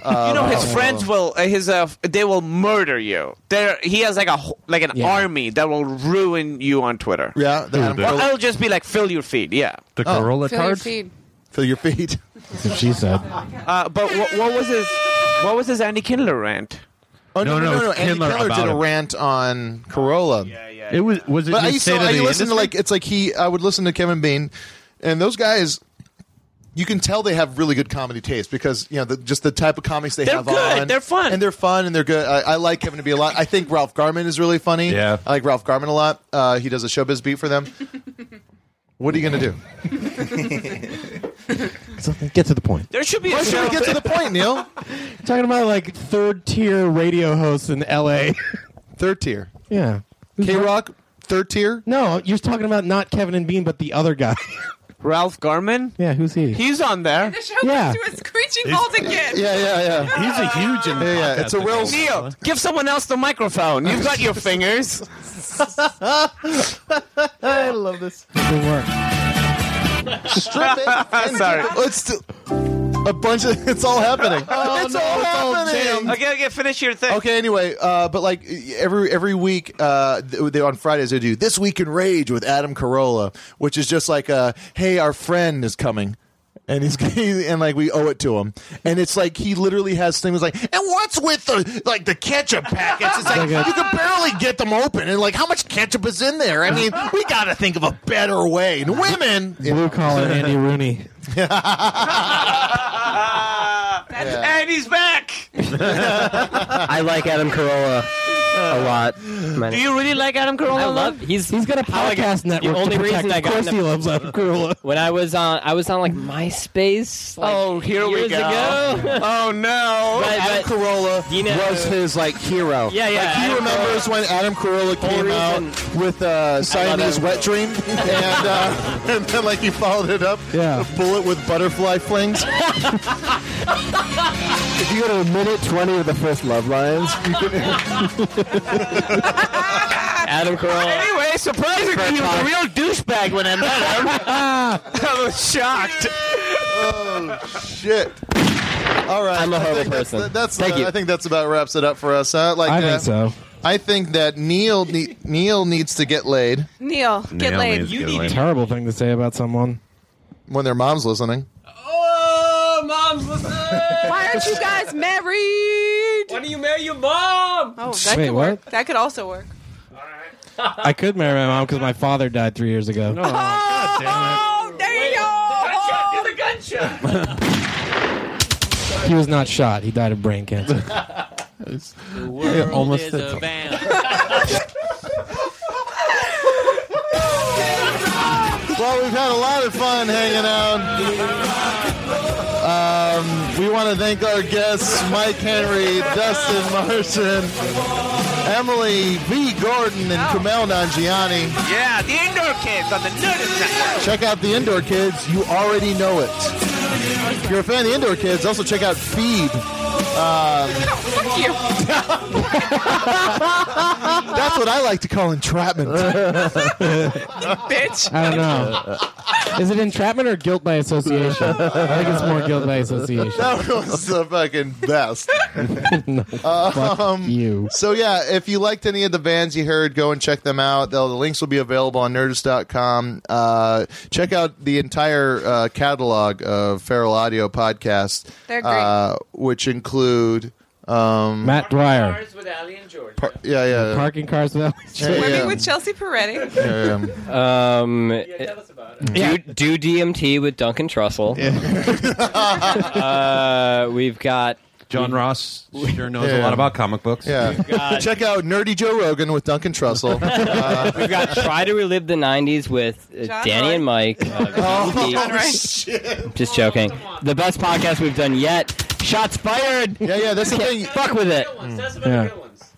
S2: Uh,
S6: you know his
S2: about-
S6: friends will uh, his uh, f- they will murder you. There he has like a wh- like an army that will ruin you on Twitter.
S2: Yeah, the Adam
S6: Well,
S2: Carolla-
S6: it'll just be like fill your feed. Yeah,
S2: The Oh. Corolla Fill your cards?
S11: feed.
S2: Fill your feed.
S12: She said.
S6: Uh, but what, what was his what was his Andy Kindler rant?
S2: Oh no, no, no! no, Andy
S22: Kindler
S2: Keller did
S22: about
S2: a
S22: him.
S2: rant on Corolla. Yeah, yeah.
S22: It was- was it
S2: But I
S22: his
S2: used to,
S22: state of
S2: I
S22: the
S2: listened to
S22: industry?
S2: like it's like he. I would listen to Kevin Bean, and those guys. You can tell they have really good comedy taste because you know the, just the type of comics they
S6: They're
S2: have
S6: good.
S2: on.
S6: They're
S2: fun and they're fun and they're good. I, I like Kevin to be a lot. I think Ralph Garman is really funny.
S22: Yeah.
S2: I like Ralph Garman a lot. Uh, he does a showbiz beat for them. What are you gonna do?
S12: Get to the point.
S6: There should be a
S2: Why should
S6: show.
S2: we get to the point, Neil?
S12: Talking about like third tier radio hosts in L.A.
S2: third tier.
S12: Yeah.
S2: K Rock, third tier.
S12: No, you're talking about not Kevin and Bean, but the other guy.
S6: Ralph Garman.
S12: Yeah, who's he?
S6: He's on there.
S11: The show
S12: Yeah.
S11: goes to a screeching
S12: He's-
S11: halt again.
S2: Yeah, yeah, yeah.
S22: He's a huge in
S2: Yeah, yeah, it's a real-
S6: Neil, give someone else the microphone. You've got your fingers.
S2: I love this. Strip it. and-
S6: Sorry.
S2: It's still- a bunch of. It's all happening.
S6: Oh,
S2: it's
S6: no,
S2: all
S6: it's all
S2: happening.
S6: jammed. Okay, okay, finish your thing.
S2: Okay, anyway, uh, but like every every week, uh, th- they, on Fridays they do this week in rage with Adam Carolla, which is just like, uh, hey, our friend is coming. And he's and like we owe it to him, and it's like he literally has things like, and what's with the like the ketchup packets? It's like you can barely get them open, and like how much ketchup is in there? I mean, we got to think of a better way. And women,
S12: Blue collar Andy Rooney.
S6: And he's back.
S21: I like Adam Carolla a lot. My-
S6: Do you really like Adam Carolla?
S9: I love. He's he's got a
S12: podcast network
S9: The only
S12: to protect.
S9: reason I
S12: Of
S9: got
S12: course
S9: into-
S12: he loves Adam Carolla.
S9: When I was on, I was on like MySpace. Like,
S6: Oh, here we
S9: years
S6: go.
S9: ago.
S6: oh no!
S9: But-
S21: Adam
S9: but-
S21: Carolla
S9: Do you know-
S21: was his like
S2: Oh.
S21: hero.
S9: Yeah, yeah.
S2: He
S9: Adam
S2: remembers when Adam Carolla came out with uh, Siamese Wet Dream, and uh, and then like he followed it up, yeah, bullet with butterfly flings.
S21: If you go to a minute twenty of the first Love Lines, you
S9: Adam Carolla.
S6: Anyway, surprisingly, he was a real douchebag when I met him. I was shocked.
S2: oh shit! All right,
S9: I'm a
S2: I
S9: horrible
S2: think that's-
S9: person.
S2: That's,
S9: Thank
S2: uh,
S9: you.
S2: I think that's about wraps it up for us. Huh? Like
S12: I think
S2: uh,
S12: so.
S2: I think that Neil ne- Neil needs to get laid
S11: Neil, get
S2: Neil
S11: laid.
S2: needs to You get need- laid.
S12: Terrible thing to say about someone.
S2: when their mom's listening.
S9: Oh, mom's listening.
S11: Why aren't you guys married?
S9: Why do you marry your mom?
S11: Oh, that
S12: Wait,
S11: could
S12: what?
S11: work. That could also work.
S12: I could marry my mom because my father died three years ago.
S11: Oh, there you
S6: Oh,
S11: go.
S9: Gunshot.
S12: He was not shot. He died of brain cancer.
S9: The
S12: Yeah, almost
S9: is a
S12: it.
S9: van.
S2: Well, we've had a lot of fun hanging out. Um, we want to thank our guests, Mike Henry, Dustin Martian, Emily V. Gordon, and Kumail Nanjiani.
S6: Yeah, the indoor kids on the Nerdist Network.
S2: Check out the Indoor Kids. You already know it. If you're a fan of the Indoor Kids, also check out Feed. Um, that's what I like to call entrapment.
S11: Bitch.
S12: I don't know. Is it entrapment or guilt by association? I think it's more guilt by association.
S2: That was the fucking best. Um,
S12: fuck you.
S2: So yeah, if you liked any of the bands you heard, go and check them out. They'll, the links will be available on Nerdist.com. Uh, check out the entire uh, catalog of Feral Audio podcasts,
S11: They're great.
S2: uh, which include um,
S12: Matt Dwyer.
S6: With Ali and George.
S2: Par- yeah, yeah.
S12: Parking cars without.
S11: Working with Chelsea Peretti. Uh,
S9: Um, Do, do DMT with Duncan Trussell. uh, we've got
S3: John Ross sure knows a
S2: Yeah.
S3: lot about comic books.
S2: Yeah. Check out Nerdy Joe Rogan with Duncan Trussell. Uh,
S9: We've got Try to Relive the 90s with uh,
S2: John
S9: Danny
S2: Roy.
S9: and Mike. Uh, DMT. Just joking. The best podcast we've done yet. Shots fired.
S2: Yeah, yeah, that's the
S9: Can't
S2: thing.
S9: Fuck with it.
S12: Yeah.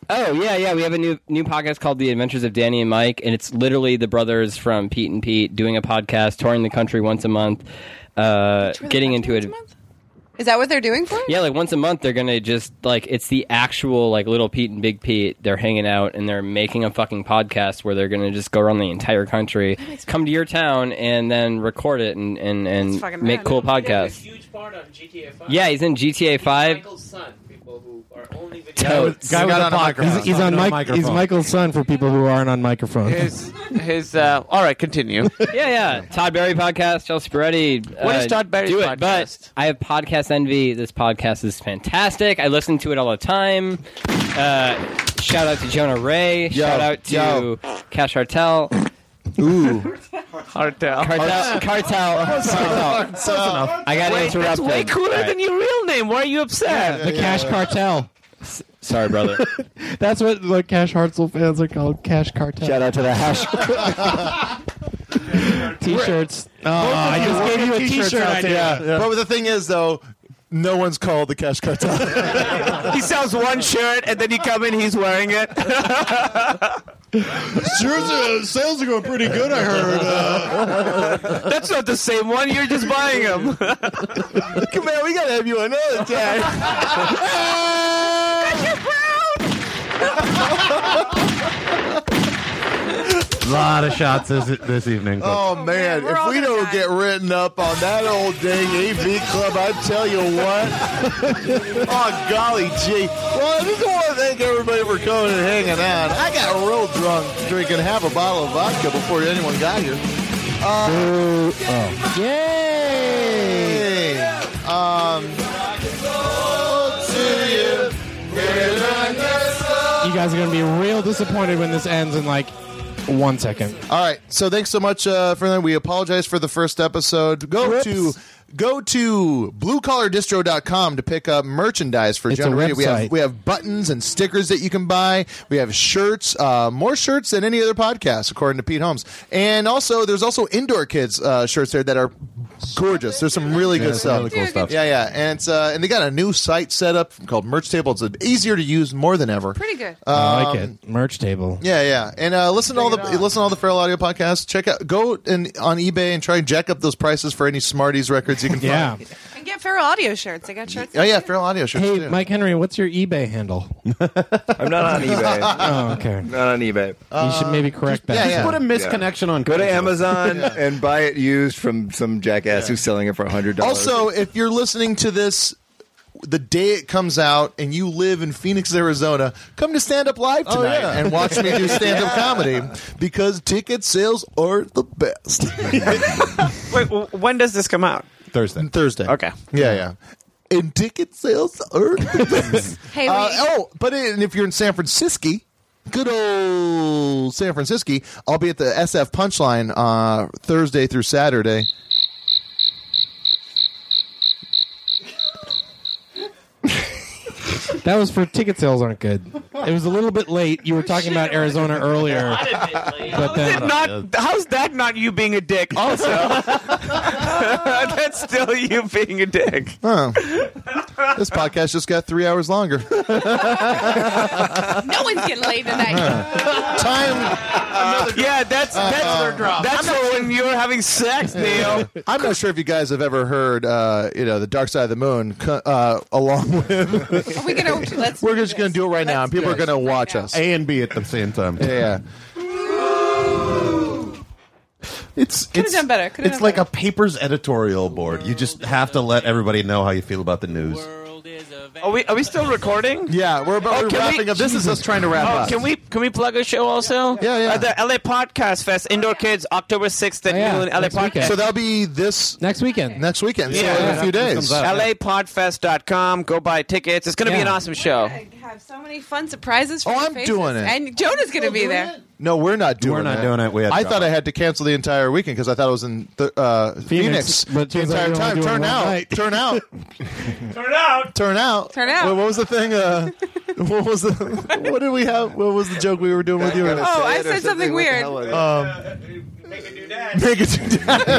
S9: Oh yeah, yeah. We have a new new podcast called The Adventures of Danny and Mike, and it's literally the brothers from Pete and Pete doing a podcast, touring the country once a month, uh, getting into it.
S11: Is that what they're doing for?
S9: Yeah, like once a month they're gonna just like it's the actual like little Pete and Big Pete. They're hanging out and they're making a fucking podcast where they're gonna just go around the entire country, come to your town, and then record it and and, and
S11: fucking
S9: make
S11: rad.
S9: cool podcasts.
S6: Huge part on GTA 5.
S9: Yeah, he's in GTA Five.
S6: son, people who are only
S9: Totes.
S12: Guy with a podcast. He's, he's on
S6: No
S12: Mike. He's
S6: microphone.
S12: Michael's son for people who aren't on microphones.
S6: His, his, uh, all right, continue.
S9: yeah, yeah. Todd Berry podcast, Chelsea Peretti. Uh,
S6: What is Todd Berry's
S9: do it, But I have podcast envy. This podcast is fantastic. I listen to it all the time. Uh, shout out to Jonah Ray. shout out to
S6: yo.
S9: Cash Hartel.
S6: Ooh.
S9: Hartel. Cartel. Cartel. Cartel.
S6: That's enough.
S9: I gotta
S6: Wait,
S9: interrupt
S6: That's way
S9: him.
S6: cooler
S9: All right.
S6: than your real name. Why are you upset?
S12: the Cash Cartel.
S9: Sorry, brother.
S12: That's what like Cash Hartzell fans are called. Cash Cartel.
S21: Shout out to the hash.
S12: T-shirts. Oh, I just gave you a T-shirt. out there.
S2: Yeah. But the thing is, though, no one's called the Cash Cartel.
S6: he sells one shirt and then you come in, he's wearing it.
S7: sales are going pretty good, I heard. uh.
S6: That's not the same one. You're just buying them.
S2: Come on, we gotta have you another time.
S3: A lot of shots this, this evening.
S2: Oh man, if we don't get written up on that old dang AV club, I tell you what. oh golly gee. Well, I just want to thank everybody for coming and hanging out. I got real drunk drinking half a bottle of vodka before anyone got here.
S17: Oh.
S2: Uh, Yay! Um,
S12: You guys are gonna be real disappointed when this ends in like one second.
S2: All right. So thanks so much uh, for that. We apologize for the first episode. Go to go to bluecollardistro.com to pick up merchandise for
S12: It's a
S2: John Radio. We
S12: website.
S2: have we have buttons and stickers that you can buy. We have shirts, uh, more shirts than any other podcast, according to Pete Holmes. And also, there's also indoor kids uh, shirts there that are gorgeous. There's some really
S3: Yeah,
S2: good
S3: some
S2: stuff.
S3: really cool stuff.
S2: Yeah, yeah. And it's, uh, and they got a new site set up called Merch Table. It's uh, easier to use more than ever.
S11: Pretty good.
S12: I like
S2: Um,
S12: it. Merch table.
S2: yeah, yeah, and uh, listen to all the listen to all the Feral Audio podcasts. Check out, go and on eBay and try and jack up those prices for any Smarties records you can
S12: Yeah.
S2: find.
S11: And get Feral Audio shirts. I got shirts.
S2: Oh yeah, Feral Audio shirts
S12: Hey,
S2: too.
S12: Mike Henry, what's your eBay handle?
S17: I'm not on eBay.
S12: oh, okay.
S17: Not on eBay.
S12: you should
S6: Uh,
S12: maybe correct that.
S17: on. Go to Amazon and buy it used from some jackass who's selling it for hundred dollars.
S2: Also, if you're listening to this the day it comes out and you live in Phoenix, Arizona, come to Stand Up Live
S17: Oh,
S2: tonight
S17: yeah.
S2: and watch me do stand up
S17: Yeah.
S2: comedy because ticket sales are the best.
S6: Wait, w- when does this come out?
S2: Thursday. Thursday.
S6: Okay.
S2: Yeah, yeah. And ticket sales are the best.
S11: Hey,
S2: Uh,
S11: we-
S2: oh, but i- and if you're in San Francisco, good old San Francisco, I'll be at the SF Punchline uh, Thursday through Saturday.
S12: That was for ticket sales aren't good. It was a little bit late. You were talking about Arizona earlier, but then uh,
S6: Not how's that not you being a dick? Also, that's still you being a dick.
S2: Huh. this podcast just got three hours longer.
S11: No one's getting laid tonight.
S2: Time.
S6: Yeah, that's that's
S2: Uh, uh,
S6: that's for when you're having sex, Neil.
S2: I'm not sure if you guys have ever heard, uh, you know, the Dark Side of the Moon. co- Uh, along with,
S11: we gonna, let's
S2: we're just going to do it right now, and people are going to watch us.
S3: A and B at the same time.
S2: Yeah.
S3: It's
S11: Could've
S3: it's
S11: done better. Could've
S3: it's
S11: done
S3: like a paper's editorial board. You just have to let everybody know how you feel about the news.
S6: Are we are we still recording?
S2: Yeah, we're about
S6: Oh,
S2: we're
S6: can we-
S2: wrapping up. This is us trying to wrap
S6: oh,
S2: up.
S6: Can we can we plug a show also? Yeah, yeah. the LA Podcast Fest, Indoor Kids, October sixth at
S2: Oh, Yeah,
S6: Newland LA
S2: next
S6: Podcast.
S2: weekend. So that'll be this
S12: next weekend.
S2: Next weekend. So in a few days.
S6: LAPodfest.com. Go buy tickets. It's going to be
S2: Yeah.
S6: an awesome show.
S11: have so many fun surprises for Oh, I'm
S2: doing it.
S11: And Jonah's going to be there.
S2: No, we're not doing.
S3: We're not doing it. We had
S2: I
S3: drama.
S2: thought I had to cancel the entire weekend because I thought I was in th- uh, Phoenix,
S12: Phoenix, but
S2: the
S12: turns out
S2: entire
S12: you're
S2: time.
S12: only doing
S2: Turn
S12: one
S2: out,
S12: night.
S2: turn out,
S6: turn out,
S2: turn out,
S11: Turn out.
S2: What, what was the thing? Uh, what was the? What did we have? What was the joke we were doing with you? Um,
S11: Oh, I said something weird.
S2: Uh, Make it do that.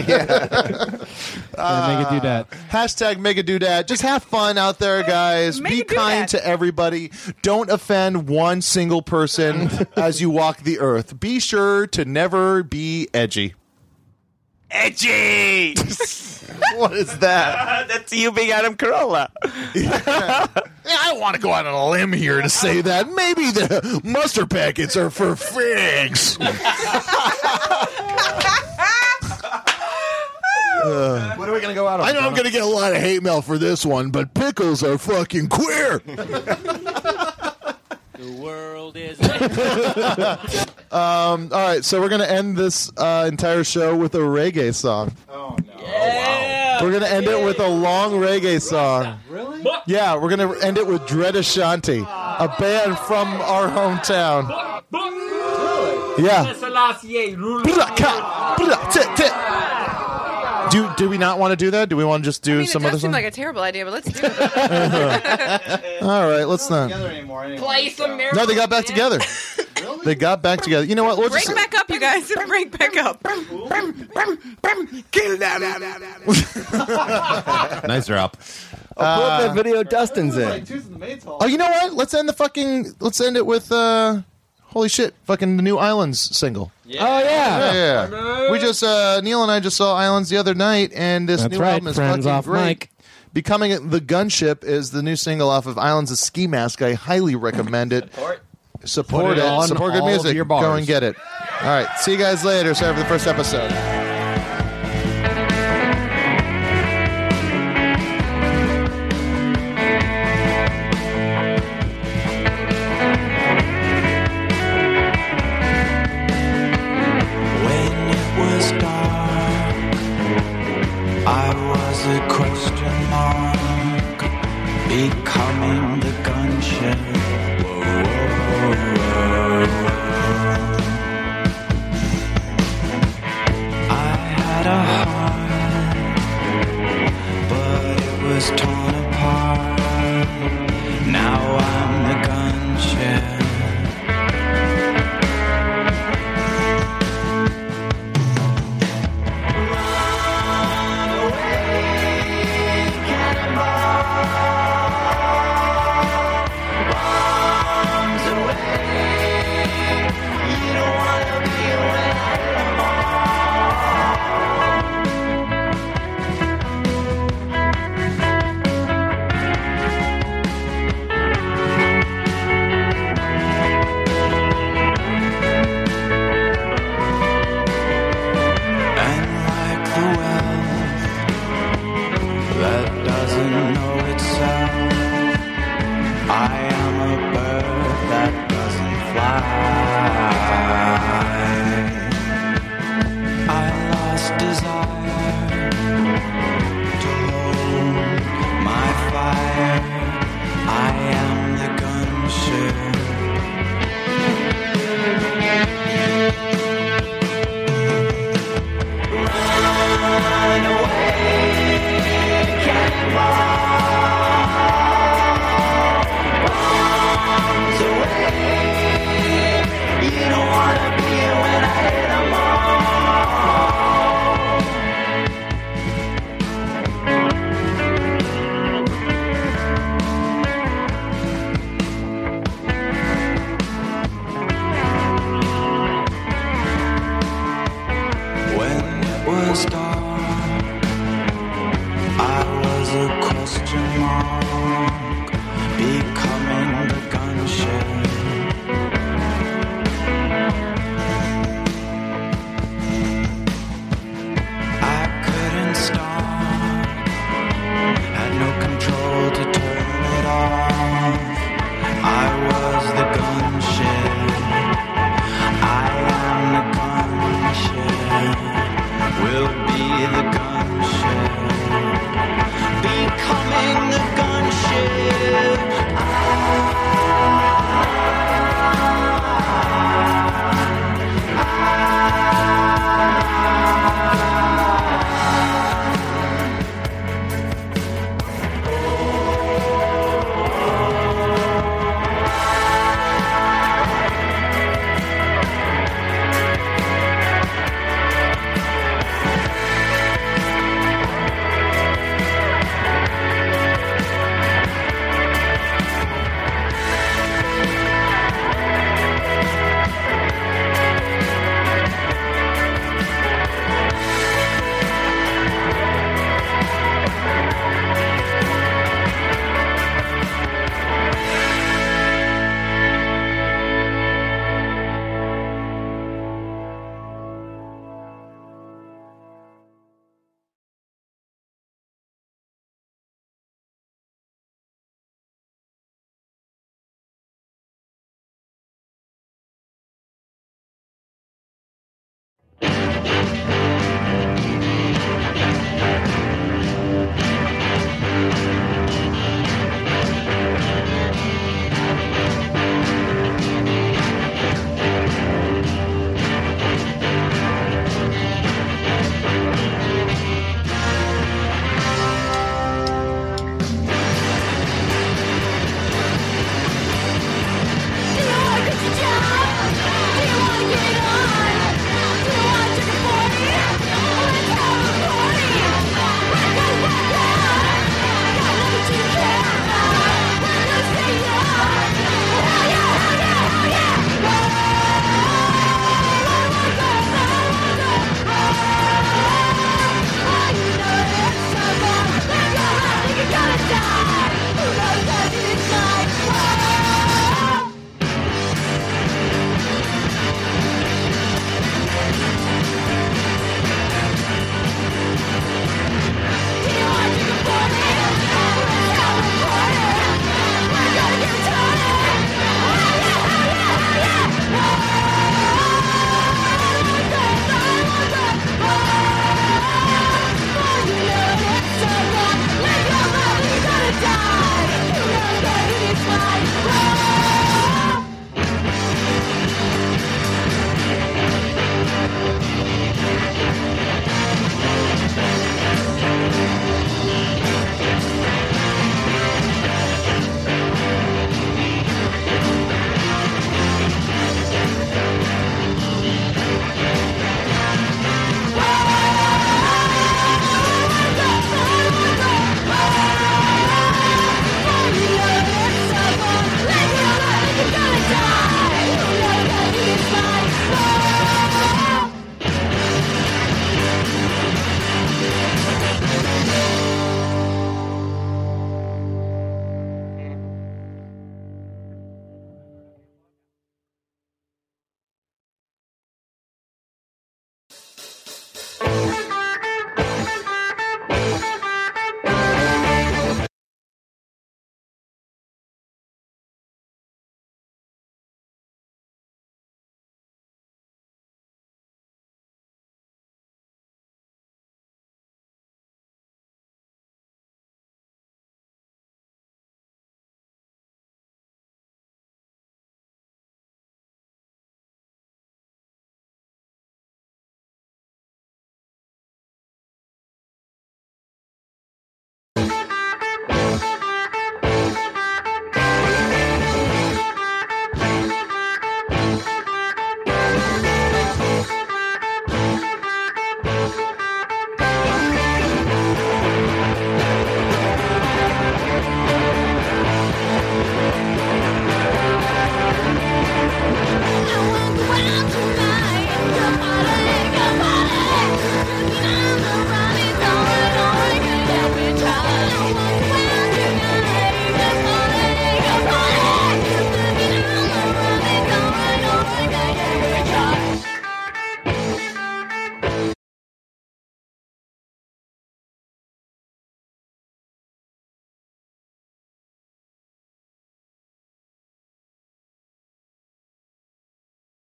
S2: Uh,
S12: Yeah, make it do that.
S2: Hashtag make it do that. Just have fun out there, guys. Be kind to everybody. Don't offend one single person as you walk the earth. Be sure to never be edgy.
S6: Edgy.
S2: what is that?
S6: That's you being Adam Carolla.
S2: Yeah, I want to go out on a limb here to say that maybe the mustard packets are for figs.
S3: What are we gonna go out on?
S2: I know I'm going to get a lot of hate mail for this one, but pickles are fucking queer. um, all right, so we're going to end this uh, entire show with a reggae song. We're gonna end it with a long reggae song. Really? Yeah, we're gonna end it with Dread Ashanti. a band from our hometown. Yeah. Do do we not want to do that? Do we want to just do
S11: I mean,
S2: some
S11: it
S2: other
S11: does seem
S2: song?
S11: like a terrible idea, but let's do it.
S2: All right, let's not.
S11: Play some
S2: No, they got back together. They got back together. You know what? We'll
S11: Break
S2: just
S11: back up, you guys. Break back up. Kill
S3: nice drop.
S8: I'll pull
S12: Uh,
S8: up that video Dustin's in.
S2: Oh, you know what? Let's end the fucking. Let's end it with. uh Holy shit! Fucking the new Islands single.
S8: Oh
S2: Yeah, yeah, yeah. We just uh, Neil and I just saw Islands the other night, and this
S12: That's
S2: new
S12: right,
S2: album is
S12: friends
S2: fucking
S12: off
S2: great.
S12: mic.
S2: Becoming the Gunship is the new single off of Islands of Ski Mask. I highly recommend it. Support,
S12: Put it
S2: it.
S12: on
S2: Support good
S12: all of
S2: music.
S12: your
S2: Go
S12: bars.
S2: and get it. All right. See you guys later. Sorry for the first episode.